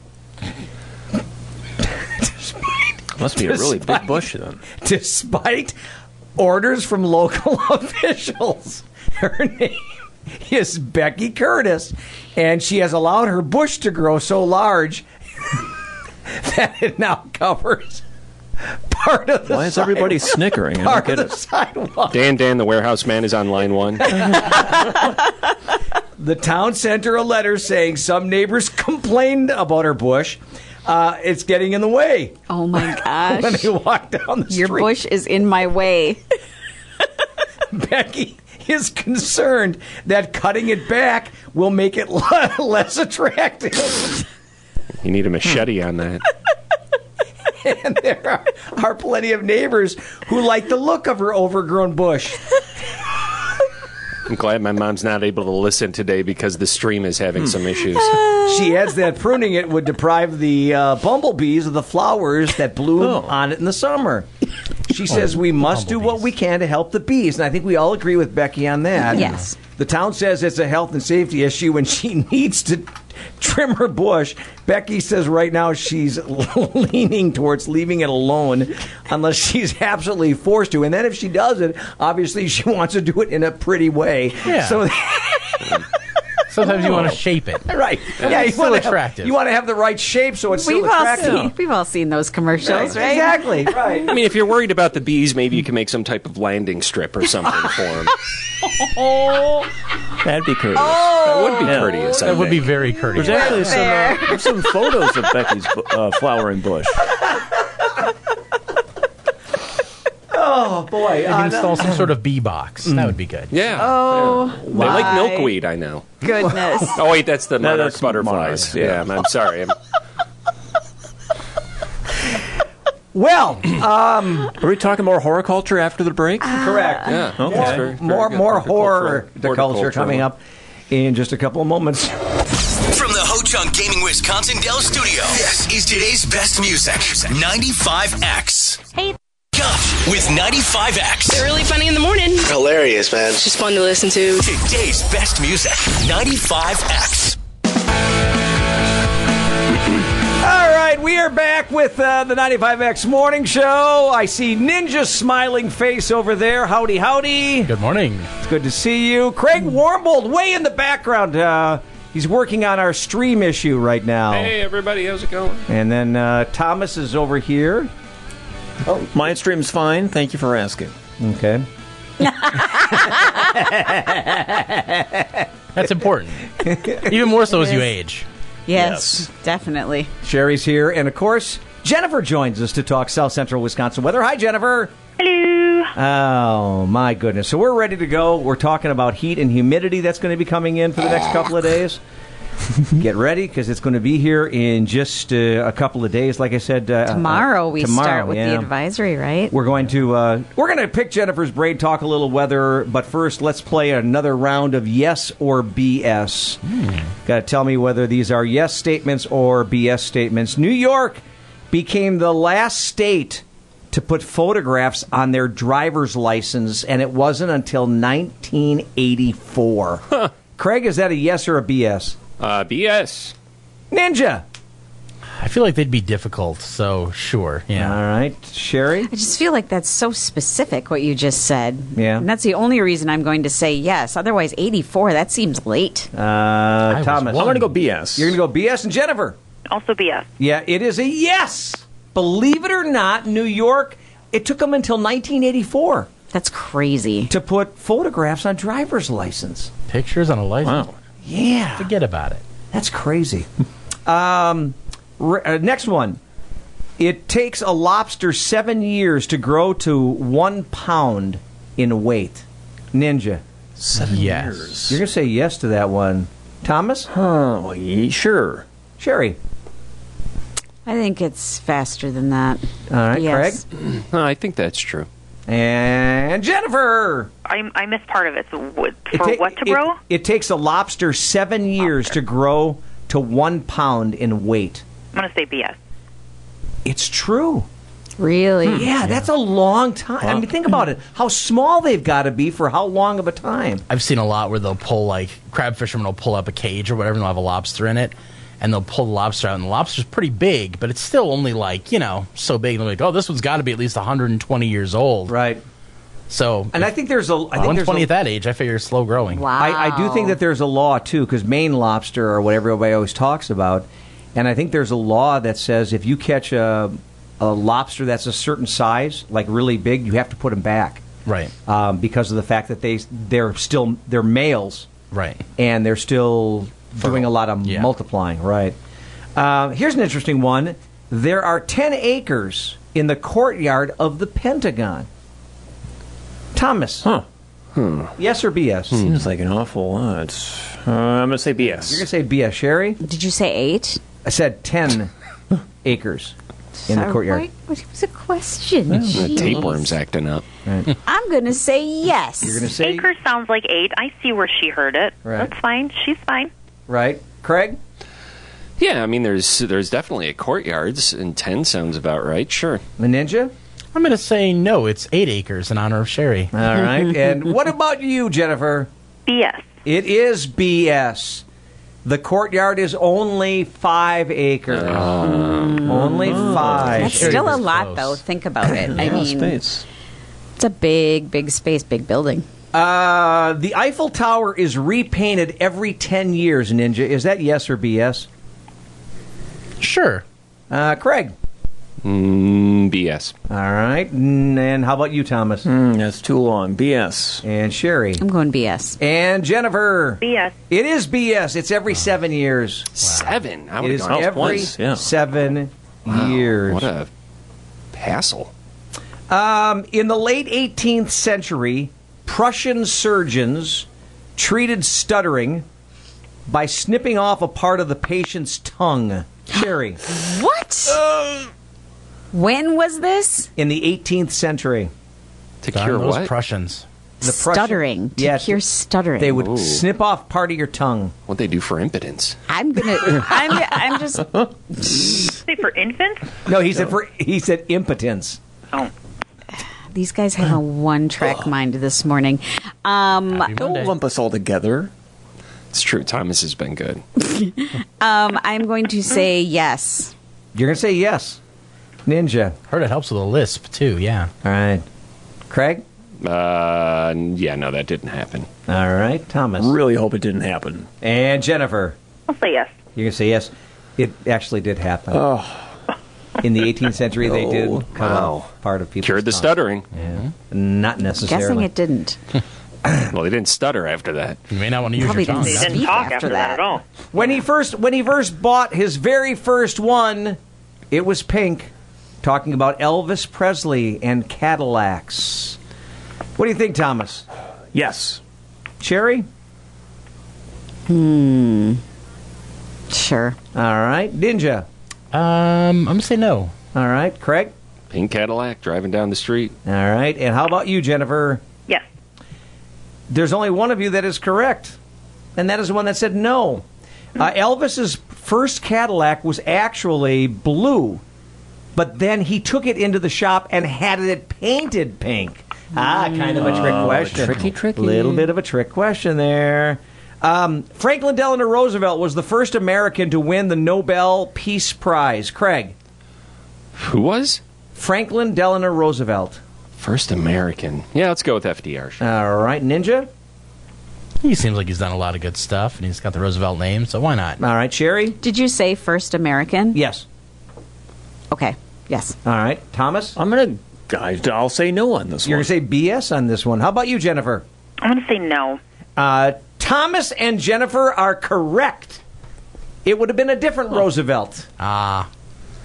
Speaker 16: Must be a really big
Speaker 9: bush then. Despite orders from local officials. Her name is Becky Curtis, and she has allowed her bush to grow so large that it now covers part of the
Speaker 7: Why is everybody
Speaker 9: sidewalk-
Speaker 7: snickering? I don't
Speaker 9: Part
Speaker 7: get
Speaker 9: of
Speaker 7: it.
Speaker 9: the sidewalk.
Speaker 7: Dan Dan, the warehouse man, is on line one.
Speaker 9: The town sent her a letter saying some neighbors complained about her bush. Uh, it's getting in the way.
Speaker 18: Oh my gosh.
Speaker 9: when they walk down the
Speaker 18: Your
Speaker 9: street.
Speaker 18: bush is in my way.
Speaker 9: Becky is concerned that cutting it back will make it le- less attractive.
Speaker 7: You need a machete on that.
Speaker 9: and there are, are plenty of neighbors who like the look of her overgrown bush.
Speaker 7: I'm glad my mom's not able to listen today because the stream is having some
Speaker 9: Hmm.
Speaker 7: issues.
Speaker 9: She adds that pruning it would deprive the uh, bumblebees of the flowers that bloom
Speaker 11: Oh.
Speaker 9: on it in the summer. She says we must do what we can to help the bees, and I think we all agree with Becky on that.
Speaker 18: Yes.
Speaker 9: The town says it's a health and safety issue and she needs to trim her bush. Becky says right now she's leaning towards leaving it alone unless she's absolutely forced to. And then if she does it, obviously she wants to do it in a pretty way.
Speaker 11: Yeah.
Speaker 9: So
Speaker 11: Sometimes you want to shape it.
Speaker 9: Right.
Speaker 11: Yeah,
Speaker 9: yeah,
Speaker 11: it's
Speaker 9: you
Speaker 11: still
Speaker 9: want
Speaker 11: attractive.
Speaker 9: You want to have the right shape so it's
Speaker 18: We've
Speaker 9: still
Speaker 18: all,
Speaker 9: attractive.
Speaker 18: seen, we've all seen those commercials, right?
Speaker 9: Exactly. Right.
Speaker 7: I mean, if you're worried about the bees, maybe you can make some type of landing strip or something for them.
Speaker 16: Oh.
Speaker 7: That'd be courteous. That would be
Speaker 16: Yeah.
Speaker 7: courteous. I
Speaker 16: That would be
Speaker 7: think.
Speaker 11: very courteous.
Speaker 16: There's actually some,
Speaker 7: Fair.
Speaker 16: uh, there's some photos of Becky's uh, flowering bush.
Speaker 9: Oh boy!
Speaker 11: You can
Speaker 16: uh,
Speaker 11: install some sort of bee box. That would be good.
Speaker 7: Yeah.
Speaker 18: Oh,
Speaker 7: yeah. They like
Speaker 18: my
Speaker 7: milkweed, I know.
Speaker 18: Goodness.
Speaker 7: Oh, wait, that's the
Speaker 16: No,
Speaker 7: monarch
Speaker 16: that's
Speaker 7: butterflies.
Speaker 16: monarch, yeah.
Speaker 7: yeah. I'm sorry. I'm-
Speaker 9: Well, um,
Speaker 16: are we talking more horticulture after the break?
Speaker 9: Ah. Correct.
Speaker 16: Yeah. Okay.
Speaker 9: More,
Speaker 16: That's very- very
Speaker 9: more,
Speaker 16: good.
Speaker 9: more
Speaker 16: Horticultural-
Speaker 9: horror the culture
Speaker 16: horticultural.
Speaker 9: coming up in just a couple of moments.
Speaker 1: From the Ho Chunk Gaming Wisconsin Dell Studio, this is today's best music 95X. Hey. Gosh, with 95X.
Speaker 2: They're really funny in the morning.
Speaker 1: Hilarious, man.
Speaker 2: It's just fun to listen to.
Speaker 1: Today's best music 95X.
Speaker 9: All right, we are back with uh, the 95X Morning Show. I see Ninja's smiling face over there. Howdy, howdy. Good
Speaker 11: morning.
Speaker 9: It's good to see you. Craig Warmbold, way in the background. Uh, he's working on our stream
Speaker 7: Oh.
Speaker 9: issue right now.
Speaker 7: Hey, everybody, how's it going?
Speaker 9: And then uh, Thomas is over here.
Speaker 25: Oh, my stream's fine. Thank you for asking.
Speaker 9: Okay.
Speaker 11: That's important. Even more so as you age.
Speaker 18: Yes, definitely.
Speaker 9: Sherry's here, and of course, Jennifer joins us to talk South Central Wisconsin weather. Hi, Jennifer.
Speaker 10: Hello.
Speaker 9: Oh my goodness! So we're ready to go. We're talking about heat and humidity that's going to be coming in for the next couple of days. Get ready because it's going to be here in just uh, a couple of days. Like I said, uh,
Speaker 18: Tomorrow
Speaker 9: uh,
Speaker 18: we
Speaker 9: tomorrow,
Speaker 18: start with
Speaker 9: yeah.
Speaker 18: the advisory, right?
Speaker 9: We're going to uh, we're going to pick Jennifer's brain, talk a little weather, but first let's play another round of yes or BS. Got to tell me whether these are yes statements or BS statements. New York became the last state to put photographs on their driver's license, and it wasn't until 1984. Craig, is that a yes or a BS?
Speaker 7: Uh, BS.
Speaker 9: Ninja.
Speaker 11: I feel like they'd be difficult, so sure. Yeah.
Speaker 9: All right. Sherry?
Speaker 18: I just feel like that's so specific what you just said.
Speaker 9: Yeah.
Speaker 18: And that's the only reason I'm going to say yes. Otherwise, 84, that seems late.
Speaker 9: Uh,
Speaker 18: was
Speaker 9: Thomas,
Speaker 18: one. I'm gonna
Speaker 9: go BS. You're going to go BS, and Jennifer.
Speaker 10: Also BS.
Speaker 9: Yeah, it is a yes. Believe it or not, New York, it took them until 1984.
Speaker 18: That's crazy.
Speaker 9: To put photographs on driver's license.
Speaker 11: Pictures on a license. Wow.
Speaker 9: Yeah.
Speaker 11: Forget about it.
Speaker 9: That's crazy. um, re- uh, next one. It takes a lobster seven years to grow to one pound in weight. Ninja.
Speaker 11: Seven Yes. years.
Speaker 9: You're going to say yes to that one. Thomas? Huh, well, sure. Sherry.
Speaker 18: I think it's faster than that.
Speaker 9: All right,
Speaker 18: Yes.
Speaker 9: Craig?
Speaker 7: I think that's true.
Speaker 9: And Jennifer!
Speaker 10: I, I missed part of it. So what, for what to grow?
Speaker 9: It, it takes a lobster seven years to grow to one pound in weight.
Speaker 10: I'm going to say BS.
Speaker 9: It's true. Hmm.
Speaker 18: Really?
Speaker 9: Yeah, that's a long time. I
Speaker 11: Wow.
Speaker 9: mean, think about it. How small they've got to be for how long of a time.
Speaker 11: I've seen a lot where they'll pull like crab fishermen will pull up a cage or whatever, and they'll have a lobster in it, and they'll pull the lobster out, and the lobster's pretty big, but it's still only like you know so big. And they're like, oh, this one's got to be at least 120 years old,
Speaker 9: right?
Speaker 11: So,
Speaker 9: And I think there's a I think there's
Speaker 11: 120
Speaker 9: a-
Speaker 11: at that age. I figure it's slow growing. Wow.
Speaker 9: I, I do think that there's a law too, because Maine lobster or whatever everybody always talks about, and I think there's a law that says if you catch a a lobster that's a certain size, like really big, you have to put them back,
Speaker 11: Right.
Speaker 9: Um, because of the fact that they they're still they're males,
Speaker 11: Right.
Speaker 9: and they're still doing a lot of multiplying, right? Uh, here's an interesting one. There are ten acres in the courtyard of the Pentagon. Thomas. Huh.
Speaker 25: Hmm.
Speaker 9: Yes or BS?
Speaker 25: Seems like an awful lot. Uh, I'm gonna say BS.
Speaker 9: You're gonna say BS, Sherry?
Speaker 18: Did you say eight?
Speaker 9: I said ten acres in the
Speaker 18: Sorry,
Speaker 9: courtyard.
Speaker 18: What, what was a question?
Speaker 7: The
Speaker 18: Jeez.
Speaker 7: tapeworm's acting up.
Speaker 18: I'm going to say yes.
Speaker 9: You're gonna say-
Speaker 10: Acres sounds like eight. I see where she heard it.
Speaker 7: Right.
Speaker 10: That's fine. She's fine.
Speaker 9: Right, Craig?
Speaker 7: Yeah, I mean, there's there's definitely a courtyards, and ten sounds about right. Sure.
Speaker 9: Ninja.
Speaker 11: I'm gonna say no. It's eight acres in honor of Sherry.
Speaker 9: All right. and what about you, Jennifer?
Speaker 10: BS.
Speaker 9: It is BS. The courtyard is only five acres. only
Speaker 18: Oh.
Speaker 9: five.
Speaker 18: That's still a lot, though. Think about it. I mean, it's a big, big space, big building.
Speaker 9: Uh, the Eiffel Tower is repainted every 10 years, Ninja. Is that yes or BS?
Speaker 11: Sure.
Speaker 9: Uh, Craig?
Speaker 7: Mm, BS.
Speaker 9: All right. Mm, And how about you, Thomas?
Speaker 25: Mm, that's too long. BS.
Speaker 9: And Sherry?
Speaker 18: I'm going BS.
Speaker 9: And Jennifer?
Speaker 10: BS.
Speaker 9: It is BS. It's every seven years.
Speaker 7: Seven. I
Speaker 9: It
Speaker 7: would've
Speaker 9: is
Speaker 7: gone with
Speaker 9: every
Speaker 7: points, yeah.
Speaker 9: seven years.
Speaker 7: What a hassle.
Speaker 9: Um, in the late 18th century, Prussian surgeons treated stuttering by snipping off a part of the patient's tongue. Sherry. Uh.
Speaker 18: What? when was this?
Speaker 9: In the 18th century.
Speaker 7: To
Speaker 11: cure those what? Prussians.
Speaker 9: The
Speaker 18: Stuttering. To cure stuttering.
Speaker 9: They would
Speaker 18: Ooh.
Speaker 9: snip off part of your tongue.
Speaker 7: What they do for impotence?
Speaker 18: I'm gonna. I'm. I'm just.
Speaker 10: Say for infants?
Speaker 9: No, he said for he said impotence.
Speaker 18: These guys have a one-track mind this morning. Um,
Speaker 7: Don't lump us all together. It's true. Thomas has been good.
Speaker 18: um, I'm going to say yes.
Speaker 9: You're gonna say yes, Ninja.
Speaker 11: Heard it helps with a lisp too. Yeah.
Speaker 9: All right, Craig.
Speaker 7: Uh, yeah, no, that didn't happen.
Speaker 9: All right, Thomas.
Speaker 25: Really hope it didn't happen.
Speaker 9: And Jennifer,
Speaker 10: I'll say yes.
Speaker 9: you're gonna say yes. It actually did happen.
Speaker 25: Oh.
Speaker 9: in the 18th century, they did
Speaker 7: Oh,
Speaker 9: cut
Speaker 7: wow.
Speaker 9: off part of people.
Speaker 7: Cured the stuttering. Mm-hmm.
Speaker 9: Yeah. Not necessarily.
Speaker 18: Guessing it didn't.
Speaker 7: well, they didn't stutter after that.
Speaker 11: You may not want to
Speaker 18: Probably didn't speak after, that.
Speaker 9: all. When he first when he first bought his very first one, it was pink, talking about Elvis Presley and Cadillacs. What do you think, Thomas?
Speaker 16: Yes.
Speaker 9: Cherry?
Speaker 18: Hmm. Sure.
Speaker 9: All right. Ninja.
Speaker 11: Um, I'm gonna say no.
Speaker 9: All right, Craig.
Speaker 7: Pink Cadillac driving down the street.
Speaker 9: All right. And how about you, Jennifer?
Speaker 10: Yes.
Speaker 9: There's only one of you that is correct, and that is the one that said no. Uh, Elvis's first Cadillac was actually blue, but then he took it into the shop and had it painted pink. Ah, kind of a trick
Speaker 11: Oh,
Speaker 9: question.
Speaker 11: tricky, tricky.
Speaker 9: Little bit of a trick question there. Um, Franklin Delano Roosevelt was the first American to win the Nobel Peace Prize. Craig.
Speaker 7: Who was?
Speaker 9: Franklin Delano Roosevelt.
Speaker 7: First American. Yeah, let's go with FDR.
Speaker 9: All right, Ninja.
Speaker 11: He seems like he's done a lot of good stuff, and he's got the Roosevelt name, so why not?
Speaker 9: All right, Sherry.
Speaker 18: Did you say first American?
Speaker 9: Yes.
Speaker 18: Okay. Yes.
Speaker 9: All right, Thomas.
Speaker 16: I'm gonna. I, I'll say no on this
Speaker 9: You're going to say BS on this one. How about you, Jennifer?
Speaker 10: I'm going to say no.
Speaker 9: Uh, Thomas and Jennifer are correct. It would have been a different Roosevelt.
Speaker 11: Ah.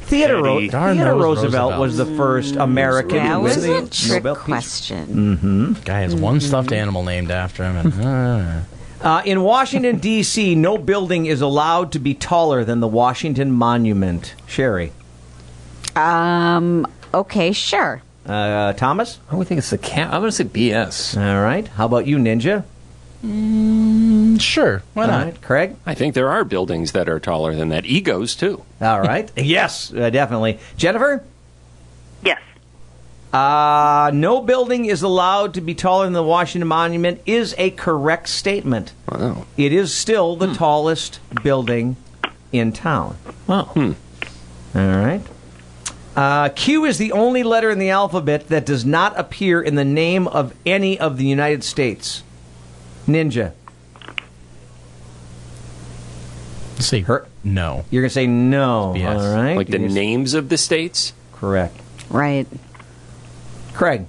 Speaker 9: Theodore, Ro-
Speaker 11: Teddy. Darn
Speaker 9: Theodore
Speaker 11: those
Speaker 9: Roosevelt was the first American
Speaker 18: Mm. That
Speaker 9: to
Speaker 18: was
Speaker 9: win the
Speaker 18: a trick
Speaker 9: Nobel Peace
Speaker 18: question.
Speaker 11: Mm-hmm. Guy has one stuffed animal named after him. And,
Speaker 9: Uh, in Washington, D.C., no building is allowed to be taller than the Washington Monument. Sherry.
Speaker 18: Um. Okay. Sure.
Speaker 9: Uh, Thomas?
Speaker 16: I would think it's the cat. I'm going to say BS.
Speaker 9: All right. How about you, Ninja?
Speaker 11: Mm, sure. Why
Speaker 9: All right, Craig?
Speaker 7: I think there are buildings that are taller than that. Egos, too.
Speaker 9: All right. yes, uh, definitely. Jennifer?
Speaker 10: Yes.
Speaker 9: Uh, no building is allowed to be taller than the Washington Monument is a correct statement.
Speaker 7: Wow. Hmm.
Speaker 9: It is still the tallest building in town. Hmm.
Speaker 16: Wow.
Speaker 9: All right. Uh, Q is the only letter in the alphabet that does not appear in the name of any of the United States. Ninja.
Speaker 11: see.
Speaker 9: Her-
Speaker 11: no.
Speaker 9: You're going to say no.
Speaker 11: It's BS.
Speaker 9: All right.
Speaker 7: Like the
Speaker 9: You're-
Speaker 7: names of the states?
Speaker 9: Correct.
Speaker 18: Right.
Speaker 9: Craig.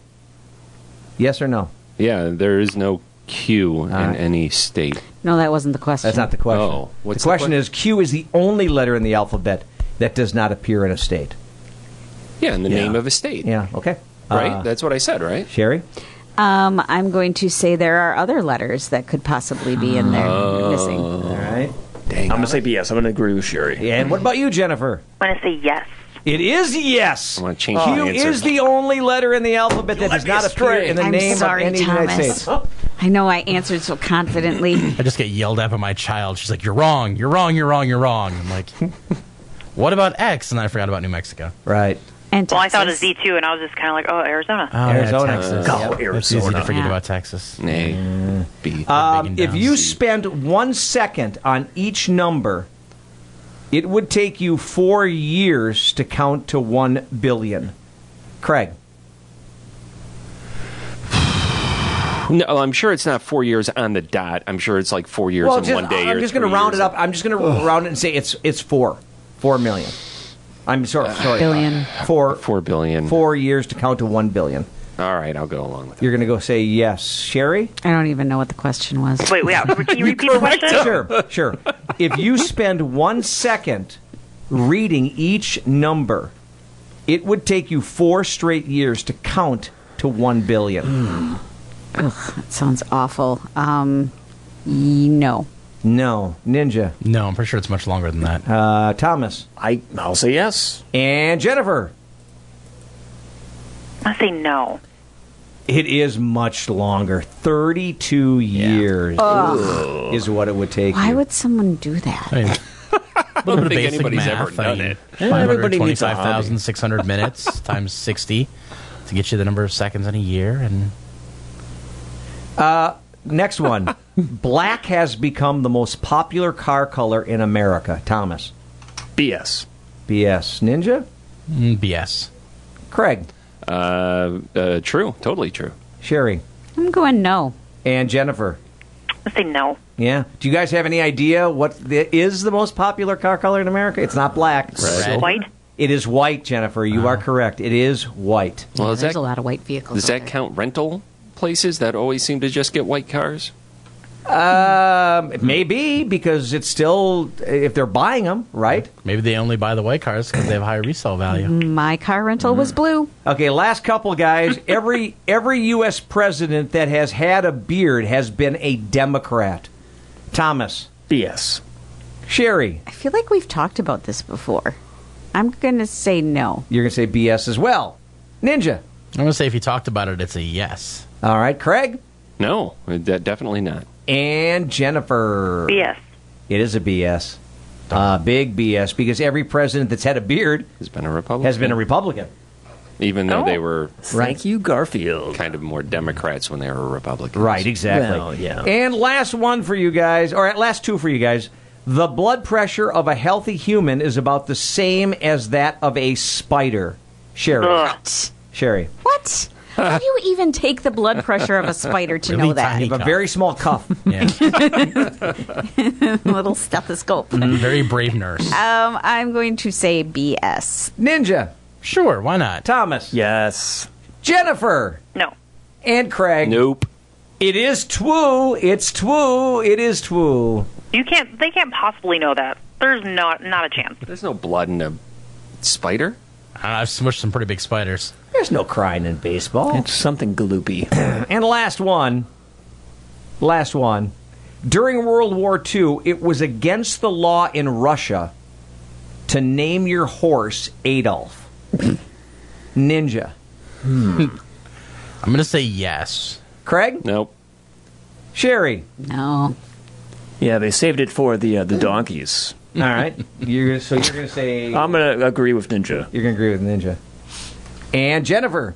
Speaker 9: Yes or no?
Speaker 7: Yeah, there is no Q in
Speaker 9: right.
Speaker 7: any state.
Speaker 18: No, that wasn't the question.
Speaker 9: That's not the question.
Speaker 7: Oh, what's
Speaker 9: the
Speaker 7: the
Speaker 9: question
Speaker 7: que-
Speaker 9: is Q is the only letter in the alphabet that does not appear in a state.
Speaker 7: Yeah, in the
Speaker 9: Yeah.
Speaker 7: name of a state.
Speaker 9: Yeah. Okay.
Speaker 7: Right?
Speaker 9: Uh,
Speaker 7: That's what I said, right?
Speaker 9: Sherry.
Speaker 18: Um. I'm going to say there are other letters that could possibly be in there
Speaker 9: Oh.
Speaker 16: Oh.
Speaker 18: missing.
Speaker 9: All right.
Speaker 16: I'm going to say BS. I'm going to agree with Sherry.
Speaker 9: Yeah, and what about you, Jennifer?
Speaker 10: I'm going to say yes.
Speaker 9: It is yes.
Speaker 7: I want to change
Speaker 9: Q
Speaker 16: Oh.
Speaker 7: the answer.
Speaker 9: is the only letter in the alphabet that does not appear in the
Speaker 18: I'm
Speaker 9: name
Speaker 18: sorry,
Speaker 9: of any
Speaker 18: Thomas.
Speaker 9: United States.
Speaker 18: I know I answered so confidently.
Speaker 11: I just get yelled at by my child. She's like, "You're wrong. You're wrong. You're wrong. You're wrong." I'm like, "What about X?" And I forgot about New Mexico.
Speaker 9: Right.
Speaker 18: And
Speaker 10: Well, I thought it was
Speaker 18: Texas.
Speaker 10: Z2, and I was just kind of like, oh, Arizona.
Speaker 11: Oh, yeah,
Speaker 9: Arizona.
Speaker 11: Texas.
Speaker 9: Go,
Speaker 11: It's easy to
Speaker 16: Arizona.
Speaker 11: forget
Speaker 18: Yeah.
Speaker 11: about Texas.
Speaker 7: Nay. B.
Speaker 9: Um, if
Speaker 11: down.
Speaker 9: you spend one second on each number, it would take you four years to count to one billion. Craig.
Speaker 7: No, I'm sure it's not four years on the dot. I'm sure it's like four years
Speaker 9: well,
Speaker 7: in
Speaker 9: just,
Speaker 7: one day.
Speaker 9: I'm
Speaker 7: or
Speaker 9: just going to
Speaker 7: three
Speaker 9: round it
Speaker 7: years.
Speaker 9: up. I'm just going to round it and say it's it's four, four million. I'm
Speaker 7: Uh,
Speaker 9: sorry, sorry,
Speaker 18: Billion.
Speaker 9: four
Speaker 7: Four billion.
Speaker 9: four years to count to one billion.
Speaker 7: All right, I'll go along with it.
Speaker 9: You're going to go say yes, Sherry.
Speaker 18: I don't even know what the question was.
Speaker 10: Wait, wait. Can you repeat the question?
Speaker 9: Sure, sure. If you spend one second reading each number, it would take you four straight years to count to one billion.
Speaker 18: Hmm. That sounds awful. Um. y- No.
Speaker 9: No, Ninja,
Speaker 11: No, I'm pretty sure it's much longer than that.
Speaker 9: uh, Thomas,
Speaker 16: I, I'll say yes.
Speaker 9: and Jennifer.
Speaker 10: I say no.
Speaker 9: It is much longer. 32 years is what it would take.
Speaker 18: Why
Speaker 9: you.
Speaker 18: would someone do that?
Speaker 11: I mean, a little bit
Speaker 7: think
Speaker 11: of basic
Speaker 7: anybody's
Speaker 11: math.
Speaker 7: ever done
Speaker 11: I mean,
Speaker 7: it.
Speaker 16: Everybody needs a hobby.
Speaker 11: 525,600 minutes times 60 to get you the number of seconds in a year. And
Speaker 9: Uh, Next one. Black has become the most popular car color in America. Thomas.
Speaker 16: BS.
Speaker 9: BS. Ninja?
Speaker 11: mm, BS.
Speaker 9: Craig.
Speaker 7: Uh, uh, true, totally true.
Speaker 9: Sherry.
Speaker 18: I'm going no.
Speaker 9: And Jennifer.
Speaker 10: I say no.
Speaker 9: Yeah. Do you guys have any idea what the, is the most popular car color in America? It's not black.
Speaker 11: Red.
Speaker 10: White?
Speaker 9: It is white, Jennifer. You
Speaker 7: Uh-huh.
Speaker 9: are correct. It is white.
Speaker 7: Well, is
Speaker 26: There's
Speaker 7: that-
Speaker 26: a lot of white vehicles.
Speaker 7: Does
Speaker 26: out
Speaker 7: that count rental places that always seem to just get white cars?
Speaker 9: Um, maybe because it's still if they're buying them, right?
Speaker 11: Maybe they only buy the white cars because they have higher resale value.
Speaker 18: My car rental was blue.
Speaker 9: Okay, last couple guys. Every every U.S. president that has had a beard has been a Democrat. Thomas.
Speaker 16: BS.
Speaker 9: Sherry.
Speaker 18: I feel like we've talked about this before. I'm going to say no.
Speaker 9: You're gonna say BS as well. Ninja.
Speaker 11: I'm gonna say if you talked about it, it's a yes.
Speaker 9: All right, Craig.
Speaker 7: No, de- definitely not.
Speaker 9: And Jennifer.
Speaker 10: BS.
Speaker 9: It is a BS. Uh, big BS because every president that's had a beard
Speaker 7: has been a Republican.
Speaker 9: Has been a Republican.
Speaker 7: Even though
Speaker 9: Oh.
Speaker 7: they were
Speaker 9: Right.
Speaker 7: you Garfield, kind of more Democrats when they were Republicans.
Speaker 9: Right, exactly. And last one for you guys, or last two for you guys. The blood pressure of a healthy human is about the same as that of a spider. Sherry.
Speaker 18: What?
Speaker 9: Sherry.
Speaker 18: What? How do you even take the blood pressure of a spider to know that?
Speaker 9: You have a very small cuff.
Speaker 18: Little stethoscope.
Speaker 11: Very brave nurse.
Speaker 18: Um, I'm going to say BS.
Speaker 9: Ninja.
Speaker 11: Sure, why not?
Speaker 9: Thomas.
Speaker 16: Yes.
Speaker 9: Jennifer.
Speaker 10: No.
Speaker 9: And Craig.
Speaker 7: Nope.
Speaker 9: It is twoo. It's twoo. It is twoo.
Speaker 10: You can't. They can't possibly know that. There's not not a chance.
Speaker 7: There's no blood in a spider.
Speaker 11: I've smushed some pretty big spiders.
Speaker 9: There's no crying in baseball.
Speaker 16: It's something gloopy.
Speaker 9: And last one. Last one. During World War II, it was against the law in Russia to name your horse Adolf. Ninja.
Speaker 11: Hmm. I'm gonna say yes.
Speaker 9: Craig?
Speaker 7: Nope.
Speaker 9: Sherry?
Speaker 18: No.
Speaker 16: Yeah, they saved it for the uh, the donkeys.
Speaker 9: All right. You're, so you're going to say.
Speaker 16: I'm going to agree with Ninja.
Speaker 9: You're going to agree with Ninja. And Jennifer?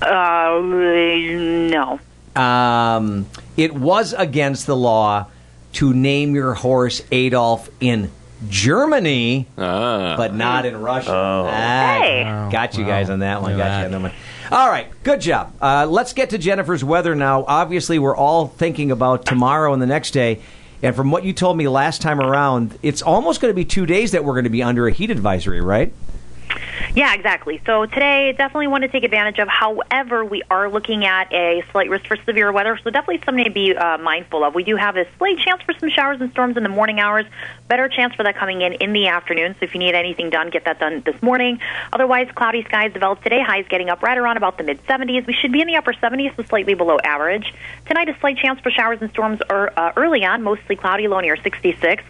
Speaker 10: Uh, no.
Speaker 9: Um, it was against the law to name your horse Adolf in Germany, but not in Russia. Ah,
Speaker 27: Hey.
Speaker 9: Got you guys on that one. Got you on that one. All right, good job. Uh, let's get to Jennifer's weather now. Obviously, we're all thinking about tomorrow and the next day. And from what you told me last time around, it's almost going to be two days that we're going to be under a heat advisory, right?
Speaker 10: Yeah, exactly. So today, definitely want to take advantage of. However, we are looking at a slight risk for severe weather, so definitely something to be uh, mindful of. We do have a slight chance for some showers and storms in the morning hours. Better chance for that coming in in the afternoon. So if you need anything done, get that done this morning. Otherwise, cloudy skies develop today. Highs getting up right around about the mid 70s. We should be in the upper 70s, so slightly below average. Tonight, a slight chance for showers and storms er, uh, early on, mostly cloudy, low near 66.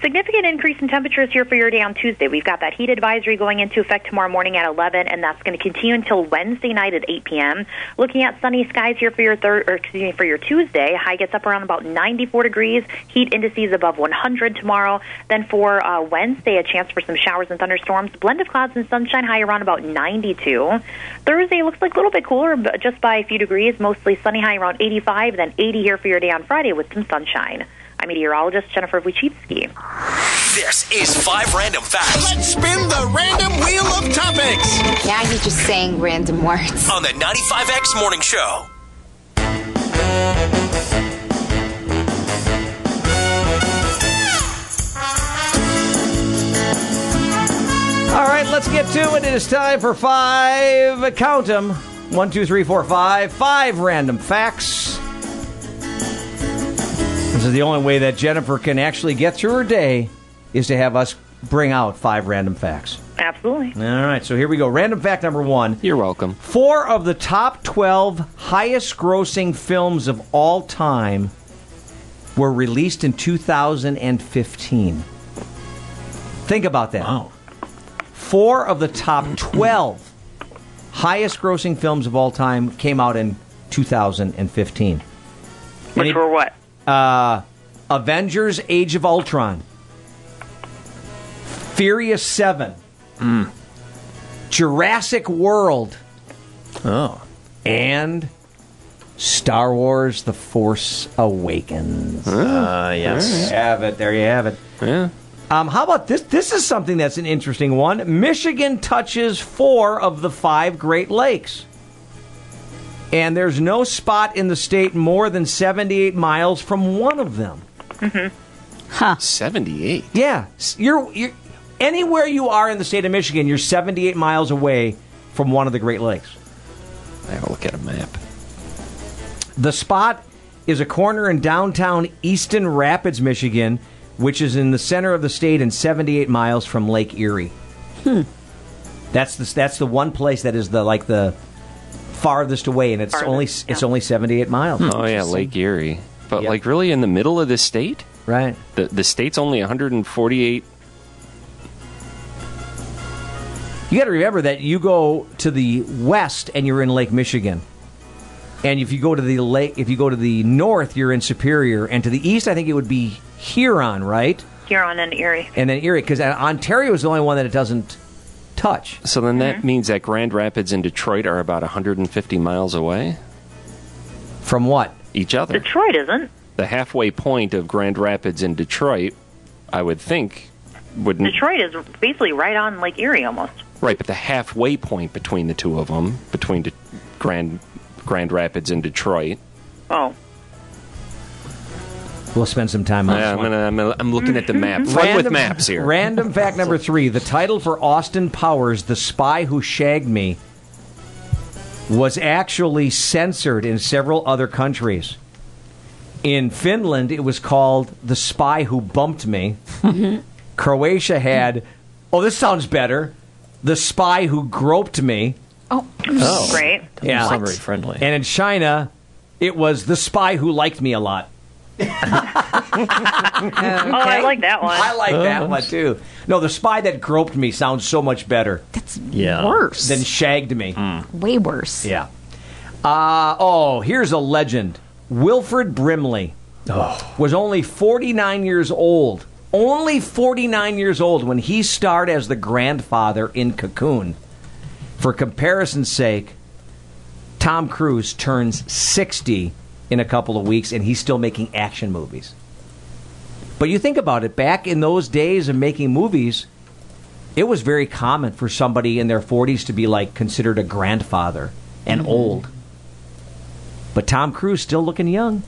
Speaker 10: Significant increase in temperatures here for your day on Tuesday. We've got that heat advisory going into effect tomorrow morning at 11, and that's going to continue until Wednesday night at 8 p.m. Looking at sunny skies here for your third, or excuse me, for your Tuesday. High gets up around about 94 degrees. Heat indices above 100 tomorrow. Then for uh, Wednesday, a chance for some showers and thunderstorms. Blend of clouds and sunshine. High around about 92. Thursday looks like a little bit cooler, but just by a few degrees. Mostly sunny. High around 85. Then 80 here for your day on Friday with some sunshine. I'm meteorologist Jennifer Wychivsky.
Speaker 28: This is five random facts
Speaker 1: Let's spin the random wheel of topics.
Speaker 29: Now you're just saying random words.
Speaker 28: on the 95X Morning Show.
Speaker 9: All right, let's get to it. It is time for five. Count them. One, two, three, four, five. Five random facts. This is the only way that Jennifer can actually get through her day is to have us bring out five random facts.
Speaker 10: Absolutely.
Speaker 9: All right, so here we go. Random fact number one.
Speaker 7: You're welcome.
Speaker 9: Four of the top 12 highest grossing films of all time were released in 2015. Think about that. Wow. Four of the top 12 highest grossing films of all time came out in 2015.
Speaker 10: Which were what?
Speaker 9: Uh, Avengers Age of Ultron, Furious 7,
Speaker 16: Mm.
Speaker 9: Jurassic World. Oh. And Star Wars The Force Awakens.
Speaker 16: Ah, yes.
Speaker 9: There you have it. There you have it.
Speaker 7: Yeah.
Speaker 9: Um, how about this? This is something that's an interesting one. Michigan touches four of the five Great Lakes. And there's no spot in the state more than 78 miles from one of them.
Speaker 7: Seventy-eight.
Speaker 9: Yeah, s- you're, you're anywhere you are in the state of Michigan, you're 78 miles away from one of the Great Lakes.
Speaker 7: I gotta look at a map.
Speaker 9: The spot is a corner in downtown Easton Rapids, Michigan, which is in the center of the state and 78 miles from Lake Erie.
Speaker 18: Hmm.
Speaker 9: That's the that's the one place that is the like the farthest away, and it's only it's only 78 miles.
Speaker 7: Oh yeah, Lake Erie. But like really in the middle of the state?
Speaker 9: Right.
Speaker 7: The the state's only 148
Speaker 9: You got to remember that you go to the west and you're in Lake Michigan. And if you go to the lake, if you go to the north, you're in Superior, and to the east, I think it would be Huron, right?
Speaker 10: Huron and Erie.
Speaker 9: And then Erie, because Ontario is the only one that it doesn't touch.
Speaker 7: So then that means that Grand Rapids and Detroit are about 150 miles away
Speaker 9: from what?
Speaker 7: Each other.
Speaker 10: Detroit isn't.
Speaker 7: The halfway point of Grand Rapids and Detroit, I would think, wouldn't
Speaker 10: Detroit is basically right on Lake Erie almost.
Speaker 7: Right, but the halfway point between the two of them, between De- Grand Grand Rapids and Detroit.
Speaker 10: Oh.
Speaker 9: We'll spend some time on
Speaker 7: Yeah,
Speaker 9: this
Speaker 7: I'm,
Speaker 9: one.
Speaker 7: gonna, I'm, gonna- I'm looking at the map. Fun with maps here.
Speaker 9: Random fact number three: the title for Austin Powers, "The Spy Who Shagged Me," was actually censored in several other countries. In Finland, it was called "The Spy Who Bumped Me." Croatia had, oh, this sounds better, "The Spy Who Groped Me."
Speaker 18: Oh,
Speaker 9: Oh.
Speaker 10: great.
Speaker 9: yeah,
Speaker 16: sound very friendly.
Speaker 9: And in China, it was "The Spy Who Liked Me a Lot."
Speaker 10: Oh, I like that one.
Speaker 9: I like
Speaker 10: Oh,
Speaker 9: that one too. No, the spy that groped me sounds so much better.
Speaker 18: That's
Speaker 9: yeah.
Speaker 18: worse.
Speaker 9: than shagged me.
Speaker 18: Way worse.
Speaker 9: Yeah. Uh, oh, here's a legend. Wilfred Brimley was only 49 years old. Only 49 years old when he starred as the grandfather in Cocoon. For comparison's sake, Tom Cruise turns 60 in a couple of weeks and he's still making action movies. But you think about it, back in those days of making movies, it was very common for somebody in their 40s to be like considered a grandfather and old. But Tom Cruise still looking young.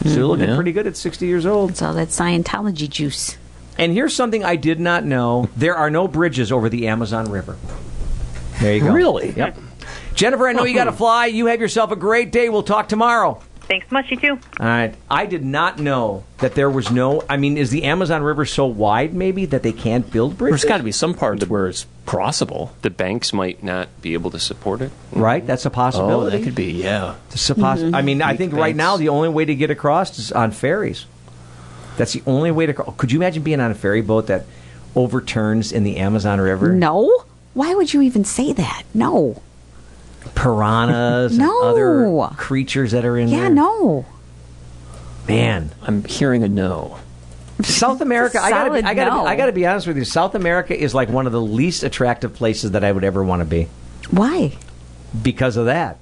Speaker 9: Still looking pretty good at 60 years old.
Speaker 18: It's all that Scientology juice.
Speaker 9: And here's something I did not know. There are no bridges over the Amazon River. There you go. Really? Yep. Jennifer, I know you got to fly. You have yourself a great day. We'll talk tomorrow.
Speaker 10: Thanks much, you too.
Speaker 9: All right. I did not know that there was no. I mean, is the Amazon River so wide, maybe, that they can't build bridges?
Speaker 7: There's gotta
Speaker 9: be some parts where it's
Speaker 7: Possible. The banks might not be able to support it.
Speaker 9: Right? That's a possibility.
Speaker 7: Oh, that could
Speaker 9: Oh, be, yeah. It's a possi-
Speaker 7: Mhm.
Speaker 9: I mean, I
Speaker 7: Make
Speaker 9: think right
Speaker 7: banks.
Speaker 9: now the only way to get across is on ferries. That's the only way to. cro- Could you imagine being on a ferry boat that overturns in the Amazon River?
Speaker 18: No? Why would you even say that? No.
Speaker 9: Mm. Piranhas
Speaker 18: No.
Speaker 9: and other creatures that are in
Speaker 18: Yeah,
Speaker 9: there?
Speaker 18: no.
Speaker 9: Man,
Speaker 16: I'm hearing a no.
Speaker 9: South America. I gotta,
Speaker 18: Solid
Speaker 9: be, I gotta,
Speaker 18: no.
Speaker 9: be, I gotta be honest with you. South America is like one of the least attractive places that I would ever want to be.
Speaker 18: Why?
Speaker 9: Because of that.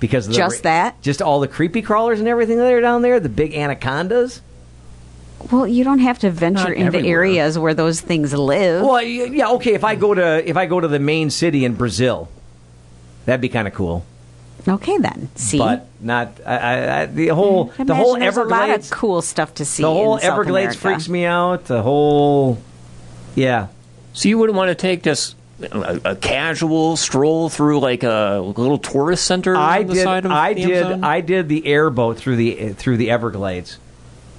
Speaker 9: Because of the
Speaker 18: Just that?
Speaker 9: Just all the creepy crawlers and everything that are down there. The big anacondas.
Speaker 18: Well, you don't have to venture into
Speaker 9: everywhere.
Speaker 18: areas where those things live.
Speaker 9: Well, y- yeah, okay. If I go to if I go to the main city in Brazil, that'd be kind of cool.
Speaker 18: Okay, then. See? Hmm.
Speaker 9: But not I, I, I, the whole the whole
Speaker 18: Imagine there's a lot of
Speaker 9: Everglades.
Speaker 18: cool stuff to see.
Speaker 9: The whole
Speaker 18: in South
Speaker 9: Everglades
Speaker 18: America.
Speaker 9: freaks me out. The whole yeah.
Speaker 16: So you wouldn't want to take just a, a casual stroll through like a little tourist center
Speaker 9: I
Speaker 16: on the
Speaker 9: did.
Speaker 16: side of
Speaker 9: I
Speaker 16: the
Speaker 9: did.
Speaker 16: Amazon?
Speaker 9: I did the airboat through the through the Everglades,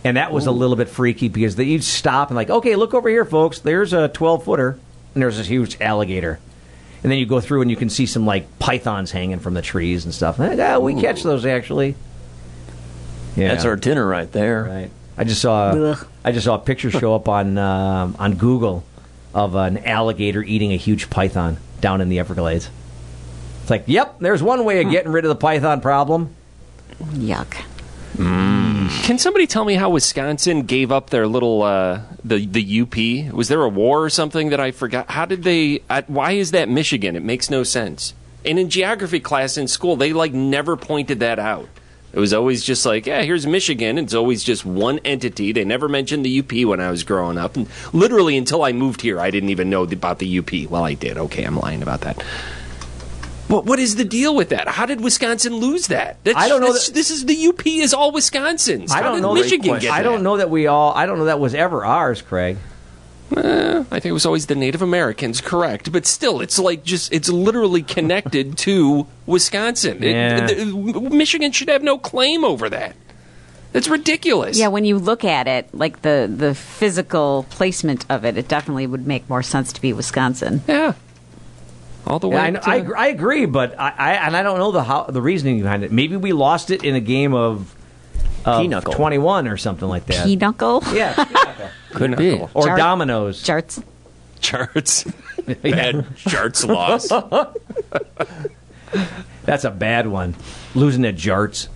Speaker 9: and that was a little bit freaky because they, you'd stop and like, okay, look over here, folks. There's a twelve footer, and there's this huge alligator, and then you go through and you can see some like pythons hanging from the trees and stuff. Eh, yeah, we catch those actually. Yeah.
Speaker 16: That's our dinner right there.
Speaker 9: Right. I just saw. I just saw a picture show up on um, on Google of an alligator eating a huge python down in the Everglades. It's like, yep, there's one way
Speaker 16: Hmm.
Speaker 9: of getting rid of the python problem.
Speaker 18: Yuck.
Speaker 7: Can somebody tell me how Wisconsin gave up their little uh, the the UP? Was there a war or something that I forgot? How did they? Uh, why is that Michigan? It makes no sense. And in geography class in school, they like never pointed that out. It was always just like, yeah, here's Michigan. It's always just one entity. They never mentioned the UP when I was growing up, and literally until I moved here, I didn't even know about the UP. Well, I did. Okay, I'm lying about that. But what is the deal with that? How did Wisconsin lose that? That's,
Speaker 9: I don't know
Speaker 7: that's-
Speaker 9: that-
Speaker 7: this is the UP is all Wisconsin's.
Speaker 9: I
Speaker 7: How
Speaker 9: don't
Speaker 7: did
Speaker 9: know.
Speaker 7: Michigan
Speaker 9: that,
Speaker 7: get
Speaker 9: I
Speaker 7: that?
Speaker 9: don't know that we all. I don't know that was ever ours, Craig.
Speaker 7: Eh, I think it was always the Native Americans, correct? But still, it's like just it's literally connected to Wisconsin. It-
Speaker 9: Yeah.
Speaker 7: the- Michigan should have no claim over that. That's ridiculous.
Speaker 18: Yeah, when you look at it, like the the physical placement of it, it definitely would make more sense to be Wisconsin.
Speaker 7: Yeah. All the way.
Speaker 9: I,
Speaker 7: to-
Speaker 9: I, gr- I agree, but I, I and I don't know the how the reasoning behind it. Maybe we lost it in a game of, of
Speaker 18: Pinochle.
Speaker 9: twenty one or something like that,
Speaker 18: Pinochle?
Speaker 9: Yeah.
Speaker 7: Couldn't be.
Speaker 9: or
Speaker 18: Jar-
Speaker 9: dominoes,
Speaker 18: charts,
Speaker 7: charts, bad charts loss.
Speaker 9: That's a bad one. Losing at jarts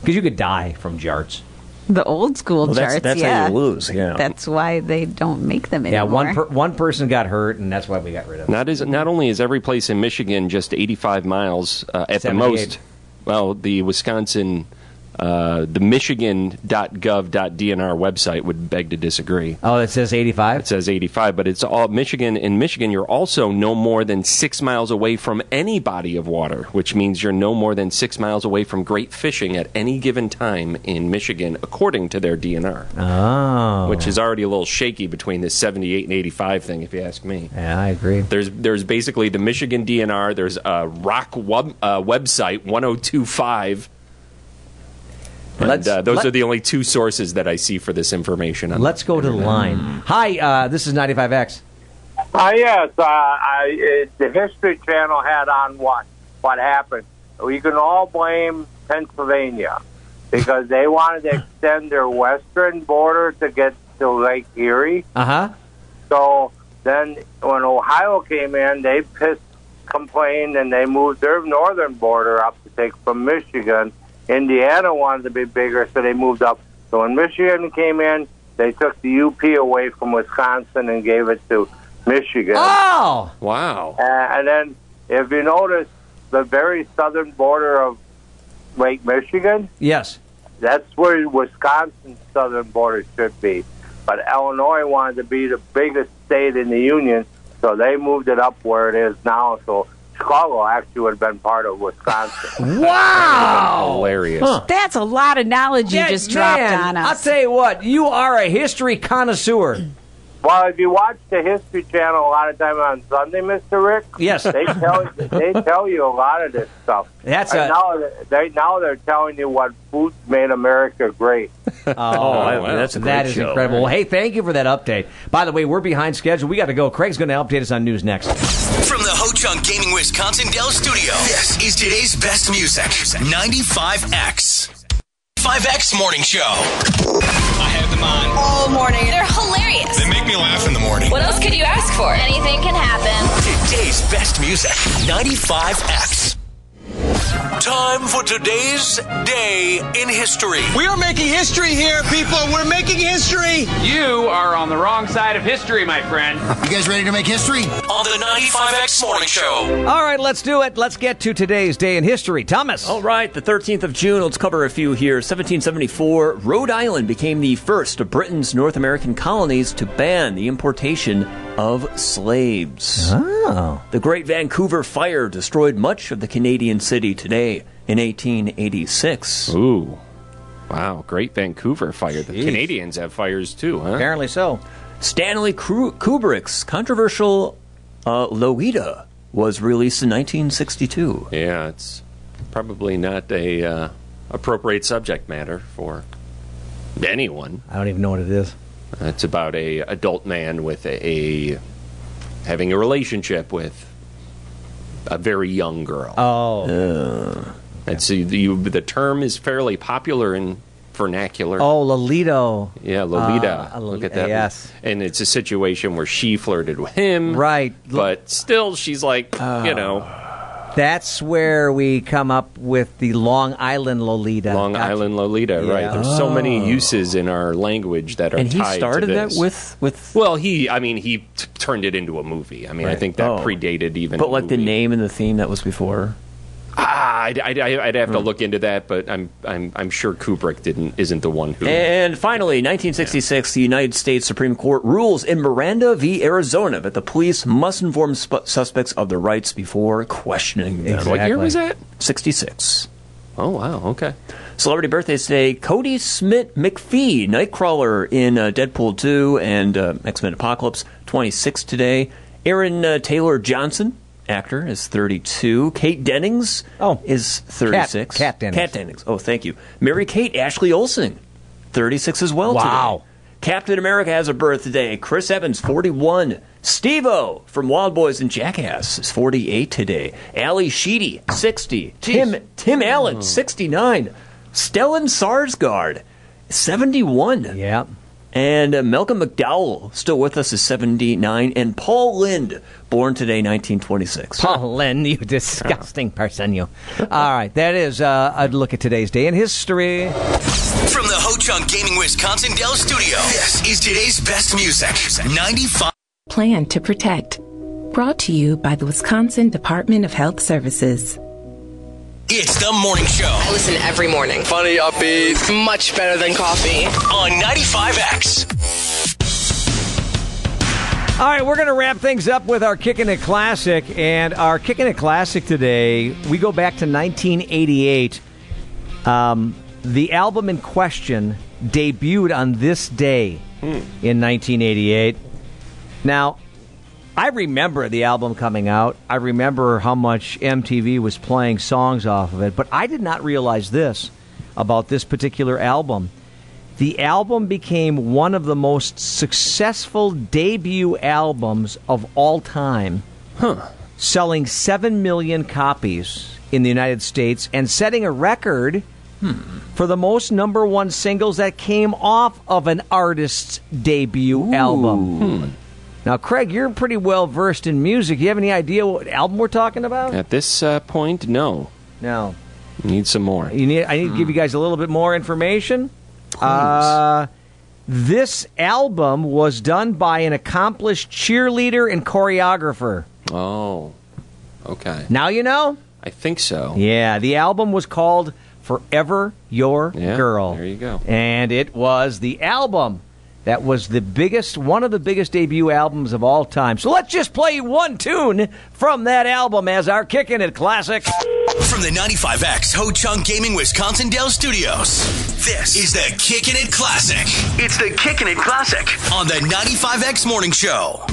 Speaker 9: because you could die from jarts.
Speaker 18: the old school
Speaker 9: Well, that's-
Speaker 18: charts.
Speaker 9: that's how
Speaker 18: yeah.
Speaker 9: you lose, yeah.
Speaker 18: That's why they don't make them
Speaker 9: Yeah,
Speaker 18: anymore.
Speaker 9: one per, one person got hurt, and that's why we got rid of it.
Speaker 7: Not is not only is every place in Michigan just 85 miles uh, at the
Speaker 9: 78.
Speaker 7: most. Well, the Wisconsin, uh, the Michigan.gov.dnr website would beg to disagree.
Speaker 9: Oh, it says 85. It
Speaker 7: says 85, but it's all Michigan. In Michigan, you're also no more than six miles away from any body of water, which means you're no more than six miles away from great fishing at any given time in Michigan, according to their DNR.
Speaker 9: Oh,
Speaker 7: Which is already a little shaky between this 78 and 85 thing, if you ask me.
Speaker 9: yeah, I agree.
Speaker 7: There's there's basically the Michigan DNR. There's a rock web, uh, website 1025. And
Speaker 9: Let's-
Speaker 7: uh, those
Speaker 9: let-
Speaker 7: are the only two sources that I see for this information. On
Speaker 9: Let's go to the line. Hi, uh, this is ninety five X.
Speaker 14: Uh, yes, uh, I, uh the History Channel had on what what happened. We can all blame Pennsylvania because they wanted to extend their western border to get to Lake Erie.
Speaker 9: Uh huh.
Speaker 14: So then, when Ohio came in, they pissed, complained, and they moved their northern border up to take from Michigan. Indiana wanted to be bigger, so they moved up. So when Michigan came in, they took the UP away from Wisconsin and gave it to Michigan.
Speaker 7: Ah!
Speaker 9: Oh,
Speaker 7: wow!
Speaker 14: Uh, and then, if you notice, the very southern border of Lake Michigan,
Speaker 9: Yes.
Speaker 14: that's where Wisconsin's southern border should be. But Illinois wanted to be the biggest state in the union, so they moved it up where it is now. So Chicago actually would have been part of Wisconsin.
Speaker 9: Wow!
Speaker 7: Hilarious.
Speaker 18: That's a lot of knowledge you
Speaker 9: Yeah,
Speaker 18: just dropped
Speaker 9: man,
Speaker 18: on
Speaker 9: I'll
Speaker 18: us.
Speaker 9: tell you what, you are a history connoisseur.
Speaker 14: Well, if you watch the History Channel a lot of time on Sunday, Mister Rick,
Speaker 9: Yes.
Speaker 14: they tell they tell you a lot of this stuff.
Speaker 9: That's
Speaker 14: and
Speaker 9: a-
Speaker 14: now they now they're telling you what foods made America great.
Speaker 9: I-
Speaker 14: wow. that's a great
Speaker 9: Oh, That is
Speaker 14: show.
Speaker 9: incredible. Well, hey, thank you for that update. By the way, we're behind schedule. We got to go. Craig's going to update us on news next.
Speaker 1: From the Ho Chunk Gaming Wisconsin Dell Studio, this is today's best music 95X. 5X Morning Show. I have them on.
Speaker 10: All morning. They're hilarious.
Speaker 1: They make me laugh in the morning.
Speaker 10: What else could you ask for? Anything can happen.
Speaker 1: Today's best music 95X. Time for today's day in history.
Speaker 30: We are making history here, people. We're making history.
Speaker 31: You are on the wrong side of history, my friend.
Speaker 30: You guys ready to make history?
Speaker 1: On the 95X Morning Show.
Speaker 9: All right, let's do it. Let's get to today's day in history. Thomas.
Speaker 16: All right, the 13th of June. Let's cover a few here. 1774, Rhode Island became the first of Britain's North American colonies to ban the importation of slaves.
Speaker 9: Oh.
Speaker 16: The Great Vancouver Fire destroyed much of the Canadian city today in 1886.
Speaker 7: Ooh. Wow, Great Vancouver fire. The Canadians have fires too, huh?
Speaker 9: Apparently so.
Speaker 16: Stanley Kru- Kubrick's controversial uh, Lolita was released in 1962.
Speaker 7: Yeah, it's probably not a uh, appropriate subject matter for anyone.
Speaker 9: I don't even know what it is.
Speaker 7: It's about a adult man with a, a having a relationship with a very young girl.
Speaker 9: Oh.
Speaker 7: and so you, the term is fairly popular in vernacular.
Speaker 9: Oh, Lolito.
Speaker 7: Yeah, Lolita.
Speaker 16: uh,
Speaker 9: Ah, a
Speaker 7: Look
Speaker 9: Lolita,
Speaker 7: at that.
Speaker 9: yes.
Speaker 7: And it's a situation where she flirted with him.
Speaker 9: Right.
Speaker 7: But still, she's like,
Speaker 16: Uh,
Speaker 7: you know,
Speaker 9: That's where we come up with the Long Island Lolita.
Speaker 7: Long Island Lolita, right? There's so many uses in our language that are
Speaker 16: Oh. And he
Speaker 7: tied to
Speaker 16: started that
Speaker 7: this.
Speaker 16: with with
Speaker 7: Well, he, I mean, he t- turned it into a movie. I mean, I
Speaker 16: Right.
Speaker 7: think that
Speaker 16: Oh.
Speaker 7: predated even.
Speaker 16: But like
Speaker 7: the
Speaker 16: the name and the theme that was before.
Speaker 7: ah, I'd, I'd, I'd have to
Speaker 16: Hmm.
Speaker 7: look into that, but I'm I'm I'm sure Kubrick didn't isn't the one who.
Speaker 16: And finally, 1966, the United States Supreme Court rules in Miranda v. Arizona that the police must inform sp- suspects of their rights before questioning them.
Speaker 7: What year was that?
Speaker 16: 66.
Speaker 32: Oh wow, okay.
Speaker 16: Celebrity birthdays today: Cody Smith McPhee, Nightcrawler in uh, Deadpool 2 and uh, X Men Apocalypse, 26 today. Aaron uh, Taylor Johnson, actor, is 32. Kate Dennings, oh, is 36.
Speaker 9: Kat- Kat Dennings.
Speaker 16: Kat Dennings. Oh, thank you. Mary Kate Ashley Olsen, 36 as well.
Speaker 9: Wow.
Speaker 16: Today. Captain America has a birthday. Chris Evans, 41. Steve-O from Wild Boys and Jackass is 48 today. Ali Sheedy, 60. Tim Tim
Speaker 9: Hmm.
Speaker 16: Allen, 69. Stellan Sarsgaard, 71.
Speaker 9: Yeah.
Speaker 16: And uh, Malcolm McDowell, still with us, is 79. And Paul Lind, born today, 1926.
Speaker 9: Paul Lynn, you disgusting person, you. All right, that is uh, a look at today's day in history.
Speaker 1: From the Ho Chunk Gaming Wisconsin Dell Studio, this is today's best music. 95.
Speaker 4: Plan to Protect. Brought to you by the Wisconsin Department of Health Services.
Speaker 1: It's the morning show. I
Speaker 33: listen every morning.
Speaker 1: Funny, upbeat.
Speaker 33: Much better than coffee.
Speaker 1: On 95X.
Speaker 9: All right, we're going to wrap things up with our Kickin' It Classic. And our Kickin' It Classic today, we go back to 1988. Um, the album in question debuted on this day in 1988. Now, I remember the album coming out. I remember how much MTV was playing songs off of it, but I did not realize this about this particular album. The album became one of the most successful debut albums of all time. Huh. Selling 7 million copies in the United States and setting a record for the most number one singles that came off of an artist's debut album. Now, Craig, you're pretty well versed in music. You have any idea what album we're talking about?
Speaker 32: At this uh, point, no.
Speaker 9: No.
Speaker 32: Need some more. Hmm.
Speaker 9: You need. I need to give you guys a little bit more information. Uh, this album was done by an accomplished cheerleader and choreographer.
Speaker 32: Oh. Okay.
Speaker 9: Now you know.
Speaker 32: I think so.
Speaker 9: Yeah, the album was called Forever Your Girl. There
Speaker 32: you go.
Speaker 9: And it was the album that was the biggest, one of the biggest debut albums of all time. So let's just play one tune from that album as our Kickin' It Classic.
Speaker 1: From the 95X Ho Chunk Gaming Wisconsin Dell Studios, this is the Kickin' It Classic. It's the Kickin' It Classic on the 95X Morning Show.